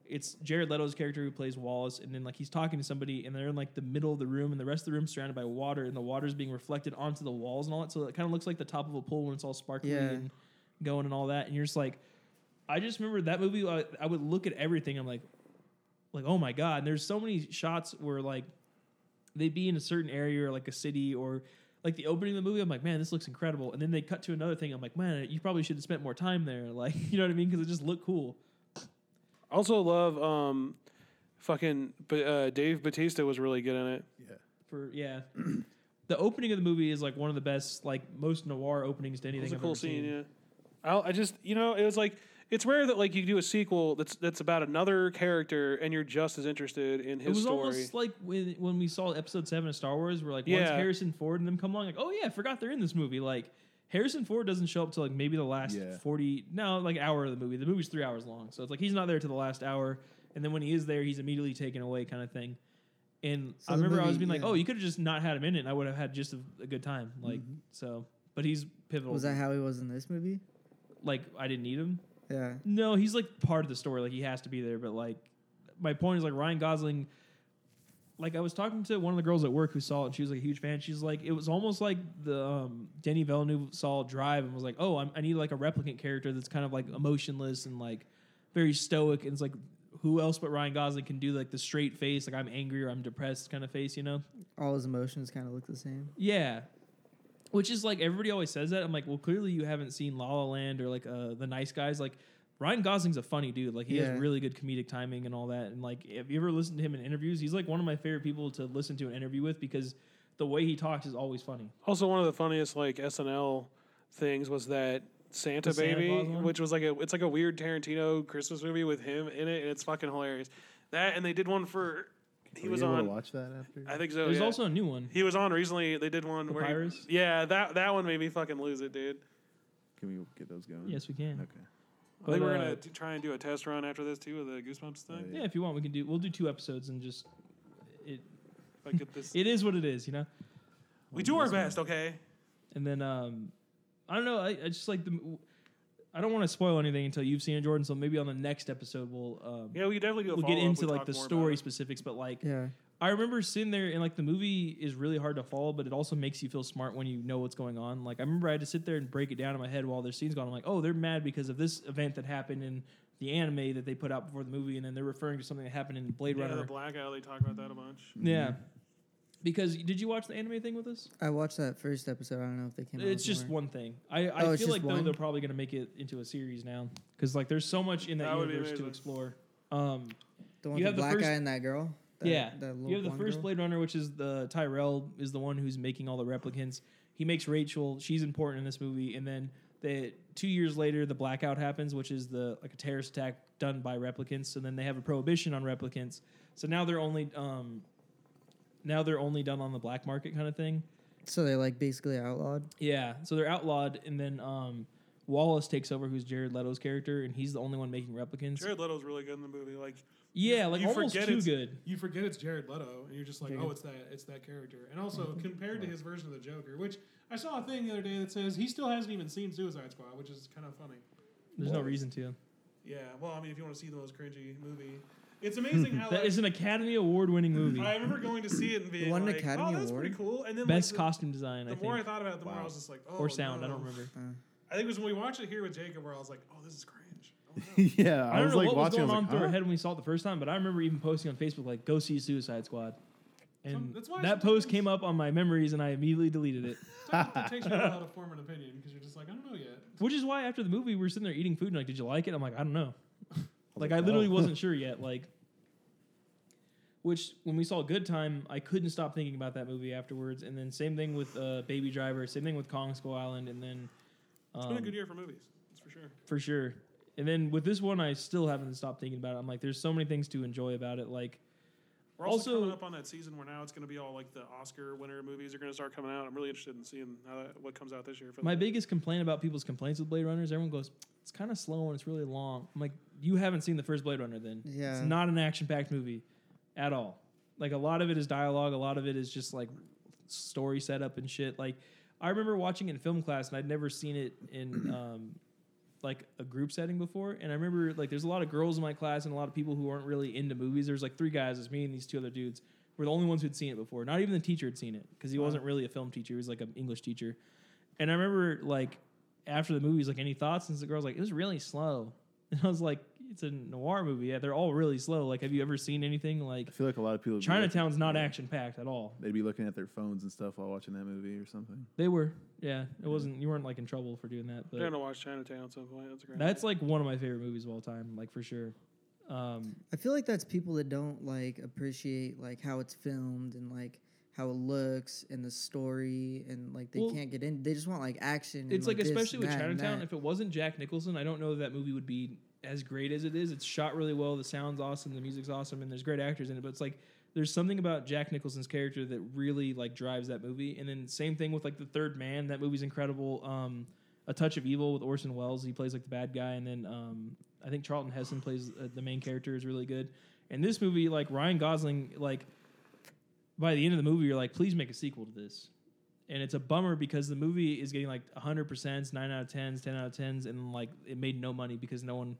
S3: it's Jared Leto's character who plays Wallace, and then like he's talking to somebody, and they're in like the middle of the room, and the rest of the room's surrounded by water, and the water's being reflected onto the walls and all that. So it kind of looks like the top of a pool when it's all sparkly
S4: Yeah.
S3: and going and all that. And you're just like, I just remember that movie. I, I would look at everything. I'm like, like oh my god. And there's so many shots where like they'd be in a certain area or like a city or like the opening of the movie. I'm like, man, this looks incredible. And then they cut to another thing. I'm like, man, you probably should have spent more time there. Like you know what I mean? Because it just looked cool.
S2: Also love um, fucking B- uh, Dave Batista was really good in it.
S3: for yeah. the opening of the movie is like one of the best, like most noir openings to
S2: It
S3: anything.
S2: was a
S3: I've
S2: cool
S3: ever
S2: scene.
S3: seen.
S2: Yeah. I, I just you know it was like it's rare that like you do a sequel that's that's about another character and you're just as interested in
S3: It
S2: his
S3: was
S2: story.
S3: almost like when when we saw Episode Seven of Star Wars, where like once
S2: Yeah.
S3: Harrison Ford and them come along, like oh yeah, I forgot they're in this movie. Like Harrison Ford doesn't show up till like maybe the last
S1: Yeah.
S3: forty, no, like hour of the movie. The movie's three hours long, so it's like he's not there to the last hour, and then when he is there, he's immediately taken away, kind of thing. And
S4: So
S3: I
S4: the
S3: remember I was
S4: movie-
S3: being like,
S4: yeah.
S3: oh, you could have just not had him in it, and I would have had just a, a good time. Like
S4: Mm-hmm.
S3: so, but he's pivotal.
S4: Was that how he was in this movie?
S3: like I didn't need him?
S4: Yeah.
S3: No, he's like part of the story. Like he has to be there. But like, my point is like Ryan Gosling. Like I was talking to one of the girls at work who saw it, and she was like a huge fan. She's like, it was almost like the um, Danny Villeneuve saw Drive and was like, oh, I'm, I need like a replicant character that's kind of like emotionless and like very stoic. And it's like, who else but Ryan Gosling can do like the straight face, like I'm angry or I'm depressed kind of face, you know?
S4: All his emotions kind of look the same.
S3: Yeah. Which is like everybody always says that. I'm like, well, clearly you haven't seen La La Land or like uh, The Nice Guys. Like Ryan Gosling's a funny dude. Like he
S4: Yeah.
S3: has really good comedic timing and all that. And like, if you ever listen to him in interviews, he's like one of my favorite people to listen to an interview with because the way he talks is always funny.
S2: Also, one of the funniest like SNL things was that Santa
S3: The Santa
S2: Baby,
S3: Claus one?
S2: which was like a it's like a weird Tarantino Christmas movie with him in it, and it's fucking hilarious. That and they did one for he
S1: Were
S3: Oh,
S2: was
S1: you able
S2: on.
S1: to watch that after.
S2: I think so.
S3: There's
S2: Oh, yeah.
S3: also a new one.
S2: he was on recently. They did one where he-
S3: Papyrus?
S2: yeah that that one made me fucking lose it, dude.
S1: Can we get those going?
S3: Yes, we can.
S1: Okay.
S2: I think
S3: But,
S2: we're
S3: uh,
S2: gonna t- try and do a test run after this too of the Goosebumps thing.
S1: Yeah.
S3: Yeah, if you want, we can do. We'll do two episodes and just. It,
S2: If I get this,
S3: it is what it is, you know.
S2: we do our best, okay?
S3: And then um, I don't know. I, I just like the. I don't want to spoil anything until you've seen it, Jordan. So maybe on the next episode we'll um,
S2: Yeah, we could definitely do. A
S3: we'll get
S2: follow-up.
S3: into
S2: We
S3: like
S2: talk
S3: the
S2: more about
S3: story
S2: it.
S3: specifics. But like
S4: Yeah.
S3: I remember sitting there and like the movie is really hard to follow, but it also makes you feel smart when you know what's going on. Like I remember I had to sit there and break it down in my head while their scenes gone. I'm like, oh, they're mad because of this event that happened in the anime that they put out before the movie, and then they're referring to something that happened in Blade
S2: Yeah, the
S3: Runner.
S2: blackout. They talk about that a bunch.
S4: Mm-hmm.
S3: yeah. Because did you watch the anime thing with us?
S4: I watched that first episode. I don't know if they came. out
S3: It's
S4: with
S3: just
S4: more.
S3: one thing. I, I
S4: Oh, it's
S3: feel
S4: just
S3: like though
S4: one?
S3: they're probably gonna make it into a series now because like there's so much in that,
S2: That would be
S3: universe to
S2: amazing.
S3: explore. Um,
S4: The one
S3: You
S4: with
S3: have the
S4: the black
S3: first-
S4: guy and that girl. That,
S3: yeah,
S4: That little
S3: you have the
S4: blonde
S3: first
S4: girl?
S3: Blade Runner, which is the Tyrell is the one who's making all the replicants. He makes Rachel; she's important in this movie. And then the two years later, the blackout happens, which is the like a terrorist attack done by replicants. And then they have a prohibition on replicants. So now they're only um, now they're only done on the black market kind of thing.
S4: So they like basically outlawed.
S3: Yeah, so they're outlawed, and then um, Wallace takes over, who's Jared Leto's character, and he's the only one making replicants.
S2: Jared Leto's really good in the movie. Like
S3: yeah, like
S2: you
S3: almost
S2: forget
S3: too
S2: it's-
S3: good.
S6: you forget it's Jared Leto, and you're just like,
S4: Yeah.
S6: oh, it's that, it's that character. And also compared to his version of the Joker, which I saw a thing the other day that says he still hasn't even seen Suicide Squad, which is kind of funny.
S3: There's no reason to.
S6: Yeah, well, I mean, if you want to see the most cringy movie,
S2: It's amazing how
S3: That
S2: like,
S3: is an Academy Award winning movie.
S2: I remember going to see it and being
S4: won an
S2: like,
S4: Academy
S2: "Oh, that's pretty
S4: Award?
S2: cool." And then
S3: Best
S2: like, the,
S3: costume design,
S2: The
S3: I
S2: more I
S3: think.
S2: thought about it, the more I
S1: Wow.
S2: was just like, "Oh."
S3: Or sound, I
S2: no.
S3: don't remember.
S2: I think it was when we watched it here with Jacob where I was like, "Oh, this is cringe." Oh, no.
S1: yeah, I,
S3: I don't
S1: was
S3: know
S1: like
S3: what was
S1: watching.
S3: going
S1: I
S3: on
S1: was
S3: through
S1: like,
S3: her
S1: huh?
S3: head when we saw it the first time, but I remember even posting on Facebook like, "Go see Suicide Squad," and
S2: that's why
S3: that
S2: sometimes-
S3: post came up on my memories, and I immediately deleted it.
S2: Sometimes it takes you a while to form an opinion because you're just like, "I don't know yet."
S3: Which is why after the movie, we were sitting there eating food, and like, "Did you like it?" I'm like, "I don't know." like, I
S1: no.
S3: literally wasn't sure yet. Like, which when we saw Good Time, I couldn't stop thinking about that movie afterwards. And then same thing with uh, Baby Driver, same thing with Kong Skull Island, and then
S2: It's been a
S3: um,
S2: good year for movies. That's for sure.
S3: for sure. And then with this one, I still haven't stopped thinking about it. I'm like, there's so many things to enjoy about it. Like,
S2: We're also,
S3: also-
S2: coming up on that season where now it's going to be all like the Oscar winner movies are going to start coming out. I'm really interested in seeing how that, what comes out this year. For
S3: My
S2: the-
S3: biggest complaint about people's complaints with Blade Runners, everyone goes, it's kind of slow and it's really long. I'm like, you haven't seen the first Blade Runner then.
S4: Yeah.
S3: It's not an action packed movie at all. Like, a lot of it is dialogue, a lot of it is just like story setup and shit. Like, I remember watching it in film class and I'd never seen it in um, like a group setting before. And I remember like there's a lot of girls in my class and a lot of people who aren't really into movies. There's like three guys, it's me and these two other dudes. We're the only ones who'd seen it before. Not even the teacher had seen it because he wasn't really a film teacher. He was like an English teacher. And I remember like after the movie, he's like, any thoughts? And the girl's like, it was really slow. And I was like, it's a noir movie. Yeah, they're all really slow. Like, have you ever seen anything like
S1: I feel like a lot of people. would be looking-
S3: Chinatown's not action packed at all?
S1: They'd be looking at their phones and stuff while watching that movie or something.
S3: They were, yeah. It wasn't. You weren't like in trouble for doing that.
S2: They're going
S3: But
S2: to watch Chinatown at some point. That's a great.
S3: that's like one of my favorite movies of all time, like for sure. Um,
S4: I feel like that's people that don't like appreciate like how it's filmed and like how it looks and the story and like they
S3: Well,
S4: can't get in. They just want like action. and,
S3: it's like,
S4: this
S3: especially
S4: and
S3: with
S4: that and
S3: Chinatown.
S4: that.
S3: If it wasn't Jack Nicholson, I don't know if that movie would be as great as it is. It's shot really well. The sound's awesome. The music's awesome, and there's great actors in it. But it's like there's something about Jack Nicholson's character that really like drives that movie. And then same thing with like the Third Man. That movie's incredible. Um, A Touch of Evil with Orson Welles. He plays like the bad guy, and then um, I think Charlton Heston plays uh, the main character. is really good. And this movie, like Ryan Gosling, like by the end of the movie, you're like, please make a sequel to this and it's a bummer because the movie is getting like 100%, 9 out of 10s, 10 out of 10s, and like it made no money because no one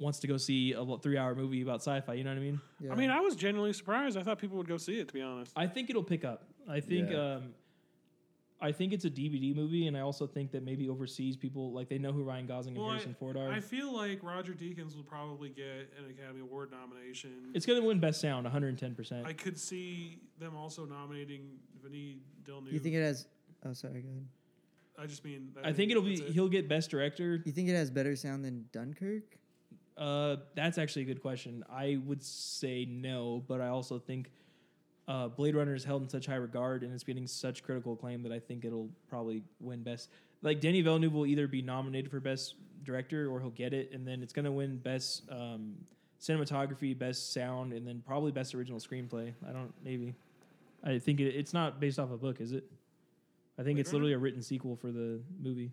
S3: wants to go see a three hour movie about sci fi. You know what I mean?
S4: Yeah.
S2: I mean, I was genuinely surprised. I thought people would go see it. To be honest,
S3: I think it'll pick up. I think.
S1: Yeah.
S3: um I think it's a DVD movie, and I also think that maybe overseas people like they know who Ryan Gosling and
S2: Well, I-
S3: Harrison Ford are.
S2: I feel like Roger Deakins will probably get an Academy Award nomination.
S3: it's gonna win Best Sound, 110. percent
S2: I could see them also nominating Vinny Del
S4: you think it has? Oh, sorry. Go ahead.
S2: I just mean.
S3: I think it'll be
S2: that's it.
S3: he'll get Best Director.
S4: You think it has better sound than Dunkirk?
S3: Uh, that's actually a good question. I would say no, but I also think uh, Blade Runner is held in such high regard and it's getting such critical acclaim that I think it'll probably win best. Like Danny Villeneuve will either be nominated for best director or he'll get it, and then it's gonna win best um, cinematography, best sound, and then probably best original screenplay. I don't maybe. I think it, it's not based off a book, is it? I think
S2: Blade
S3: it's literally a written sequel for the movie.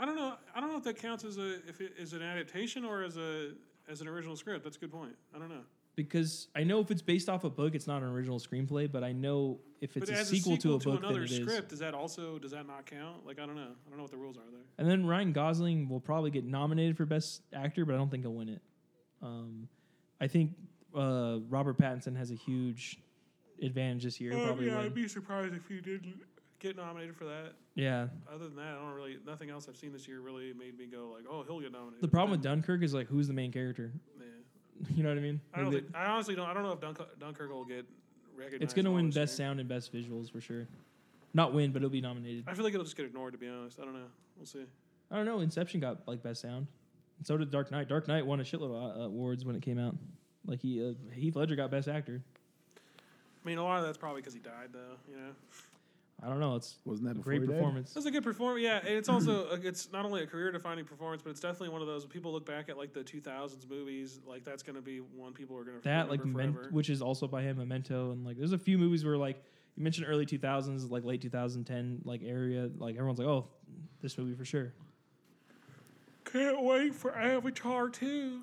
S2: I don't know. I don't know if that counts as a if it is an adaptation or as a as an original script. That's a good point. I don't know.
S3: because I know if it's based off a book, it's not an original screenplay. But I know if it's
S2: but
S3: a
S2: as
S3: sequel, to a book,
S2: another
S3: then it is.
S2: script, does that also does that not count? Like I don't know. I don't know what the rules are there.
S3: And then Ryan Gosling will probably get nominated for best actor, but I don't think he'll win it. Um, I think uh, Robert Pattinson has a huge advantage this year.
S2: Um,
S3: probably
S2: yeah,
S3: win.
S2: I'd be surprised if you didn't get nominated for that.
S3: yeah.
S2: Other than that, I don't really nothing else I've seen this year really made me go like, oh, he'll get nominated.
S3: The problem with Dunkirk is like, who's the main character?
S2: with yeah.
S3: You know what I mean?
S2: I don't
S3: Like,
S2: think, I honestly don't. I don't know if Dunkirk, Dunkirk will get recognized.
S3: it's gonna win
S2: honestly.
S3: best sound and best visuals for sure. Not win, but it'll be nominated.
S2: I feel like it'll just get ignored. To be honest, I don't know. We'll see.
S3: I don't know. Inception got like best sound. And so did Dark Knight. Dark Knight won a shitload of uh, awards when it came out. Like he, uh, Heath Ledger got best actor.
S2: I mean, a lot of that's probably because he died, though. You know,
S3: I don't know. It's
S1: Wasn't that
S3: a
S1: before
S3: great
S1: he died?
S3: performance.
S2: that's a good performance. Yeah, and it's also a- it's not only a career-defining performance, but it's definitely one of those when people look back at like the 2000s movies. Like that's gonna be one people are gonna
S3: That like
S2: remember
S3: Memento,
S2: forever.
S3: which is also by him, Memento, and like there's a few movies where like you mentioned early 2000s, like late 2010, like area, like everyone's like, oh, this movie for sure.
S2: Can't wait for Avatar 2.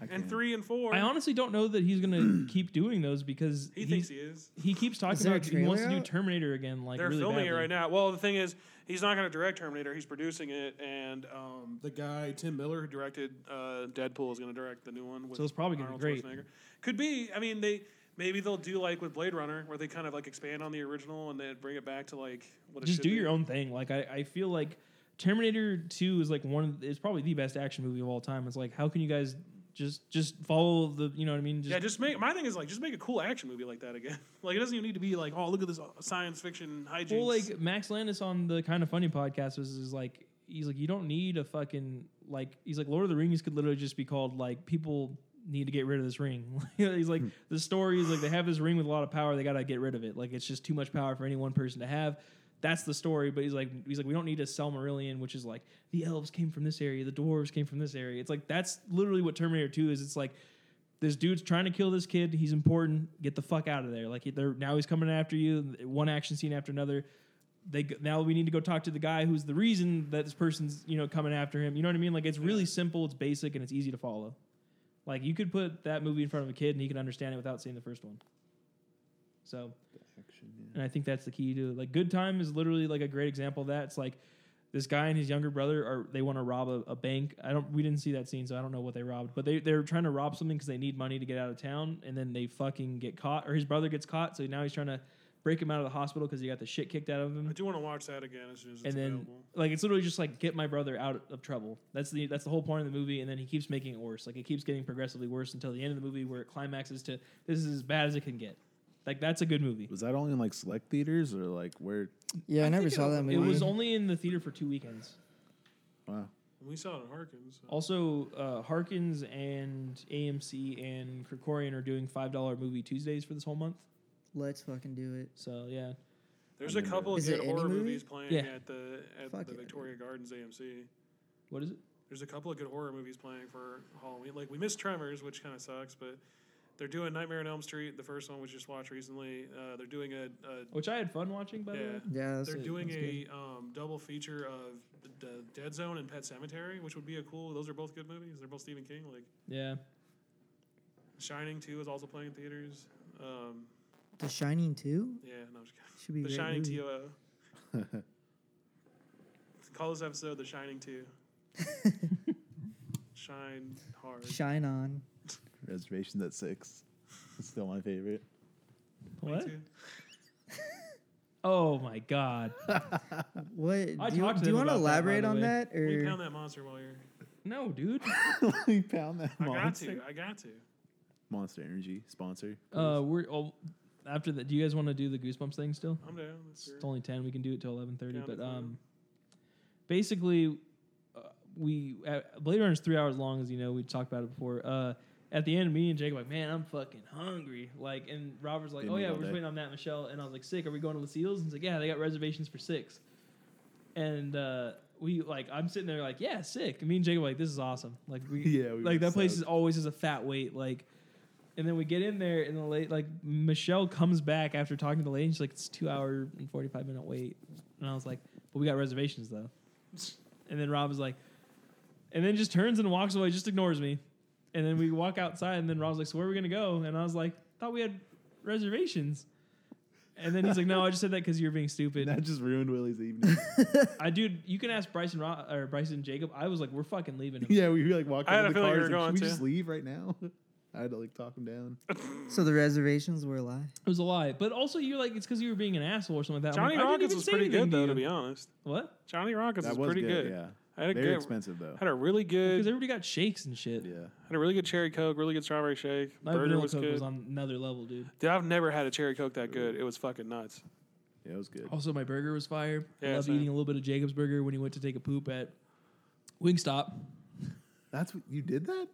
S1: I
S2: and
S1: can't.
S2: three and four.
S3: I honestly don't know that he's gonna keep doing those because
S2: he thinks he is.
S3: he keeps talking
S4: Is there a
S3: about he wants to
S4: trailer
S3: do
S4: out?
S3: Terminator again. Like
S2: They're
S3: really
S2: filming
S3: badly.
S2: it right now. Well, the thing is, he's not going to direct Terminator. He's producing it, and um, the guy Tim Miller who directed uh, Deadpool is going to direct the new one. With
S3: So it's probably gonna be
S2: Arnold
S3: great.
S2: Schwarzenegger. Could be. I mean, they maybe they'll do like with Blade Runner, where they kind of like expand on the original and then bring it back to like what. It
S3: Just
S2: should
S3: do
S2: be.
S3: your own thing. Like I, I feel like Terminator Two is like one. Of, is probably the best action movie of all time. It's like how can you guys just just follow the you know what I mean? Just,
S2: yeah, just make my thing is like just make a cool action movie like that again. like it doesn't even need to be like oh look at this science fiction hijinks.
S3: well, like Max Landis on the kind of funny podcast was is like he's like you don't need a fucking like he's like Lord of the Rings could literally just be called like people need to get rid of this ring. he's like the story is like they have this ring with a lot of power, they got to get rid of it. Like it's just too much power for any one person to have. That's the story, but he's like he's like we don't need a Silmarillion, which is like the elves came from this area, the dwarves came from this area. It's like that's literally what Terminator 2 is. It's like this dude's trying to kill this kid. He's important. Get the fuck out of there. Like they're now he's coming after you. One action scene after another. They g- now we need to go talk to the guy who's the reason that this person's you know coming after him. You know what I mean? Like it's really simple. It's basic and it's easy to follow. Like you could put that movie in front of a kid and he could understand it without seeing the first one. So and I think that's the key to it. like Good Time is literally like a great example of that. It's like this guy and his younger brother are they want to rob a, a bank. I don't we didn't see that scene, so I don't know what they robbed. But they they're trying to rob something because they need money to get out of town, and then they fucking get caught, or his brother gets caught. So now he's trying to break him out of the hospital because he got the shit kicked out of him
S2: I do want to watch that again as soon as it's
S3: and then
S2: available.
S3: like it's literally just like get my brother out of trouble. That's the that's the whole point of the movie. And then he keeps making it worse. Like it keeps getting progressively worse until the end of the movie where it climaxes to this is as bad as it can get. Like that's a good movie.
S1: Was that only in like select theaters or like where?
S4: Yeah, I, never
S2: think
S4: saw
S2: it-
S4: that movie.
S3: It was only in the theater for two weekends.
S1: Wow.
S2: We saw it in Harkins. so-
S3: Also, uh, Harkins and AMC and Krikorian are doing five dollar movie Tuesdays for this whole month.
S4: Let's fucking do it.
S3: So yeah,
S2: There's a couple of
S4: Is it
S2: good
S4: any
S2: horror
S4: movie?
S2: movies playing
S3: Yeah.
S2: at the at
S4: Fuck
S2: the
S4: yeah.
S2: Victoria Gardens AMC.
S3: what is it?
S2: There's a couple of good horror movies playing for Halloween. Like we missed Tremors, which kind of sucks, but they're doing Nightmare on Elm Street, the first one we just watched recently. Uh, they're doing a, a
S3: Which I had fun watching by the
S2: yeah,
S3: way.
S4: Yeah, that's
S2: they're
S4: it.
S2: doing
S4: That's
S2: a um, double feature of the- the Dead Zone and Pet Cemetery, which would be a cool. Those are both good movies. They're both Stephen King. Like
S3: Yeah,
S2: Shining Two is also playing in theaters. Um,
S4: The Shining Two
S2: yeah, no, I'm just kidding.
S4: should be
S2: The
S4: a great
S2: Shining
S4: movie.
S2: TOO. uh, Call this episode The Shining 2. Shine hard.
S4: Shine on.
S1: Reservations at six. It's still my favorite.
S3: what?
S2: 22.
S3: Oh my god!
S4: What
S3: I
S4: do you,
S3: talked to
S4: do you
S3: them
S4: want to
S3: about that, by
S4: elaborate
S3: the
S4: on
S3: way.
S4: that
S2: Will you
S4: or
S2: pound that monster while you're.
S3: No, dude.
S1: we pound that
S2: I got
S1: monster.
S2: to. I got to.
S1: Monster Energy sponsor.
S3: Uh, we're oh, after that. Do you guys want to do the Goosebumps thing still?
S2: I'm down. That's
S3: It's
S2: fair.
S3: only ten. We can do it till eleven thirty.
S2: Yeah,
S3: But
S2: that's fine.
S3: um, basically, uh, we uh, Blade Runner's three hours long, as you know. We talked about it before. Uh, at the end, me and Jake were like, man, I'm fucking hungry. Like, and Robert's like,
S1: Didn't
S3: oh
S1: eat
S3: yeah,
S1: all
S3: we're just
S1: day.
S3: waiting on Matt and Michelle. And I was like, sick. Are we going to Lucille's? And he's like, yeah, they got reservations for six. And uh, we like, I'm sitting there like, yeah, sick. And me and Jake were like, this is awesome. Like we,
S1: Yeah, we were
S3: like that place
S1: stoked.
S3: is always is a fat weight. Like. And then we get in there, and the late like Michelle comes back after talking to the lady. And she's like, "It's two hour and forty five minute wait," and I was like, "But we got reservations though." And then Rob was like, and then just turns and walks away, just ignores me. And then we walk outside, and then Rob's like, "So where are we gonna go?" And I was like, "Thought we had reservations." And then he's like, "No, I just said that because you're being stupid."
S1: That just ruined Willie's evening.
S3: I dude, you can ask Bryson Rob, or Bryson Jacob. I was like, "We're fucking leaving." Him.
S1: yeah, we like walked
S2: I
S1: out
S2: had a
S1: of the
S2: feeling
S1: car. Like,
S2: you were
S1: Should
S2: going
S1: we
S2: to."
S1: just leave right now? I had to like talk him down.
S4: so the reservations were a lie?
S3: It was a lie, but also you're like, it's because you were being an asshole or something like that. I'm
S2: Johnny
S3: like, I didn't
S2: Rockets
S3: even
S2: was
S3: say
S2: pretty
S3: anything
S2: good, though,
S3: you.
S2: to be honest.
S3: What?
S2: Johnny Rockets
S1: That
S2: was,
S1: was
S2: pretty good.
S1: Yeah,
S2: I had a
S1: very
S2: good.
S1: expensive though.
S2: Had a really good.
S3: Because everybody got shakes and shit.
S1: Yeah,
S2: Had a really good cherry coke. Really good strawberry shake.
S3: My
S2: Burger
S3: vanilla
S2: was
S3: coke
S2: good.
S3: was on another level, dude.
S2: Dude, I've never had a cherry coke that good. It was fucking nuts.
S1: yeah, it was good.
S3: Also, my burger was fire.
S2: Yeah,
S3: I love
S2: same.
S3: eating a little bit of Jacob's burger when he went to take a poop at Wingstop.
S1: That's what you did that.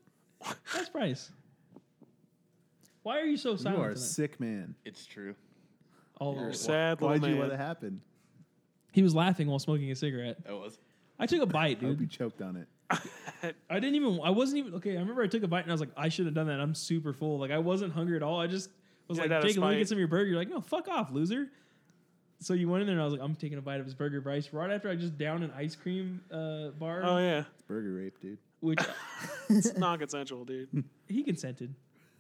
S3: That's Bryce. Why are you so silent?
S1: you are a
S3: tonight?
S1: sick man.
S5: It's true.
S3: Oh,
S5: You're sick.
S2: Sad
S1: Why'd
S2: little man.
S1: you let it happen?
S3: he was laughing while smoking a cigarette.
S5: That was.
S3: I took a bite,
S1: I hope you
S3: dude.
S1: choked on it.
S3: I didn't even. I wasn't even. Okay, I remember I took a bite and I was like, I should have done that. I'm super full. Like I wasn't hungry at all. I just was
S2: Did
S3: like,
S2: that out of
S3: Jacob, let me
S2: spite.
S3: get some of your burger. You're like, no, fuck off, loser. So you went in there and I was like, I'm taking a bite of his burger, Bryce. Right after I just downed an ice cream uh, bar.
S2: Oh yeah.
S1: Burger rape, dude.
S3: which
S2: It's not consensual, dude.
S3: he consented.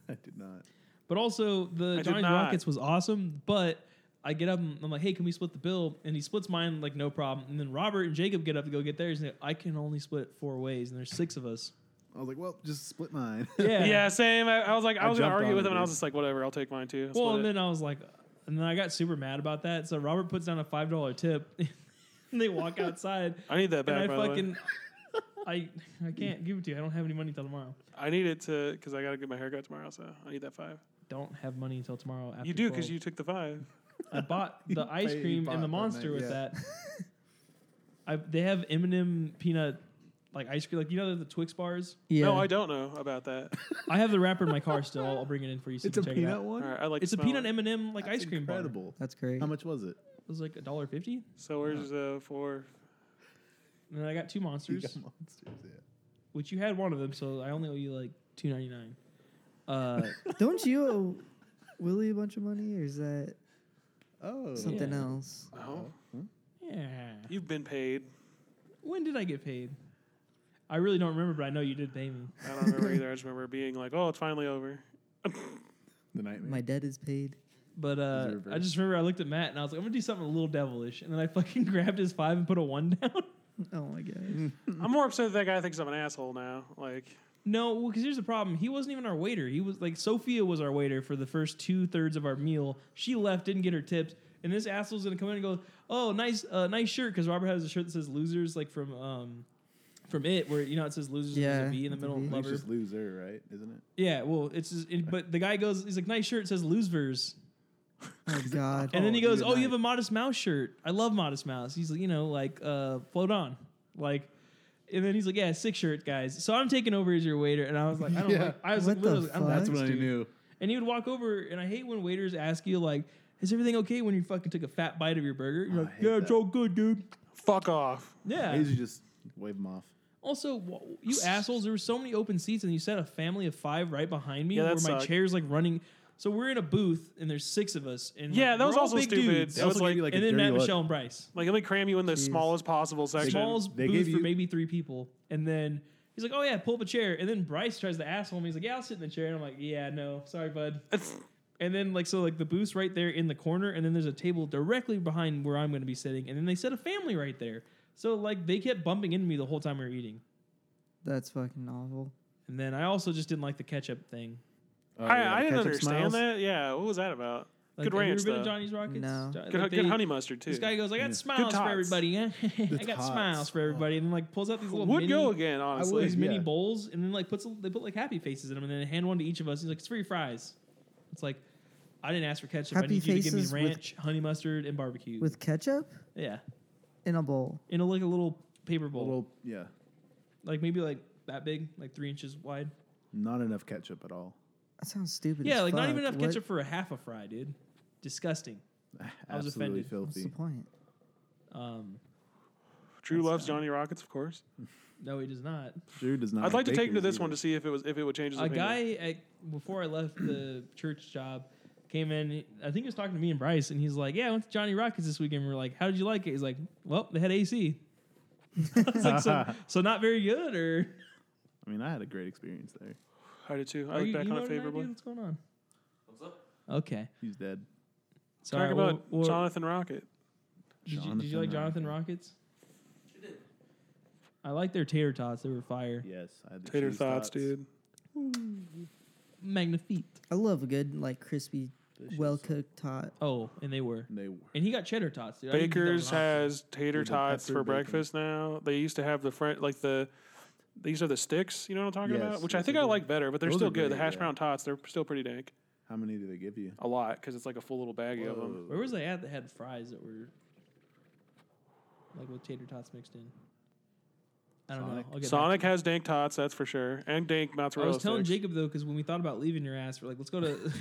S1: I did not.
S3: But also the
S2: did
S3: Johnny's
S2: not.
S3: Rockets was awesome. But I get up and I'm like, hey, can we split the bill? And he splits mine like no problem. And then Robert and Jacob get up to go get theirs, and they're, I can only split four ways, and there's six of us.
S1: I was like, well, just split mine.
S3: Yeah.
S2: Yeah, same. I, I was like, I,
S1: I
S2: was gonna
S1: jumped
S2: argue
S1: on
S2: with
S1: it,
S2: him, and
S1: dude.
S2: I was just like, whatever, I'll take mine too.
S3: Well,
S2: Split
S3: and
S2: it.
S3: then I was like, and then I got super mad about that. So Robert puts down a five dollar tip, and they walk outside,
S2: I need that
S3: and I
S2: back. By the way.
S3: fucking, I, I can't give it to you. I don't have any money till tomorrow.
S2: I need it to because I gotta get my haircut tomorrow, so I need that five.
S3: Don't have money until tomorrow. After
S2: you do
S3: 12.
S2: because you took the five.
S3: I bought the ice
S1: paid-
S3: cream
S1: bought
S3: and the
S1: that
S3: monster
S1: night,
S3: with
S1: yeah.
S3: that. I they have M and m peanut like ice cream, like you know the Twix bars.
S4: Yeah.
S2: No, I don't know about that.
S3: I have the wrapper in my car still. I'll bring it in for you. So
S1: it's
S3: you
S1: a
S3: can check it
S1: peanut
S3: out.
S2: All
S1: one.
S2: right, I like.
S3: It's a
S2: the smell.
S3: peanut M and m like
S1: That's
S3: ice cream bar. It
S1: Incredible.
S4: That's great.
S1: How much was it?
S3: was like a dollar fifty,
S2: So where's uh four?
S3: and then I got two
S1: You
S3: monsters.
S1: got monsters. Yeah.
S3: which you had one of them, so I only owe you like two ninety nine. Uh,
S4: Don't you owe Willie a bunch of money, or is that
S1: Oh,
S4: something
S3: Yeah.
S4: else?
S2: No,
S3: yeah.
S2: you've been paid.
S3: When did I get paid? I really don't remember, but I know you did pay me.
S2: I don't remember either. I just remember being like, oh, it's finally over.
S1: the nightmare.
S4: My debt is paid.
S3: But uh,
S1: Deserve it.
S3: I just remember I looked at Matt and I was like, I'm gonna do something a little devilish, and then I fucking grabbed his five and put a one down.
S4: Oh my god.
S2: I'm more upset that that guy thinks I'm an asshole now. Like,
S3: no, because here's the problem: he wasn't even our waiter. He was like Sophia was our waiter for the first two thirds of our meal. She left, didn't get her tips, and this asshole's gonna come in and go, "Oh, nice, uh, nice shirt," because Robert has a shirt that says "Losers," like from um, from it, where you know it says "Losers" and there's
S4: Yeah,
S3: a V in the
S4: it's a
S3: middle,
S4: V.
S1: I think it's
S3: lover.
S1: just loser, right? Isn't it?
S3: Yeah, well, it's just, it, but the guy goes, he's like, nice shirt, says losers.
S4: Oh god.
S3: And then he
S1: Oh,
S3: goes,
S1: you're
S3: oh, you have
S1: right.
S3: a Modest Mouse shirt. I love Modest Mouse. He's like, you know, like, uh, float on. Like, and then he's like, yeah, six shirt, guys. So I'm taking over as your waiter. And I was like, I don't
S1: Yeah.
S3: like, I was
S4: What
S3: like,
S4: the
S3: literally, I don't like
S4: fuck?
S1: That's
S3: this
S1: when I
S3: dude.
S1: knew.
S3: And he would walk over, and I hate when waiters ask you, like, is everything okay when you fucking took a fat bite of your burger? You're
S1: Oh, I
S3: like,
S1: hate
S3: yeah, it's
S1: that.
S3: all good, dude.
S2: fuck off.
S1: I
S3: Yeah.
S1: usually just wave them off.
S3: Also, wha- you assholes, there were so many open seats, and you set a family of five right behind me
S2: Yeah, that
S3: where my
S2: sucked.
S3: chair's like running. So we're in a booth, and there's six of us. And
S2: Yeah,
S3: like,
S2: that was
S3: we're all
S2: also
S3: big
S2: stupid.
S3: dudes.
S1: They
S2: It was
S1: also give
S2: like-
S1: you like a
S3: and then
S1: dirty
S3: Matt,
S1: look.
S3: Michelle, and Bryce.
S2: Like, let me cram you in the
S4: Jeez.
S2: smallest possible section.
S3: Small's
S1: they
S3: booth
S1: gave
S3: for
S1: you-
S3: maybe three people, and then he's like, "Oh yeah, pull up a chair." And then Bryce tries to asshole me. He's like, "Yeah, I'll sit in the chair," and I'm like, "Yeah, no, sorry, bud."
S2: It's-
S3: And then like so like the booth's right there in the corner, and then there's a table directly behind where I'm going to be sitting, and then they set a family right there. So like they kept bumping into me the whole time we were eating.
S4: That's fucking awful.
S3: And then I also just didn't like the ketchup thing.
S1: Oh,
S2: I,
S1: yeah, the
S2: I didn't
S1: ketchup
S2: understand
S1: smiles.
S2: that. Yeah, what was that about?
S3: Like, have
S2: Good
S3: you
S2: ranch,
S3: ever been
S2: though.
S3: to Johnny's Rockets?
S4: No.
S3: Jo-
S2: Good,
S3: like,
S2: good
S3: they-
S2: honey mustard too.
S3: This guy goes, I got smiles for
S2: tots.
S3: everybody. yeah. I got
S1: tots.
S3: smiles for everybody. And like pulls out these little
S2: would
S3: mini,
S2: go again, honestly.
S3: these
S1: would.
S3: mini
S1: Yeah.
S3: bowls, and then like puts a, they put like happy faces in them, and then they hand one to each of us. He's like, it's for your fries. It's like, I didn't ask for ketchup. I
S4: Happy
S3: need you to give me
S4: faces with-
S3: ranch, honey mustard, and barbecue.
S4: With ketchup
S3: yeah,
S4: in a bowl.
S3: in a, like a little paper bowl,
S1: Little, yeah,
S3: like maybe like that big, like three inches wide.
S1: not enough ketchup at all.
S4: That sounds stupid.
S3: yeah,
S4: as
S3: like not even
S4: fuck.
S3: enough
S4: What-
S3: ketchup for a half a fry, dude. Disgusting. I was
S1: Absolutely
S3: offended.
S4: What's the
S1: filthy.
S4: point?
S3: Um,
S2: Drew loves Johnny Rockets, of course.
S3: no, he does not.
S1: Drew does not.
S2: I'd like to take him to
S1: bakers
S2: this
S1: either.
S2: one to see if it was if it would change his
S3: a
S2: opinion.
S3: guy at, before I left the church job came in. I think he was talking to me and Bryce, and he's like, "Yeah, I went to Johnny Rockets this weekend. We are like, how did you like it?" He's like, "Well, they had AC." I was like, so, so not very good, or
S1: I mean, I had a great experience there.
S2: I did too. I
S3: Are
S2: look
S3: you,
S2: back
S3: you
S2: on
S3: know
S2: it
S3: tonight,
S2: favorably.
S3: dude? What's going on?
S7: What's up?
S3: Okay,
S1: He's dead.
S3: so
S2: Talk
S3: all right,
S2: about
S3: well, well,
S2: Jonathan Rocket.
S3: Did you, did you like Jonathan
S1: Jonathan
S3: Rockets? I like their tater tots. They were fire.
S1: Yes, I had the
S2: Tater
S1: cheese
S2: thoughts, dude.
S3: Magnifique.
S4: I love a good like crispy, well cooked tot.
S3: Oh, and they were.
S1: And they were.
S3: And he got cheddar tots. Dude. I didn't think that
S2: Baker's
S3: was an option.
S2: has tater
S1: With the
S2: tots
S1: pepper
S2: for
S1: bacon.
S2: breakfast now. They used to have the French like the they used to have the sticks. You know what I'm talking
S1: Yes,
S2: about? Which I
S1: yes,
S2: think
S1: they
S2: I
S1: do.
S2: like better, but they're
S1: Those
S2: still
S1: are
S2: good. The
S1: great,
S2: hash
S1: yeah.
S2: brown tots, they're still pretty dank.
S1: How many do they give you?
S2: A lot because it's like a full little baggie of them.
S1: Whoa.
S3: Where was they at that had fries that were like with tater tots mixed in? I don't
S1: Sonic?
S3: know. I'll get
S2: Sonic has dank tots, that's for sure, and dank
S3: Back. to- I
S2: mozzarella
S3: was telling
S2: sticks.
S3: Jacob though, because when we thought about leaving your ass, we're like, let's go to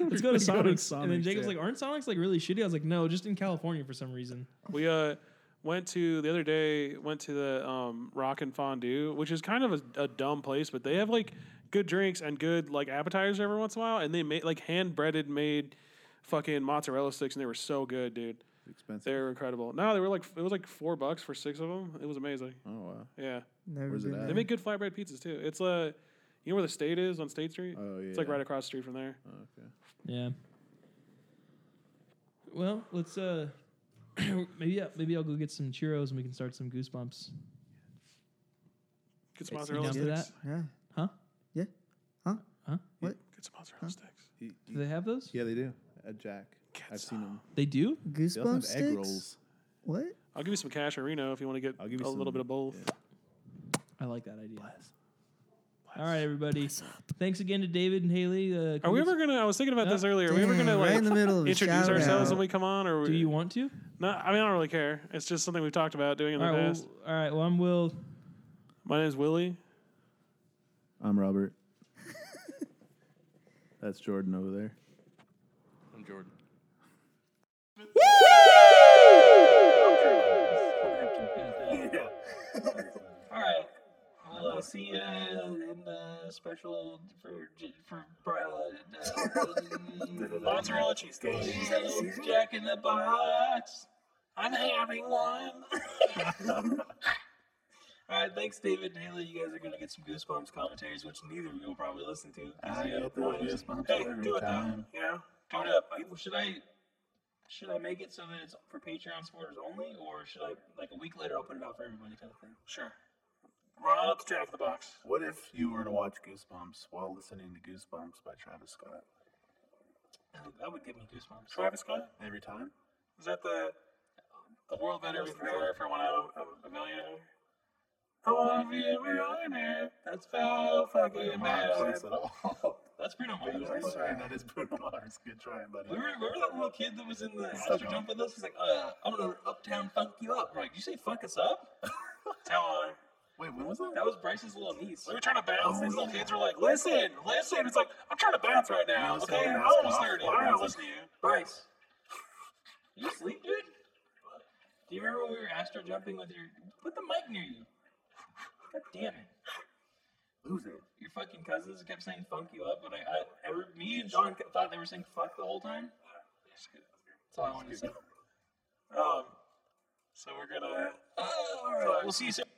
S3: let's go to Sonic's. and then
S1: Sonic's,
S3: Jacob's
S1: yeah.
S3: like, aren't Sonic's like really shitty? I was like, no, just in California for some reason.
S2: We uh went to the other day went to the um Rock and Fondue, which is kind of a, a dumb place, but they have like good drinks and good like appetizers every once in a while, and they made like hand breaded made fucking mozzarella sticks, and they were so good, dude.
S1: expensive.
S6: They were incredible. No, they were like it was like four bucks for six of them. It was amazing.
S1: Oh wow.
S6: Yeah,
S4: Never
S1: Where's it
S4: been
S1: at?
S6: they
S4: there.
S6: make good flatbread pizzas too. It's uh, you know where the state is on State Street.
S1: Oh yeah.
S6: It's like right across the street from there.
S1: Oh, okay.
S3: Yeah. Well, let's uh maybe yeah, maybe I'll go get some churros and we can start some goosebumps.
S6: Good
S3: Hey,
S6: mozzarella
S3: you down
S6: sticks.
S3: for
S4: Yeah.
S3: Huh?
S6: Good mozzarella sticks.
S1: He-
S3: Do they have those?
S1: yeah, they do. At Jack,
S6: Get
S1: I've
S6: some.
S1: seen them.
S3: They do?
S1: They also
S4: Goosebumps
S1: have egg
S4: sticks.
S1: rolls.
S4: What?
S6: I'll give you some casherino if you want to get
S1: I'll give you
S6: a little
S1: some,
S6: bit of both.
S1: yeah.
S3: I like that idea. All right, everybody. Thanks again to David and Haley. Uh,
S6: Are we
S3: congrats-
S6: ever gonna? I was thinking about
S3: No.
S6: this earlier. Are we ever gonna
S4: Dang, right in the
S6: like
S4: middle of a
S6: introduce
S4: shout
S6: ourselves
S4: out.
S6: when we come on, or
S3: Do you want to?
S6: No, I mean I don't really care. It's just something we've talked about doing in
S3: All
S6: the
S3: right, well,
S6: past.
S3: all right. Well, I'm Will.
S6: My name's Willie.
S1: I'm Robert. That's Jordan over there.
S5: I'm Jordan.
S8: All right. Well, I'll see you in the special for for uh, mozzarella cheesesteak. Jack in the box. I'm having one. All right, thanks, David and Haley. You guys are gonna get some goosebumps commentaries, which neither of you will probably listen to. 'cause you have no idea. Hey, do it though. You know, do it up. I- Should I? Should I make it so that it's for Patreon supporters only, or should I like a week later I'll put it out for everybody kind of thing? Sure. Rob, Jack in the box.
S9: What if you were to watch Goosebumps while listening to Goosebumps by Travis Scott
S8: That would give me goosebumps.
S9: Travis Scott? every time?
S8: is that the the world veteran trailer for when I'm a millionaire? I wanna be a millionaire. That's foul fucking mad.
S9: Place at all.
S8: That's Bruno Mars.
S9: I'm sorry, that is Bruno Mars. Good try,
S8: We
S9: buddy.
S8: were, remember that little kid that was in the
S9: Suck
S8: Astro
S9: it.
S8: Jump with us? He's like, uh, I'm gonna uptown funk you up. We're like, you say fuck us up? Tell on.
S9: Wait, when was that?
S8: That was Bryce's little niece. We were trying to bounce. These little kids were like, listen, listen. It's like, I'm trying to bounce right now,
S9: Listen,
S8: okay? I'm
S9: that's
S8: almost
S9: awful.
S8: 30. I don't wanna listen to you. Bryce. You sleep, dude? Do you remember when we were astro jumping with your. Put the mic near you. God damn it.
S9: Lose it.
S8: Your fucking cousins kept saying funk you up, but I, I, every, me and John kept- thought they were saying fuck the whole time. That's all I wanted to say. Um, so we're gonna. Uh, all right. We'll see you soon.